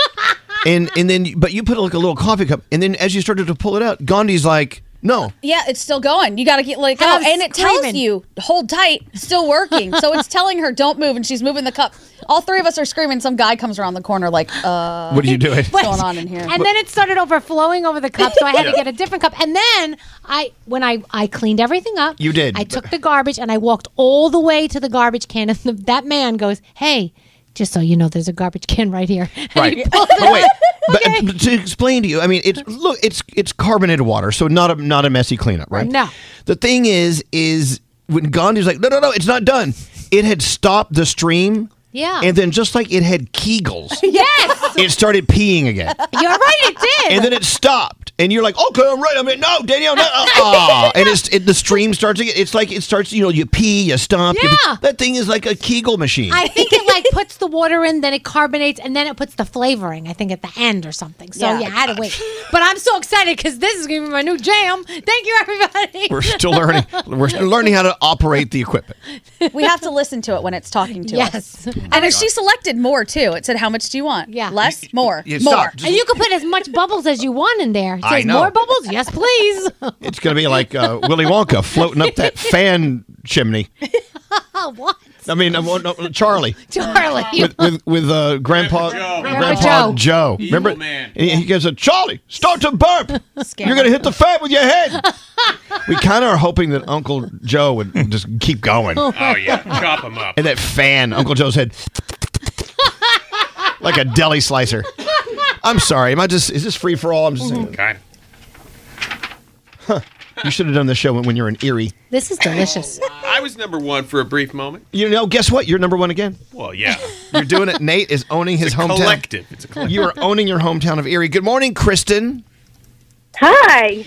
Speaker 8: and and then but you put like a little coffee cup, and then as you started to pull it out, Gandhi's like, no,
Speaker 12: Yeah, it's still going. You got to get like
Speaker 10: And
Speaker 12: oh,
Speaker 10: I'm
Speaker 12: and it tells
Speaker 10: screaming.
Speaker 12: you hold tight, still working. so it's telling her don't move, and she's moving the cup. All three of us are screaming. Some guy comes around the corner like, uh,
Speaker 8: What are you doing?
Speaker 12: What's going on in here?
Speaker 10: And then it started overflowing over the cup, so I had to
Speaker 8: Yeah.
Speaker 10: get a different cup. And then I, when I, I cleaned everything up.
Speaker 8: You did.
Speaker 10: I took the garbage and I walked all the way to the garbage can, and the, that man goes, "Hey, just so you know, there's a garbage can right here." And he
Speaker 8: right.
Speaker 10: pulled it
Speaker 8: But wait,
Speaker 10: out.
Speaker 8: but but to explain to you, I mean, it's look, it's it's carbonated water, so not a not a messy cleanup, right?
Speaker 10: No.
Speaker 8: The thing is, is when Gandhi's like, no, no, no, it's not done. It had stopped the stream.
Speaker 10: Yeah.
Speaker 8: And then just like it had Kegels,
Speaker 10: yes,
Speaker 8: it started peeing again.
Speaker 10: you're right. It did.
Speaker 8: and then it stopped, and you're like, okay, I'm right. I mean, no, Danielle, no, uh, uh," and it's it, the stream starts again. It's like it starts, you know, you pee, you stomp. you pee.
Speaker 10: Yeah.
Speaker 8: that thing is like a Kegel machine.
Speaker 10: I think it like puts the water in, then it carbonates, and then it puts the flavoring. I think at the end or something. So
Speaker 2: Yeah.
Speaker 10: yeah, I had to wait. But I'm so excited because this is gonna be my new jam. Thank you, everybody.
Speaker 8: We're still learning. We're still learning how to operate the equipment.
Speaker 12: we have to listen to it when it's talking to us.
Speaker 10: Yes.
Speaker 12: And if she selected more too, it said how much do you want? Yeah, less, more,
Speaker 8: Oh you
Speaker 12: more.
Speaker 8: stop. Just-
Speaker 10: And you can put as much bubbles as you want in there. It
Speaker 8: I
Speaker 10: says,
Speaker 8: know.
Speaker 10: More bubbles? Yes, please.
Speaker 8: It's gonna be like uh, Willy Wonka floating up that fan chimney.
Speaker 10: what?
Speaker 8: I mean, I won't- no, Charlie.
Speaker 10: Charlie.
Speaker 8: with with, with uh, Grandpa Grandpa Joe.
Speaker 10: Grandpa Joe.
Speaker 4: Evil
Speaker 8: Remember, He, he goes, Charlie, start to burp. You're gonna hit the fat with your head. we kind of are hoping that Uncle Joe would just keep going.
Speaker 4: Oh yeah, chop them up.
Speaker 8: And that fan, Uncle Joe's head, like a deli slicer. I'm sorry. Am I just? Is this free for all? I'm just saying.
Speaker 4: Okay.
Speaker 8: Huh. You should have done this show when, when you're in Erie.
Speaker 10: This is delicious.
Speaker 4: I was number one for a brief moment.
Speaker 8: You know, guess what? You're number one again.
Speaker 4: Well, yeah.
Speaker 8: You're doing it. Nate is owning his
Speaker 4: a
Speaker 8: hometown.
Speaker 4: collective. It's a collective.
Speaker 8: You are owning your hometown of Erie. Good morning, Kristen.
Speaker 3: Hi.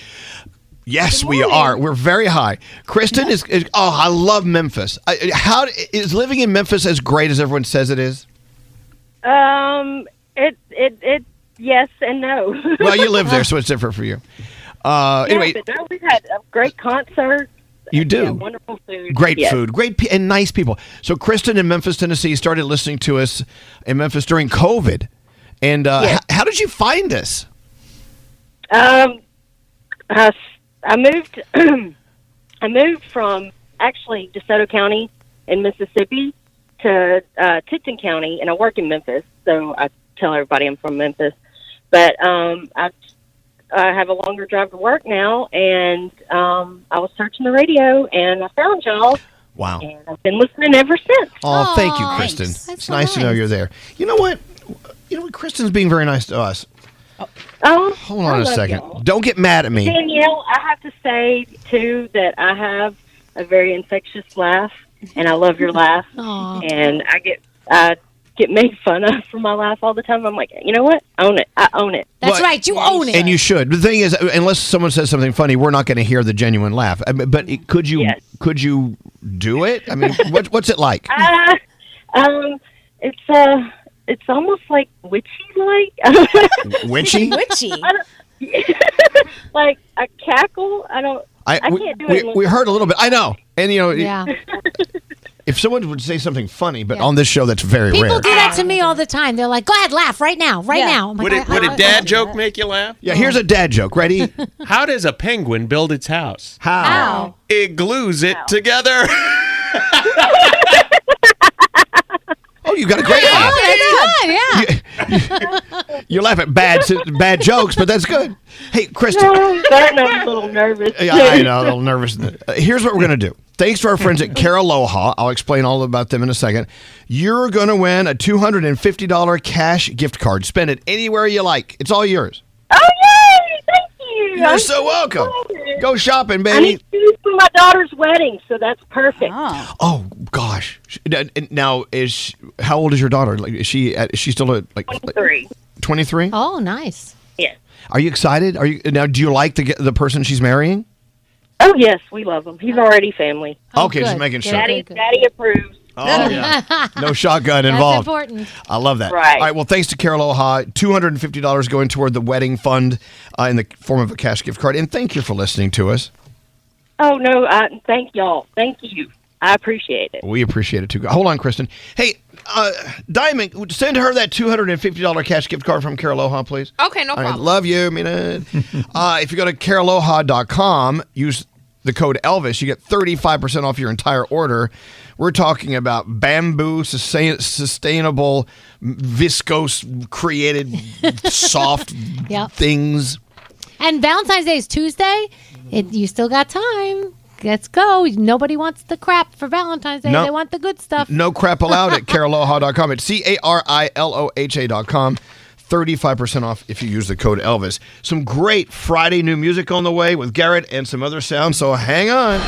Speaker 8: Yes, we are. We're very high. Kristen is, is. Oh, I love Memphis. I, how is living in Memphis as great as everyone says it is?
Speaker 3: Um, it, it, it, yes and no.
Speaker 8: Well, you live there, so it's different for you. Uh,
Speaker 3: Yeah,
Speaker 8: anyway,
Speaker 3: but no, we've had a great concert.
Speaker 8: you do.
Speaker 3: Yeah, wonderful food.
Speaker 8: Great
Speaker 3: Yes.
Speaker 8: food, great pe- and nice people. So Kristen in Memphis, Tennessee, started listening to us in Memphis during COVID. And uh, h- how did you find us?
Speaker 3: Um, I, s- I moved, I moved from actually DeSoto County in Mississippi to uh, Tipton County, and I work in Memphis, so I tell everybody I'm from Memphis. But um, I, I have a longer drive to work now, and um, I was searching the radio, and I found y'all.
Speaker 8: Wow.
Speaker 3: And I've been listening ever since.
Speaker 8: Oh, thank you, Kristen. It's nice, to know you're there. You know what? You know what? Kristen's being very nice to us.
Speaker 3: Oh,
Speaker 8: Hold on
Speaker 3: I
Speaker 8: a
Speaker 3: love
Speaker 8: 2nd
Speaker 3: y'all.
Speaker 8: Don't get mad at me.
Speaker 3: Danielle, I have to say too that I have a very infectious laugh, and I love your laugh.
Speaker 10: Aw.
Speaker 3: And I get I get made fun of for my laugh all the time. I'm like, you know what? Own it. I own it.
Speaker 8: Well, And you should. The thing is, unless someone says something funny, we're not going to hear the genuine laugh. I mean, But it- could you? Could you do it? I mean, what, what's it like?
Speaker 3: Uh, um, it's uh, it's almost like witchy like
Speaker 8: Witchy?
Speaker 3: witchy. like a cackle. I don't. I,
Speaker 8: we,
Speaker 3: can't do
Speaker 8: we,
Speaker 3: it.
Speaker 8: we heard a little bit. I know. And you know,
Speaker 10: Yeah.
Speaker 8: if someone would say something funny, but on this show, that's very
Speaker 10: People
Speaker 8: rare.
Speaker 10: do that to me all the time. They're like, go ahead, laugh right now, right now. I'm like,
Speaker 4: Would it,
Speaker 10: I-
Speaker 4: would
Speaker 10: I-
Speaker 4: a dad joke make you laugh?
Speaker 8: Yeah, here's a dad joke. Ready?
Speaker 4: How does a penguin build its house?
Speaker 8: How?
Speaker 10: How?
Speaker 4: It glues it together.
Speaker 8: oh, you got a great laugh.
Speaker 10: Oh, that's good.
Speaker 8: You laugh at bad bad jokes, but that's good. Hey, Kristen.
Speaker 3: Starting I'm a little nervous.
Speaker 8: Yeah, I know, a little nervous. Uh, here's what we're going to do. Thanks to our friends at Caraloha, I'll explain all about them in a second. You're going to win a $250 cash gift card. Spend it anywhere you like. It's all yours.
Speaker 3: Oh,
Speaker 8: You're
Speaker 3: I'm
Speaker 8: so welcome.
Speaker 3: excited.
Speaker 8: Go shopping,
Speaker 3: I need
Speaker 8: baby.
Speaker 3: shoes for my daughter's wedding, so that's perfect.
Speaker 8: Oh gosh. Sh- n- n- Now is sh- how old is your daughter? Like is she at, is she still at, like
Speaker 3: Three.
Speaker 8: 23?
Speaker 10: Oh, nice.
Speaker 3: Yes.
Speaker 8: Are you excited? Are you now do you like the g- the person she's marrying?
Speaker 3: Oh yes, we love him. He's already family.
Speaker 8: okay, just making sure.
Speaker 3: Daddy, Daddy approves.
Speaker 8: Oh, yeah. No shotgun
Speaker 3: That's
Speaker 8: involved.
Speaker 3: important.
Speaker 8: I love that.
Speaker 3: Right.
Speaker 8: All right. Well, thanks to Carol Oha, two hundred and fifty dollars going toward the wedding fund uh, in the form of a cash gift card. And thank you for listening to us.
Speaker 3: Oh no, I, thank y'all. Thank you. I appreciate it.
Speaker 8: We appreciate it too. Hold on, Kristen. Hey, uh, Diamond, send her that two hundred and fifty dollar cash gift card from Carol Oha, please.
Speaker 15: Okay, no
Speaker 8: All right,
Speaker 15: problem.
Speaker 8: love you, Mina. uh, if you go to caroloha.com, use the code Elvis, you get 35% off your entire order. We're talking about bamboo sustain- sustainable viscose created soft
Speaker 10: Yep.
Speaker 8: things.
Speaker 10: And Valentine's Day is Tuesday. It, you still got time. Let's go. Nobody wants the crap for Valentine's Day.
Speaker 8: No.
Speaker 10: They want the good stuff.
Speaker 8: No crap allowed at caroloha.com. It's C A R I L O H A.com. 35% off if you use the code Elvis. Some great Friday new music on the way with Garrett and some other sounds, so hang on.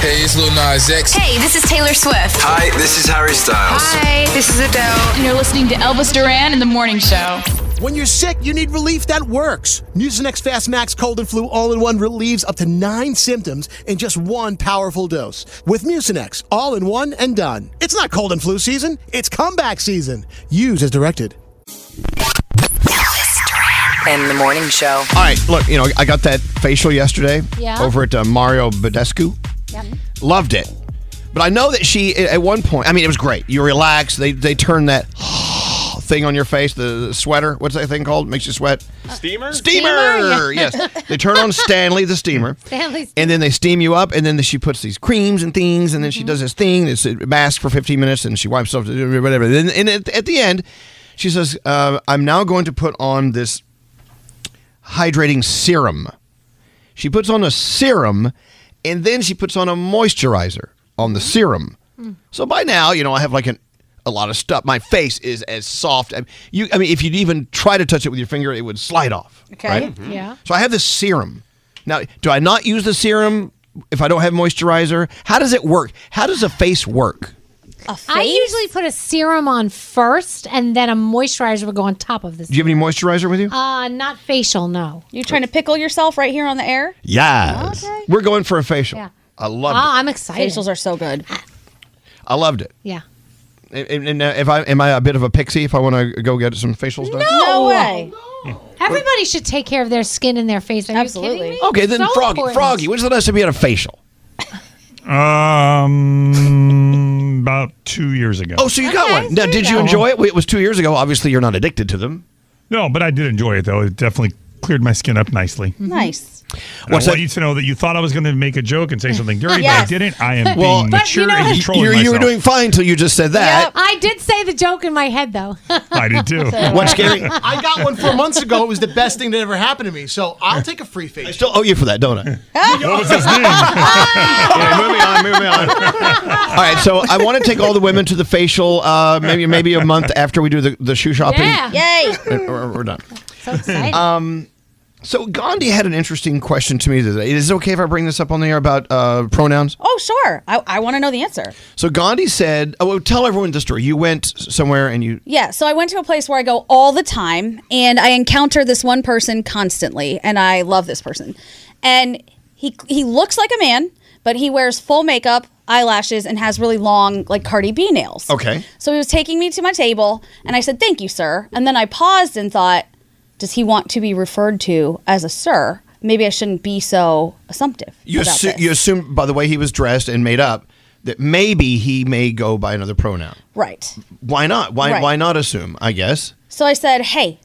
Speaker 34: Hey, it's Lil Nas X.
Speaker 15: Hey, this is Taylor Swift.
Speaker 34: Hi, this is Harry Styles.
Speaker 15: Hi, this is Adele. And you're listening to Elvis Duran in the Morning Show.
Speaker 19: When you're sick, you need relief that works. Mucinex Fast Max Cold and Flu All in One relieves up to nine symptoms in just one powerful dose. With Mucinex, all in one and done. It's not cold and flu season, it's comeback season. Use as directed.
Speaker 7: And the morning show.
Speaker 8: All right, look, you know, I got that facial yesterday
Speaker 7: Yeah.
Speaker 8: over at uh, Mario Badescu. Loved it. But I know that she, at one point, I mean, it was great. You relax. They they turn that thing on your face, the sweater. What's that thing called? Makes you sweat.
Speaker 4: Steamer?
Speaker 8: Steamer. yes. They turn on Stanley the steamer.
Speaker 10: Stanley's.
Speaker 8: And then they steam you up, and then she puts these creams and things, and then she does this thing. It's a mask for 15 minutes, and she wipes off whatever. Then, and at, at the end, she says, uh, "I'm now going to put on this hydrating serum." She puts on a serum, and then she puts on a moisturizer on the serum.
Speaker 10: Hmm.
Speaker 35: Mm.
Speaker 8: So by now, you know, I have like an a lot of stuff. My face is as soft. I mean, you, I mean, if you'd even try to touch it with your finger, it would slide off.
Speaker 10: Okay. Mm-hmm.
Speaker 8: right?
Speaker 10: Yeah.
Speaker 8: So I have this serum. Now, do I not use the serum if I don't have moisturizer? How does it work? How does a face work?
Speaker 10: I usually put a serum on first, and then a moisturizer would go on top of this.
Speaker 8: Do you have any moisturizer with you?
Speaker 10: Uh, not facial, no.
Speaker 12: You trying to pickle yourself right here on the air?
Speaker 8: Yes. We're going for a facial.
Speaker 10: Yeah. Ah,
Speaker 8: I loved it.
Speaker 10: I'm excited.
Speaker 12: Facials are so good.
Speaker 8: I loved it.
Speaker 10: Yeah.
Speaker 8: And, and, uh, if I am I a bit of a pixie if I want to go get some facials done?
Speaker 10: No way. Everybody should take care of their skin and their face. Are Absolutely. You kidding me?
Speaker 8: Okay, then
Speaker 10: So
Speaker 8: Froggy,
Speaker 10: important.
Speaker 8: Froggy, when's the last time you had a facial?
Speaker 18: Um, about two years ago.
Speaker 8: Oh, so you got one. Now, did you enjoy it? Well, It was two years ago. Obviously, you're not addicted to them.
Speaker 18: No, but I did enjoy it though. It definitely cleared my skin up nicely.
Speaker 12: Mm-hmm. Nice.
Speaker 18: And I want you to know that you thought I was going to make a joke and say something dirty,
Speaker 10: Yes.
Speaker 18: but I didn't. I am
Speaker 8: Well,
Speaker 18: being
Speaker 8: But
Speaker 18: mature
Speaker 10: you know
Speaker 18: and
Speaker 10: what?
Speaker 18: controlling
Speaker 8: You're- you
Speaker 18: myself.
Speaker 8: were doing fine until you just said that.
Speaker 10: Yep, I did say the joke in my head though.
Speaker 18: I did too.
Speaker 8: What's scary?
Speaker 19: I got one four months ago. It was the best thing that ever happened to me. So I'll take a free face. I
Speaker 8: still owe you for that, don't I?
Speaker 19: What was his name?
Speaker 8: moving on, moving on. all right, so I want to take all the women to the facial. Uh, maybe maybe a month after we do the, the shoe shopping.
Speaker 12: Yay.
Speaker 8: And We're, we're done. Um, so Gandhi had an interesting question to me today. Is it okay if I bring this up on the air about uh, pronouns?
Speaker 12: Oh, sure. I, I want to know the answer.
Speaker 8: So Gandhi said, "Oh, well, tell everyone the story. You went somewhere and you
Speaker 12: Yeah, so I went to a place where I go all the time and I encounter this one person constantly and I love this person. And he he looks like a man, but he wears full makeup, eyelashes and has really long like Cardi B nails.
Speaker 8: okay."
Speaker 12: So he was taking me to my table and I said, "Thank you, sir." And then I paused and thought, does he want to be referred to as a sir? Maybe I shouldn't be so assumptive.
Speaker 8: You
Speaker 12: about
Speaker 8: assu-
Speaker 12: this."
Speaker 8: you assume by the way he was dressed and made up that maybe he may go by another pronoun.
Speaker 12: right.
Speaker 8: Why not? Why
Speaker 12: Right.
Speaker 8: why not assume? I guess.
Speaker 12: So I said, "Hey,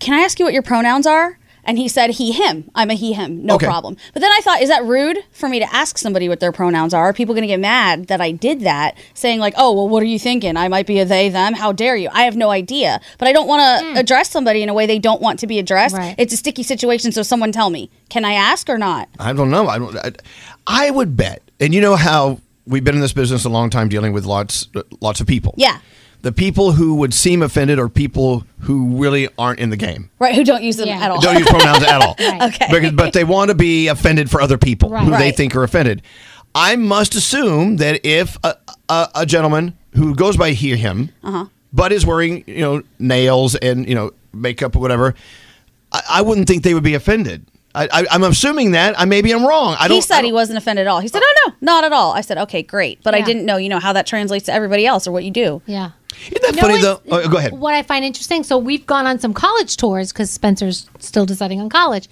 Speaker 12: can I ask you what your pronouns are?" And he said, "He, him." I'm a he, him. No
Speaker 8: Okay.
Speaker 12: problem. But then I thought, is that rude for me to ask somebody what their pronouns are? Are people going to get mad that I did that, saying like, "Oh, well, what are you thinking? I might be a they, them. How dare you?" I have no idea. But I don't want to address somebody in a way they don't want to be addressed. It's a sticky situation. So someone tell me, can I ask or not?
Speaker 8: I don't know. I don't. I, I would bet, and you know how we've been in this business a long time, dealing with lots, lots of people.
Speaker 12: Yeah.
Speaker 8: The people who would seem offended are people who really aren't in the game.
Speaker 12: Right? Who don't use them at all?
Speaker 8: Don't use pronouns at all.
Speaker 12: Okay.
Speaker 8: Because, but they want to be offended for other people who they
Speaker 12: Right.
Speaker 8: think are offended. I must assume that if a, a, a gentleman who goes by he or him,
Speaker 12: Uh-huh.
Speaker 8: but is wearing you know nails and you know makeup or whatever, I, I wouldn't think they would be offended. I, I, I'm assuming that. I maybe I'm wrong. I don't.
Speaker 12: he said he wasn't offended at all. He said, "Oh no, not at all." I said, "Okay, great," but I
Speaker 10: Yeah.
Speaker 12: didn't know, you know, how that translates to everybody else or what you do.
Speaker 10: Yeah.
Speaker 8: Isn't that funny though? Oh, go ahead.
Speaker 10: What I find interesting, so we've gone on some college tours because Spencer's still deciding on college,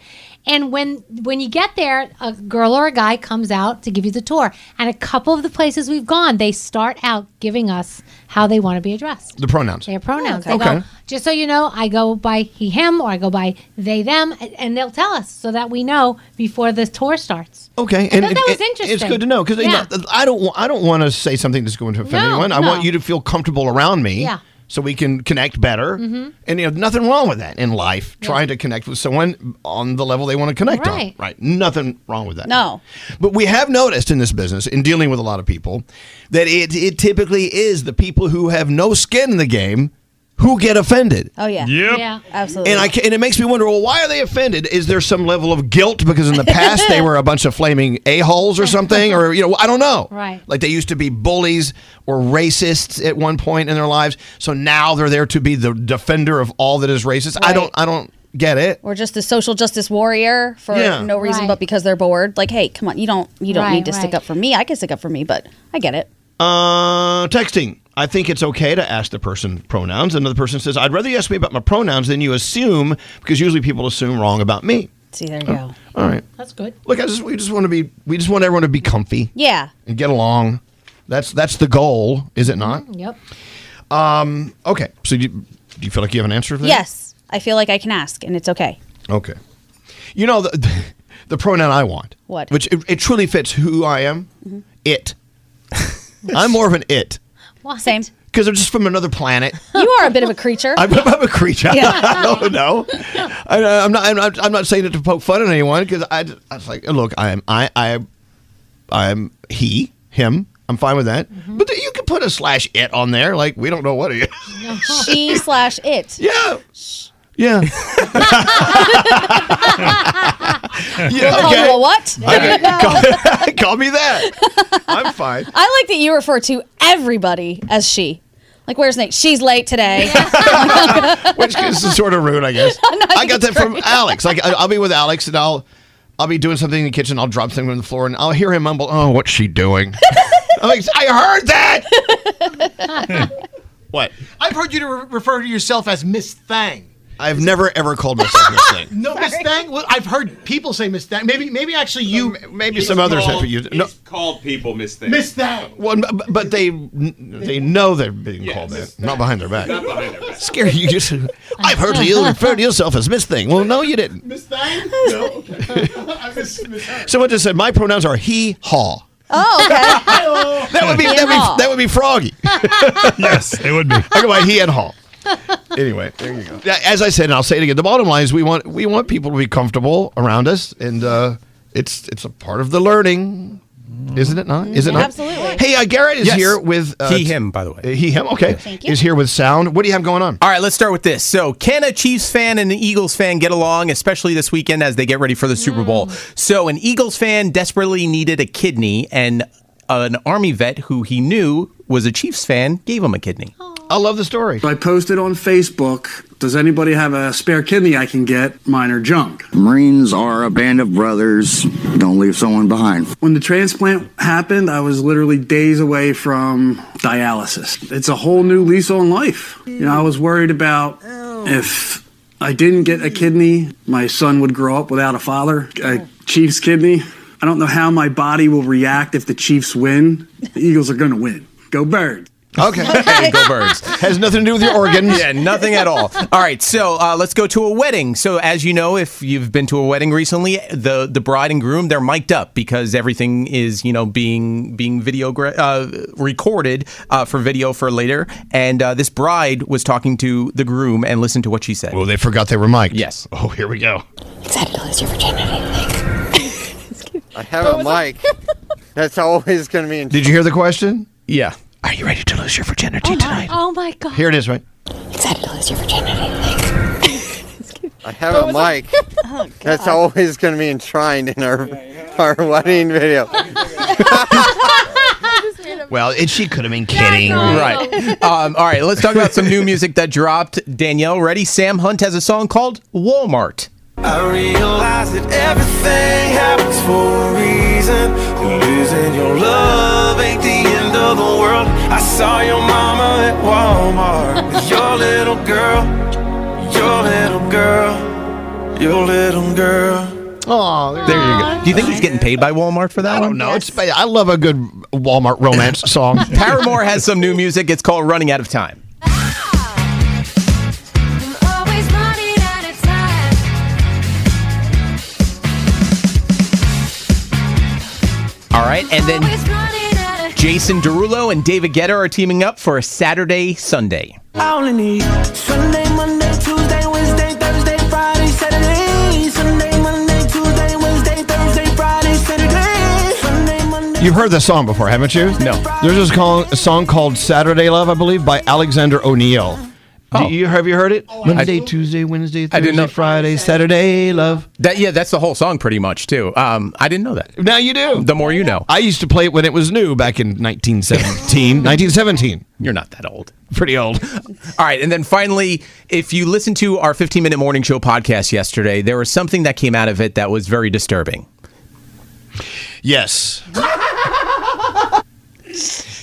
Speaker 10: and when when you get there, a girl or a guy comes out to give you the tour, and a couple of the places we've gone, they start out giving us how they want to be addressed.
Speaker 8: The pronouns.
Speaker 10: Their pronouns.
Speaker 8: Okay.
Speaker 10: They go,
Speaker 8: Okay.
Speaker 10: just so you know, I go by he, him, or I go by they, them, and- and they'll tell us so that we know before the tour starts.
Speaker 8: Okay,
Speaker 10: I thought that was
Speaker 8: it- It's
Speaker 10: interesting.
Speaker 8: good to know because
Speaker 10: Yeah.
Speaker 8: I don't wa- I don't want to say something that's going to offend
Speaker 10: No,
Speaker 8: anyone. I want
Speaker 10: no.
Speaker 8: you to feel comfortable around me,
Speaker 10: Yeah.
Speaker 8: so we can connect better.
Speaker 10: Mhm.
Speaker 8: And you know, nothing wrong with that in life. Trying to connect with someone on the level they want to connect
Speaker 12: Right.
Speaker 8: on, right? Nothing wrong with that.
Speaker 12: No.
Speaker 8: but we have noticed in this business, in dealing with a lot of people, that it it typically is the people who have no skin in the game who get offended.
Speaker 12: Oh yeah.
Speaker 8: Yep.
Speaker 12: Yeah. Absolutely.
Speaker 8: And I ca- and it makes me wonder. Well, why are they offended? Is there some level of guilt because in the past they were a bunch of flaming a holes or something, or you know, I don't know.
Speaker 10: Right.
Speaker 8: Like they used to be bullies or racists at one point in their lives, so now they're there to be the defender of all that is racist. I don't. I don't get it.
Speaker 12: or just a social justice warrior for
Speaker 8: Yeah.
Speaker 12: no reason
Speaker 8: Right.
Speaker 12: but because they're bored. Like, hey, come on, you don't you don't
Speaker 8: Right,
Speaker 12: need to stick
Speaker 8: right.
Speaker 12: up for me. I can stick up for me, but I get it.
Speaker 8: Uh, texting. I think it's okay to ask the person pronouns. Another person says, "I'd rather you ask me about my pronouns than you assume because usually people assume wrong about me."
Speaker 12: See, there you go.
Speaker 8: All Oh, right.
Speaker 10: That's good.
Speaker 8: Look, I just we just want to be we just want everyone to be comfy.
Speaker 12: Yeah. Mm-hmm.
Speaker 8: and get along. That's that's the goal, is it not?
Speaker 10: Yep.
Speaker 8: Um, okay. So do you, do you feel like you have an answer for that?
Speaker 12: Yes, I feel like I can ask, and it's okay.
Speaker 8: Okay. You know the the pronoun I want.
Speaker 12: What?
Speaker 8: Which it, it truly fits who I am.
Speaker 12: Mm-hmm.
Speaker 8: It. I'm more of an it
Speaker 12: Same.
Speaker 8: because I'm just from another planet.
Speaker 12: You are a bit of a creature.
Speaker 8: I'm, I'm a creature.
Speaker 12: Yeah.
Speaker 8: I don't know. I, I'm not. I'm not. I'm not saying it to poke fun at anyone because I. just- I was like, look, I'm. I. I. I'm he. Him. I'm fine with that. But you can put a slash it on there. Like we don't know what it is.
Speaker 12: she slash it.
Speaker 8: Yeah. Yeah. yeah.
Speaker 12: Call you a what?
Speaker 8: Okay. Call, call me that. I'm fine.
Speaker 12: I like that you refer to everybody as she. Like, where's Nate? She's late today.
Speaker 8: Which is sort of rude, I guess. I got that from Alex. Like I- I'll be with Alex and I'll I'll be doing something in the kitchen. I'll drop something on the floor and I'll hear him mumble, "Oh, what's she doing?" I'm like, I heard that. what?
Speaker 19: I've heard you to re- refer to yourself as Miss Thang.
Speaker 8: I've never ever called myself this thing.
Speaker 19: No, Miss Thang. Well, I've heard people say Miss Thang. Maybe, maybe actually you.
Speaker 8: Maybe some others have used. No,
Speaker 4: Called people Miss Thing.
Speaker 19: Miss Thang.
Speaker 8: well, b- but they they know they're being called that, not behind their back.
Speaker 4: Not behind their back.
Speaker 8: Scary, you just. I've heard you refer to yourself as Miss Thing. Well, no, you didn't.
Speaker 19: Miss Thang? No. Okay. I miss Miss Thang.
Speaker 8: Someone just said my pronouns are he, haw.
Speaker 12: Oh,
Speaker 19: okay.
Speaker 8: That would be that would be, that would be Froggy. yes, it would be. I go by he and Hall. Anyway, there you go. As I said, and I'll say it again. The bottom line is we want we want people to be comfortable around us, and uh, it's it's a part of the learning, isn't it? Not is it not?
Speaker 16: Absolutely.
Speaker 8: Hey, uh, Garrett is
Speaker 16: Yes.
Speaker 8: here with uh,
Speaker 16: He, him, by the way.
Speaker 8: He him. Okay,
Speaker 16: Thank
Speaker 8: is here with sound. What do you have going on?
Speaker 16: All right, let's start with this. So, can a Chiefs fan and an Eagles fan get along, especially this weekend as they get ready for the Super Bowl? So, an Eagles fan desperately needed a kidney, and an Army vet who he knew was a Chiefs fan gave him a kidney.
Speaker 8: I love the story.
Speaker 17: I posted on Facebook, does anybody have a spare kidney I can get? Mine are junk.
Speaker 2: Marines are a band of brothers. Don't leave someone behind.
Speaker 17: When the transplant happened, I was literally days away from dialysis. It's a whole new lease on life. You know, I was worried about if I didn't get a kidney, my son would grow up without a father. A Chiefs kidney. I don't know how my body will react if the Chiefs win. The Eagles are going to win. Go Birds.
Speaker 8: Okay.
Speaker 16: Hey, go birds.
Speaker 8: Has nothing to do with your organs.
Speaker 16: Yeah, nothing at all. All right, so uh, let's go to a wedding. So, as you know, if you've been to a wedding recently, the the bride and groom they're mic'd up because everything is you know being being video gra- uh, recorded uh, for video for later. And uh, this bride was talking to the groom and listen to what she said. Well,
Speaker 8: they forgot they were mic'd.
Speaker 16: Yes.
Speaker 8: Oh, here we go.
Speaker 36: Excited to lose your virginity.
Speaker 10: I have a mic. That's always going to be in
Speaker 8: Did you hear the question?
Speaker 16: Yeah.
Speaker 8: Are you ready to lose your virginity tonight?
Speaker 10: Oh my god.
Speaker 8: Here it is, right?
Speaker 36: Excited to lose your virginity.
Speaker 10: I have a mic.
Speaker 37: Oh,
Speaker 10: That's always going to be enshrined in our our wedding video.
Speaker 16: Oh,
Speaker 8: Well, it, she could have been kidding.
Speaker 16: Right. Um, all right, let's talk about some new music that dropped. Danielle, ready? Sam Hunt has a song called Walmart.
Speaker 34: I realize that everything happens for a reason. Losing your love ain't the end of the world. I saw your mama at Walmart with your little girl, your little girl, your little girl.
Speaker 8: Oh,
Speaker 16: There you go. Do you think he's getting paid by Walmart for that I
Speaker 8: don't know. It's, I love a good Walmart romance song.
Speaker 16: Paramore has some new music. It's called Running Out of Time.
Speaker 5: Always running out of time.
Speaker 16: All right, and then
Speaker 5: Always running out of
Speaker 16: Jason Derulo and David Guetta are teaming up for a Saturday Sunday.
Speaker 10: I only need Sunday, Monday, Tuesday, Wednesday, Thursday, Friday, Saturday. Sunday, Monday, Tuesday, Wednesday, Thursday, Friday, Saturday. Sunday, Monday.
Speaker 8: You've heard this song before, haven't you? No. There's this call, a song called Saturday Love, I believe, by Alexander O'Neill. Do you, have you heard it? Oh. Monday, Tuesday, Wednesday, Thursday,
Speaker 16: I didn't know-
Speaker 8: Friday, Saturday Love.
Speaker 16: That yeah, that's the whole song pretty much too. Um, I didn't know that.
Speaker 8: Now you do.
Speaker 16: The more you know.
Speaker 8: I used to play it when it was new back in 1917. 1917.
Speaker 16: You're not that old.
Speaker 8: Pretty old.
Speaker 16: All right, and then finally, if you listened to our 15 minute morning show podcast yesterday, there was something that came out of it that was very disturbing.
Speaker 8: Yes.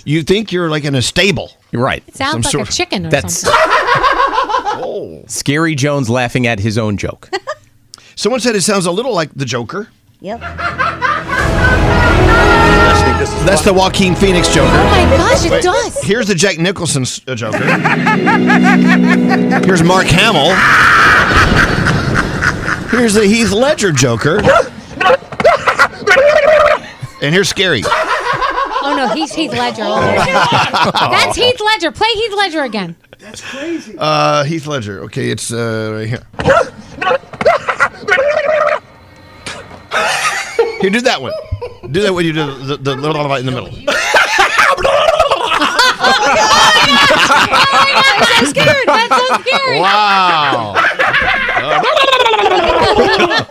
Speaker 8: you think you're like in a stable.
Speaker 16: You're right.
Speaker 38: It sounds
Speaker 16: Some
Speaker 38: like a
Speaker 16: sort of-
Speaker 38: chicken or
Speaker 16: that's- Oh.
Speaker 38: something.
Speaker 16: Scary Jones laughing at his own joke.
Speaker 8: Someone said it sounds a little like the Joker.
Speaker 12: Yep.
Speaker 8: Listening
Speaker 37: this is
Speaker 8: That's the Joaquin Phoenix Joker.
Speaker 37: Oh my gosh, it
Speaker 8: Wait,
Speaker 37: does.
Speaker 8: Here's the Jack Nicholson s- uh, Joker. Here's Mark Hamill. Here's the Heath Ledger Joker. And here's Scary.
Speaker 10: Oh no, he's Heath Ledger. all over. That's Heath Ledger. Play Heath Ledger again.
Speaker 8: Uh, Heath Ledger. Okay, it's uh, right here. Here, do that one. Do that when you do the, the, the little light in the middle.
Speaker 10: I'm so scared. That's so scary.
Speaker 8: Wow.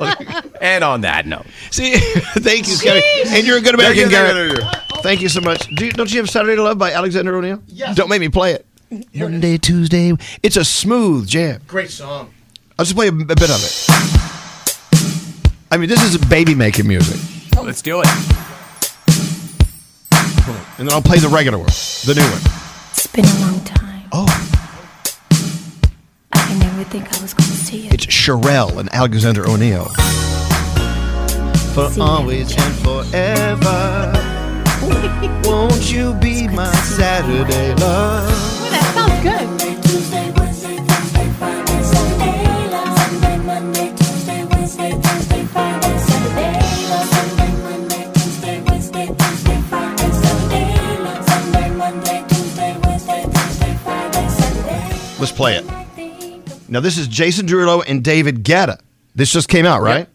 Speaker 8: uh,
Speaker 16: and on that note.
Speaker 8: See, thank you, Scary.
Speaker 16: Jeez.
Speaker 8: And you're a good
Speaker 16: Thank you,
Speaker 8: American,
Speaker 16: thank
Speaker 8: Garrett.
Speaker 16: you,
Speaker 8: Thank you so much. Do you, don't you have Saturday to Love by Alexander O'Neill? Yes. Don't make me play it. Monday, Tuesday. It's a smooth jam.
Speaker 39: Great song.
Speaker 8: I'll just play a, a bit of it. I mean, this is baby making music.
Speaker 16: Let's do it.
Speaker 8: And then I'll play the regular one, the new one.
Speaker 40: It's been a long time.
Speaker 8: Oh.
Speaker 40: I never think I was going to see you.
Speaker 8: It's Sherelle and Alexander O'Neill. For always and forever. Won't you be my Saturday love?
Speaker 10: That sounds good.
Speaker 8: Let's play it. Now, this is Jason Derulo and David Guetta. This just came out, right?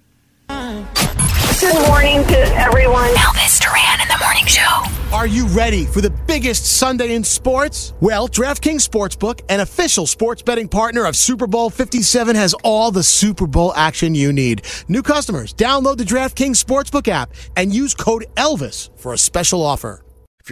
Speaker 2: Good morning to everyone.
Speaker 41: Elvis Duran in the morning show.
Speaker 19: Are you ready for the biggest Sunday in sports? Well, DraftKings Sportsbook, an official sports betting partner of Super Bowl 57, has all the Super Bowl action you need. New customers, download the DraftKings Sportsbook app and use code ELVIS for a special offer.
Speaker 37: If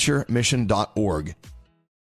Speaker 8: stbonaventuremission.org.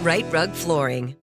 Speaker 11: Right Rug Flooring.